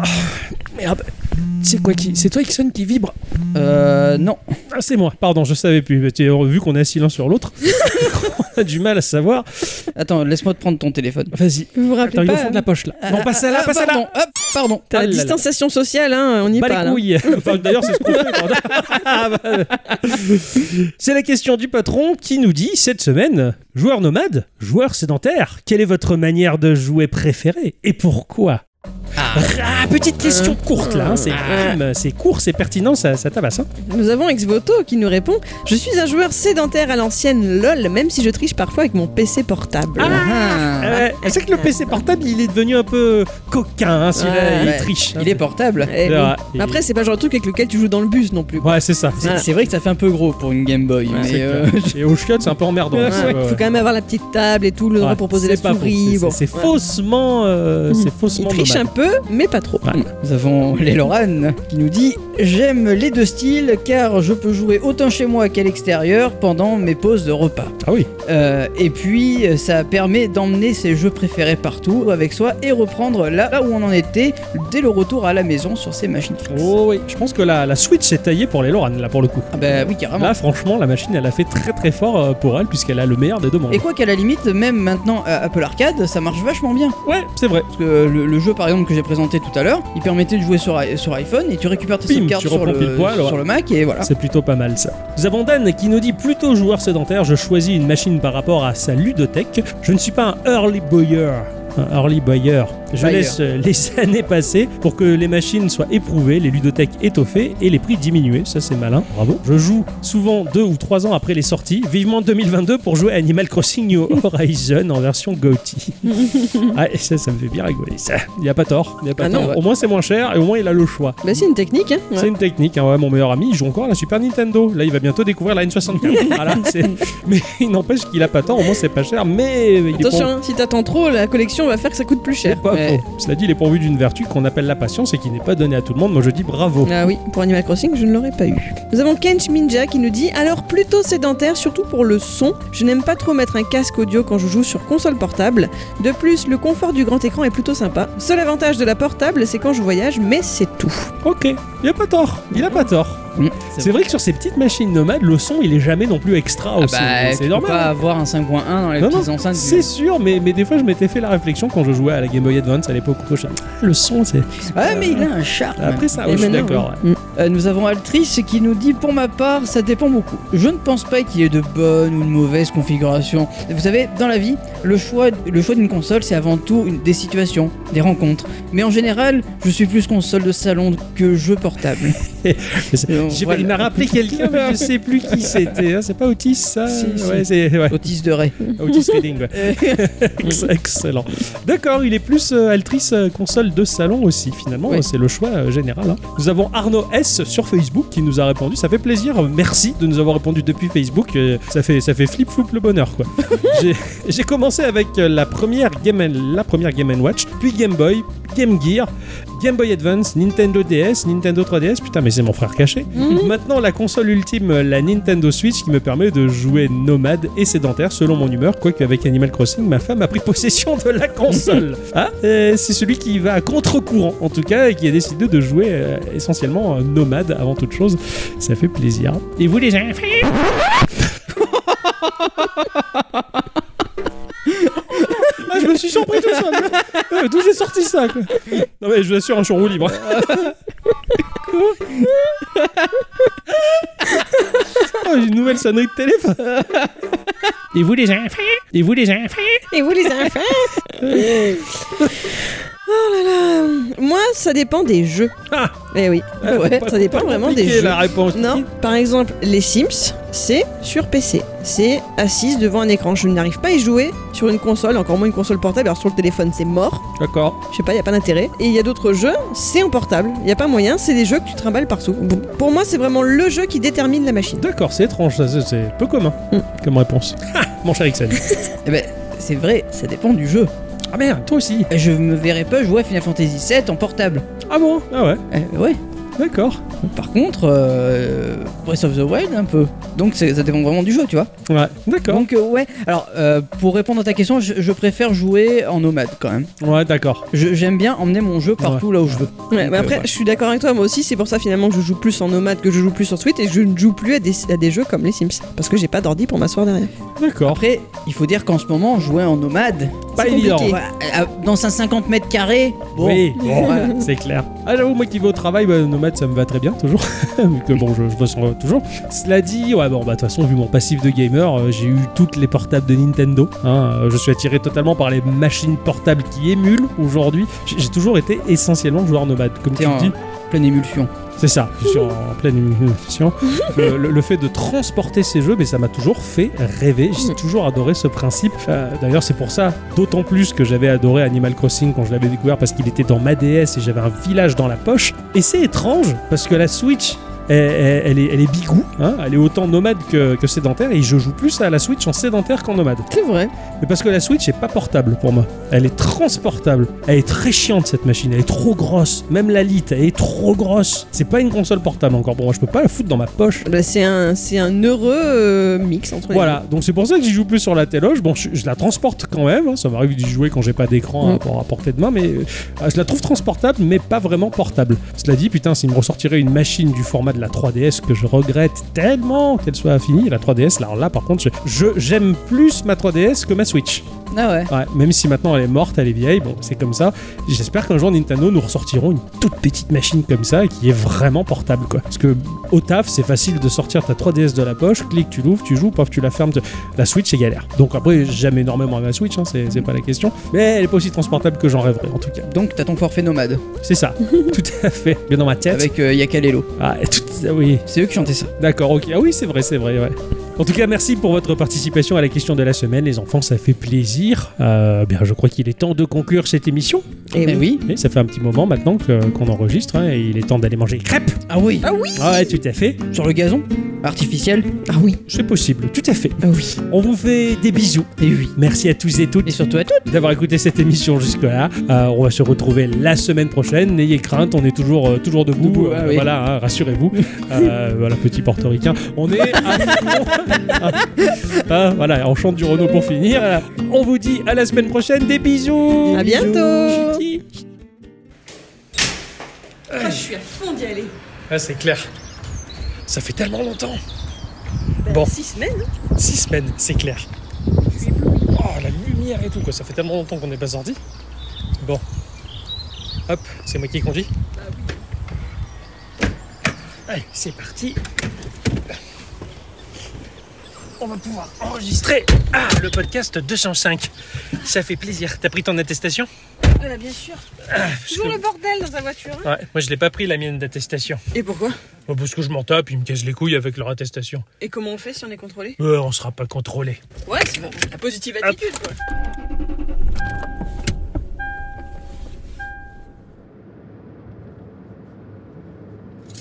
Speaker 2: merde! C'est quoi qui. C'est toi, Ixon, qui vibre?
Speaker 1: Euh, non.
Speaker 2: Ah, c'est moi, pardon, je savais plus. Tu- Vu qu'on est assis l'un sur l'autre, on a du mal à savoir.
Speaker 1: Attends, laisse-moi te prendre ton téléphone.
Speaker 2: Vas-y,
Speaker 3: Vous vous rappelez
Speaker 2: Attends, il est au
Speaker 3: pas
Speaker 2: fond de la hein. poche bah, là.
Speaker 1: Ah,
Speaker 2: non, pas celle-là,
Speaker 1: ah,
Speaker 2: pas celle-là.
Speaker 1: Pardon, hop, pardon.
Speaker 3: T'as
Speaker 2: Ah
Speaker 3: la
Speaker 2: là là.
Speaker 3: distanciation sociale, hein, on y
Speaker 2: Pas
Speaker 3: parle.
Speaker 2: les
Speaker 3: hein.
Speaker 2: couilles. Enfin, D'ailleurs, c'est ce qu'on fait. pardon. c'est la question du patron qui nous dit cette semaine joueur nomade, joueur sédentaire, quelle est votre manière de jouer préférée et pourquoi Ah, petite question
Speaker 1: Euh.
Speaker 2: courte là, hein, c'est
Speaker 1: Ah.
Speaker 2: crime, c'est court, c'est pertinent, ça, ça tabasse. hein.
Speaker 3: Nous avons Exvoto qui nous répond Je suis un joueur sédentaire à l'ancienne LOL, même si je triche parfois avec mon PC portable.
Speaker 1: Ah.
Speaker 2: Euh, c'est que le PC portable il est devenu un peu coquin, hein, s'il a- il
Speaker 1: Ah, Ouais.
Speaker 2: triche.
Speaker 1: Il est portable.
Speaker 3: Eh oui.
Speaker 2: Ouais, Ah, il-
Speaker 3: Après, c'est pas genre le truc avec lequel tu joues dans le bus non plus.
Speaker 2: Ouais, c'est ça.
Speaker 1: C'est c'est vrai que ça fait un peu gros pour une Game Boy. mais,
Speaker 2: C'est
Speaker 1: euh,
Speaker 2: clair. Et au chiotte, c'est un peu emmerdant.
Speaker 3: Ouais,
Speaker 2: ça, ouais, ouais.
Speaker 3: Faut quand même avoir la petite table et tout, le
Speaker 2: Ouais,
Speaker 3: droit pour poser la
Speaker 2: c'est pas faux,
Speaker 3: souris.
Speaker 2: c'est-
Speaker 3: bon.
Speaker 2: C'est c'est faussement. euh, c'est
Speaker 3: Il
Speaker 2: faussement.
Speaker 3: triche un
Speaker 2: nomade.
Speaker 3: peu, mais pas trop.
Speaker 2: Ouais.
Speaker 1: Nous avons Léloran qui nous dit J'aime les deux styles car je peux jouer autant chez moi qu'à l'extérieur pendant mes pauses de repas.
Speaker 2: Ah oui.
Speaker 1: Euh, et puis euh, ça permet d'emmener ses jeux préférés partout avec soi et reprendre là, là où on en était dès le retour à la maison sur ses machines fixes.
Speaker 2: Oh oui. Je pense que la, la Switch est taillée pour les Loran, là, pour le coup.
Speaker 1: Ah bah oui, carrément.
Speaker 2: Là, franchement, la machine, elle a fait très très fort euh, pour elle, puisqu'elle a le meilleur des deux mondes.
Speaker 1: Et quoi qu'à la limite, même maintenant à Apple Arcade, ça marche vachement bien.
Speaker 2: Ouais, c'est vrai.
Speaker 1: Parce que le, le jeu par exemple que j'ai présenté tout à l'heure, il permettait de jouer sur, i- sur iPhone et tu récupères tes
Speaker 2: Bim,
Speaker 1: sauvegardes
Speaker 2: tu
Speaker 1: sur,
Speaker 2: reprends
Speaker 1: le,
Speaker 2: pile poil, ouais.
Speaker 1: sur le Mac et voilà.
Speaker 2: C'est plutôt pas mal ça. Nous avons Dan qui nous dit plutôt joueur sédentaire, je choisis une machine par rapport à sa ludothèque. Je ne suis pas un early boyer. Un early buyer. Je
Speaker 1: Buyer.
Speaker 2: laisse euh, les années passer pour que les machines soient éprouvées, les ludothèques étoffées et les prix diminués. Ça, c'est malin. Bravo. Je joue souvent deux ou trois ans après les sorties. Vivement 2022 pour jouer à Animal Crossing New Horizon en version GOTY. ah, et ça, ça me fait bien rigoler. Ça, il n'y a pas tort. Y a pas
Speaker 3: Ah non,
Speaker 2: tort.
Speaker 3: ouais.
Speaker 2: Au moins, c'est moins cher et au moins, il a le choix.
Speaker 3: Bah, c'est une technique, hein. ouais.
Speaker 2: C'est une technique, hein. Ouais, mon meilleur ami, il joue encore à la Super Nintendo. Là, il va bientôt découvrir la N64. Voilà, c'est- mais il n'empêche qu'il a pas tort, au moins c'est pas cher, mais il est
Speaker 3: Attention,
Speaker 2: pour-
Speaker 3: hein, si t'attends trop, la collection va faire que ça coûte plus cher.
Speaker 2: c'est pas
Speaker 1: Ouais.
Speaker 2: faux. Cela dit, il est pourvu d'une vertu qu'on appelle la patience et qui n'est pas donnée à tout le monde. Moi, je dis bravo.
Speaker 3: Ah oui, pour Animal Crossing, je ne l'aurais pas eu. Nous avons Kench Minja qui nous dit Alors plutôt sédentaire, surtout pour le son. Je n'aime pas trop mettre un casque audio quand je joue sur console portable. De plus, le confort du grand écran est plutôt sympa. Seul avantage de la portable, c'est quand je voyage, mais c'est tout.
Speaker 2: Ok, il a pas tort. Il a pas tort.
Speaker 1: Mm.
Speaker 2: C'est vrai que sur ces petites machines nomades, le son il est jamais non plus extra
Speaker 1: Ah
Speaker 2: aussi.
Speaker 1: bah, tu
Speaker 2: oh, c'est
Speaker 1: peux
Speaker 2: normal.
Speaker 1: pas avoir un 5.1 dans les
Speaker 2: Non,
Speaker 1: petites
Speaker 2: non,
Speaker 1: enceintes. du-
Speaker 2: C'est sûr, mais, mais des fois je m'étais fait la réflexion quand je jouais à la Game Boy Advance à l'époque où je me disais, Ah, le son c'est.
Speaker 1: Ah mais il a un charme.
Speaker 2: Après ça,
Speaker 1: Et
Speaker 2: ouais, je suis
Speaker 1: maintenant,
Speaker 2: d'accord. ouais.
Speaker 1: Euh, nous avons Altrice qui nous dit pour ma part ça dépend beaucoup. Je ne pense pas qu'il y ait de bonne ou de mauvaise configuration. Vous savez, dans la vie, le choix, le choix d'une console c'est avant tout une- des situations, des rencontres. Mais en général, je suis plus console de salon que jeu portable.
Speaker 2: Mais c'est-
Speaker 1: Euh,
Speaker 2: j'ai-
Speaker 1: voilà.
Speaker 2: Il m'a rappelé quelqu'un, mais je sais plus qui c'était. hein. C'est pas Otis ça
Speaker 1: Si, si.
Speaker 2: Ouais, c'est ouais.
Speaker 1: Otis de Ray.
Speaker 2: Otis Redding. ouais.
Speaker 1: Euh,
Speaker 2: Ex- Excellent. D'accord, il est plus euh, altrice euh, console de salon aussi, finalement.
Speaker 1: Oui.
Speaker 2: euh, C'est le choix euh, général. hein. Nous avons Arnaud S sur Facebook qui nous a répondu. Ça fait plaisir. euh, Merci de nous avoir répondu depuis Facebook. euh, Ça fait, ça fait flip flop le bonheur, quoi. J'ai- J'ai commencé avec euh, la première Game, and- la première Game and Watch, puis Game Boy, Game Gear. Game Boy Advance, Nintendo DS, Nintendo 3DS, putain mais c'est mon frère caché. Maintenant la console ultime, euh, la Nintendo Switch qui me permet de jouer nomade et sédentaire selon mon humeur, quoique avec Animal Crossing, ma femme a pris possession de la console. ah, euh, c'est celui qui va à contre-courant en tout cas et qui a décidé de jouer euh, essentiellement euh, nomade avant toute chose. Ça fait plaisir. Et vous les enfants Ah, je me suis surpris tout seul. Euh, D'où j'ai sorti ça quoi. Non mais je vous assure, hein, je suis en roue libre. Oh, j'ai une nouvelle sonnerie de téléphone. Et vous les enfants Et vous les enfants
Speaker 3: Et vous les enfants Oh là là Moi, ça dépend des jeux.
Speaker 2: Ah.
Speaker 3: Eh oui,
Speaker 2: Ah,
Speaker 3: ouais,
Speaker 2: pas-
Speaker 3: ça dépend
Speaker 2: pas
Speaker 3: vraiment des
Speaker 2: compliqué,
Speaker 3: jeux.
Speaker 2: la réponse.
Speaker 3: Non, par exemple, les Sims, c'est sur PC. C'est assise devant un écran. Je n'arrive pas à y jouer sur une console, encore moins une console portable. Alors sur le téléphone, c'est mort.
Speaker 2: D'accord.
Speaker 3: Je sais pas, il a pas d'intérêt. Et il y a d'autres jeux, c'est en portable. Il n'y a pas moyen, c'est des jeux que tu trimbales partout. Bon, Pour moi, c'est vraiment le jeu qui détermine la machine.
Speaker 2: D'accord, c'est étrange, ça, c'est- c'est peu commun
Speaker 3: Mm.
Speaker 2: comme réponse. Ha Ah, Mon cher Ixon.
Speaker 1: eh ben, c'est vrai, ça dépend du jeu.
Speaker 2: ah merde, toi aussi.
Speaker 1: Je me verrais pas jouer à Final Fantasy VII en portable.
Speaker 2: Ah bon Ah ouais,
Speaker 1: Euh, ouais.
Speaker 2: d'accord.
Speaker 1: Par contre, euh, Breath of the Wild un peu. Donc c'est- ça dépend vraiment du jeu, tu vois.
Speaker 2: Ouais, d'accord.
Speaker 1: Donc euh, ouais, alors euh, pour répondre à ta question, je, je préfère jouer en nomade quand même.
Speaker 2: Ouais, d'accord.
Speaker 1: Je- J'aime bien emmener mon
Speaker 2: Ah
Speaker 1: jeu partout là où je veux.
Speaker 3: Ouais, mais
Speaker 1: euh,
Speaker 3: après,
Speaker 1: voilà.
Speaker 3: je suis d'accord avec toi, moi aussi, c'est pour ça finalement que je joue plus en nomade que je joue plus sur Switch et je ne joue plus à des, à des jeux comme les Sims. Parce que j'ai pas d'ordi pour m'asseoir derrière.
Speaker 2: D'accord.
Speaker 1: Après, il faut dire qu'en ce moment, jouer en nomade,
Speaker 2: Pas
Speaker 3: c'est
Speaker 2: évident.
Speaker 3: compliqué.
Speaker 1: voilà, euh, dans un 50 mètres carrés, bon,
Speaker 2: Oui, bon,
Speaker 1: voilà.
Speaker 2: c'est clair. Ah, j'avoue, moi qui vais au travail, bah, nomade, ça me va très bien, toujours. vu que bon, je, je ressens euh, toujours. Cela dit, ouais, bon, bah, de toute façon, vu mon passif de gamer, euh, j'ai eu toutes les portables de Nintendo. hein. Euh, je suis attiré totalement par les machines portables qui émulent aujourd'hui. J- J'ai toujours été essentiellement joueur nomade, comme
Speaker 1: T'es
Speaker 2: tu le
Speaker 1: en-
Speaker 2: dis.
Speaker 1: pleine émulsion.
Speaker 2: C'est ça, je suis en en pleine émulsion. le, le- le fait de transporter ces jeux, mais ça m'a toujours fait rêver. J'ai toujours adoré ce principe. Euh, D'ailleurs, c'est pour ça, d'autant plus que j'avais adoré Animal Crossing quand je l'avais découvert parce qu'il était dans ma DS et j'avais un village dans la poche. Et c'est étrange parce que la Switch. Elle, elle- elle est, elle est bigou, hein, elle est autant nomade que, que sédentaire, et je joue plus à la Switch en sédentaire qu'en nomade.
Speaker 3: C'est vrai.
Speaker 2: Mais parce que la Switch est pas portable pour moi. Elle est transportable. Elle est très chiante cette machine. Elle est trop grosse. Même la Lite, elle est trop grosse. C'est pas une console portable encore. Bon, moi je peux pas la foutre dans ma poche.
Speaker 3: Bah, c'est un, c'est un heureux euh, mix entre les
Speaker 2: Voilà, donc c'est pour ça que j'y joue plus sur la téloge. Bon, je, je la transporte quand même. hein. Ça m'arrive d'y jouer quand j'ai pas d'écran
Speaker 3: Mm.
Speaker 2: à, pour- à portée de main, mais euh, je la trouve transportable, mais pas vraiment portable. Cela dit, putain, s'il me ressortirait une machine du format de la 3DS que je regrette tellement qu'elle soit finie, la 3DS, là, alors là par contre, je- je- j'aime plus ma 3DS que ma Switch.
Speaker 1: Ah ouais.
Speaker 2: Ouais, même si maintenant elle est morte, elle est vieille, bon, c'est comme ça. J'espère qu'un jour Nintendo nous ressortiront une toute petite machine comme ça qui est vraiment portable, quoi. Parce que au taf, c'est facile de sortir ta 3DS de la poche, clique, tu l'ouvres, tu joues, paf, tu la fermes. tu- La Switch, c'est galère. Donc après, j'aime énormément ma Switch, hein, c'est c'est pas la question. Mais elle est pas aussi transportable que j'en rêverais, en tout cas.
Speaker 1: Donc t'as ton forfait nomade
Speaker 2: C'est ça, tout à fait. Bien dans ma tête.
Speaker 1: avec euh, Yakalelo.
Speaker 2: Ah, tout... ah oui,
Speaker 1: C'est eux qui chantaient ça.
Speaker 2: D'accord, ok. Ah oui, c'est vrai, c'est vrai, ouais. En tout cas, merci pour votre participation à la question de la semaine, les enfants, ça fait plaisir. Euh, bien, je crois qu'il est temps de conclure cette émission.
Speaker 3: Et
Speaker 1: Eh oui.
Speaker 2: Et ça fait un petit moment maintenant que- qu'on enregistre, hein, et il est temps d'aller manger des crêpes.
Speaker 1: Ah oui.
Speaker 3: Ah oui
Speaker 2: Ah ouais, tout à fait.
Speaker 1: Sur le gazon artificiel.
Speaker 3: Ah oui
Speaker 2: C'est possible, tout à fait.
Speaker 3: Ah oui
Speaker 2: On vous fait des bisous.
Speaker 1: Et oui.
Speaker 2: Merci à tous et toutes
Speaker 1: Et surtout à toi.
Speaker 2: d'avoir écouté cette émission jusque-là. Euh, on va se retrouver la semaine prochaine. N'ayez crainte, on est toujours, euh, toujours debout.
Speaker 1: Debout,
Speaker 2: Euh,
Speaker 1: ah oui.
Speaker 2: Voilà, hein, rassurez-vous. Euh, voilà, petit portoricain. On est à fond. Ah, voilà, on chante du Renault pour finir. On vous dit à la semaine prochaine. Des bisous.
Speaker 3: À bientôt.
Speaker 2: Chiqui.
Speaker 3: Je suis à fond d'y aller
Speaker 2: Ah, c'est Ah, clair. Ça fait tellement longtemps.
Speaker 3: Bah,
Speaker 2: Bon.
Speaker 3: Six semaines hein.
Speaker 2: Six semaines, c'est clair. Oh, la lumière et tout, quoi. Ça fait tellement longtemps qu'on n'est pas sorti. Bon. Hop, c'est moi qui conduis. Allez, c'est parti. On va pouvoir enregistrer ah, le podcast 205. Ça fait plaisir. T'as pris ton attestation
Speaker 3: Ah bah, bien sûr.
Speaker 2: Parce
Speaker 3: Toujours
Speaker 2: que-
Speaker 3: le bordel dans ta voiture. hein.
Speaker 2: Ouais, moi je l'ai pas pris la mienne d'attestation.
Speaker 3: Et pourquoi
Speaker 2: Bah, Parce que je m'en tape, ils me cassent les couilles avec leur attestation.
Speaker 3: Et comment on fait si on est contrôlé
Speaker 2: Euh, on sera pas contrôlé.
Speaker 3: Ouais, c'est bon, la positive attitude quoi.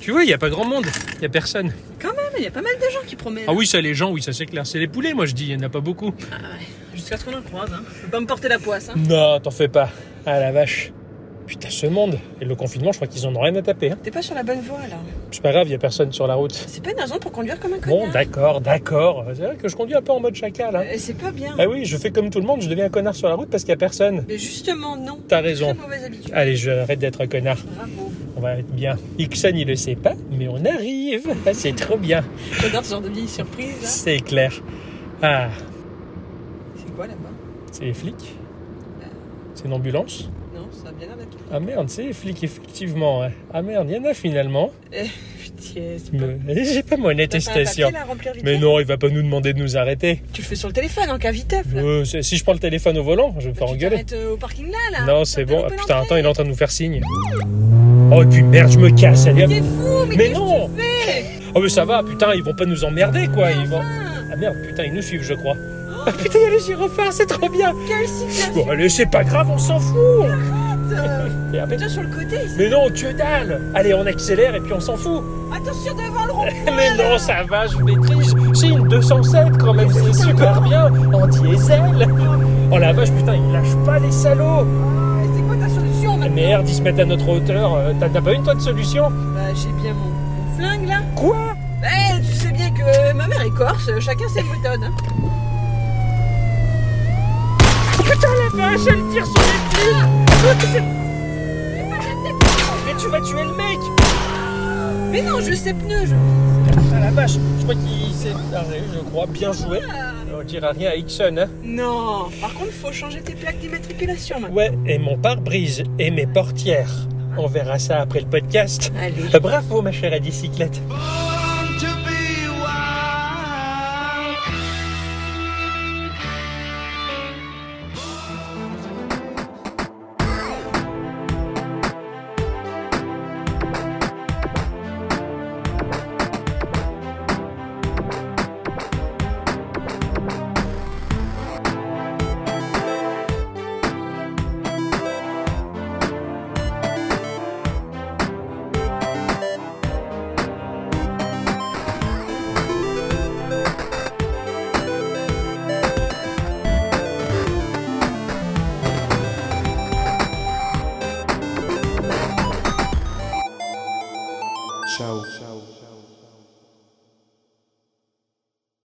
Speaker 2: Tu vois, il y a pas grand monde, il y a personne.
Speaker 3: Quand même, il y a pas mal de gens qui promènent.
Speaker 2: Ah oui, ça les gens, oui, ça c'est clair. C'est les poulets, moi je dis, il y en a pas beaucoup.
Speaker 3: Jusqu'à ce qu'on en croise. Hein. Je peux pas me porter la poisse. Hein.
Speaker 2: Non, t'en fais pas. Ah la vache. Putain, ce monde. Et le confinement, je crois qu'ils en ont rien à taper. Hein.
Speaker 3: T'es pas sur la bonne voie là.
Speaker 2: C'est pas grave, il y a personne sur la route.
Speaker 3: C'est pas une raison pour conduire comme un
Speaker 2: Bon,
Speaker 3: connard.
Speaker 2: d'accord, d'accord. C'est vrai que je conduis un peu en mode chacal. Hein.
Speaker 3: Euh, c'est pas bien.
Speaker 2: Ah oui, je fais comme tout le monde, je deviens un connard sur la route parce qu'il y a personne.
Speaker 3: Mais justement, non.
Speaker 2: T'as raison.
Speaker 3: Très mauvaise habitude.
Speaker 2: Allez, je arrête d'être un connard.
Speaker 3: Bravo.
Speaker 2: On va être bien. Ixon, il le sait pas, mais on arrive. Ah, c'est trop bien.
Speaker 3: J'adore ce genre de vieille surprise. là.
Speaker 2: C'est clair. Ah,
Speaker 3: C'est quoi là-bas
Speaker 2: c'est les flics C'est une ambulance
Speaker 3: Non, ça a bien l'air d'être.
Speaker 2: Ah merde, c'est les flics, effectivement. ouais. Ah merde, il y en a finalement.
Speaker 3: Putain, c'est pas.
Speaker 2: Mais- eh, J'ai pas
Speaker 3: T'as
Speaker 2: mon
Speaker 3: pas un
Speaker 2: attestation.
Speaker 3: papier, là, à remplir vite
Speaker 2: Mais
Speaker 3: fait
Speaker 2: non, il va pas nous demander de nous arrêter.
Speaker 3: Tu le fais sur le téléphone en cas vitef E là.
Speaker 2: Euh, c'est- si je prends le téléphone au volant, je vais me faire
Speaker 3: tu
Speaker 2: engueuler.
Speaker 3: t'arrêtes euh, au parking là là.
Speaker 2: Non, c'est
Speaker 3: T'as
Speaker 2: bon. Ah,
Speaker 3: loupé
Speaker 2: putain, attends,
Speaker 3: l'entrée.
Speaker 2: il est en train de nous faire signe. Oh, et puis merde, je me casse, allez hop.
Speaker 3: T'es fou, mais,
Speaker 2: Mais
Speaker 3: qu'est-ce
Speaker 2: non
Speaker 3: que tu fais
Speaker 2: Oh, mais ça va, putain, ils vont pas nous emmerder, quoi. Ils vont... Ah merde, putain, ils nous suivent, je crois. Ah putain, il y a le gyrophare, c'est trop bien.
Speaker 3: Quelle situation
Speaker 2: Bon, allez, c'est pas grave, on s'en fout. Et après-
Speaker 3: Toi sur le côté ici.
Speaker 2: Mais non, que dalle Allez, on accélère et puis on s'en fout.
Speaker 3: Attention devant le rond
Speaker 2: Mais non, ça va, je maîtrise. C'est une 207 quand même, c'est super bien. En diesel. Oh la vache, putain, ils lâchent pas les salauds. Ah,
Speaker 3: C'est quoi ta solution maintenant
Speaker 2: Merde, ils se mettent à notre hauteur. Euh, T'as t'as pas une, toi, de solution
Speaker 3: Bah j'ai bien mon, mon flingue là.
Speaker 2: Quoi
Speaker 3: Eh, tu sais bien que euh, ma mère est corse, euh, chacun ses méthodes. hein.
Speaker 2: Putain, la vache, elle tire sur les fils. Mais tu vas tuer le mec
Speaker 3: Mais non, je sais pneu, je.
Speaker 2: Ah la vache, je crois qu'il s'est barré, je crois. Bien joué. On dira rien à Ixon, hein.
Speaker 3: Non. Par contre, faut changer tes plaques d'immatriculation maintenant.
Speaker 2: Ouais, et mon pare-brise et mes portières. On verra ça après le podcast.
Speaker 3: Allez.
Speaker 2: Euh, Bravo, ma chère à bicyclette.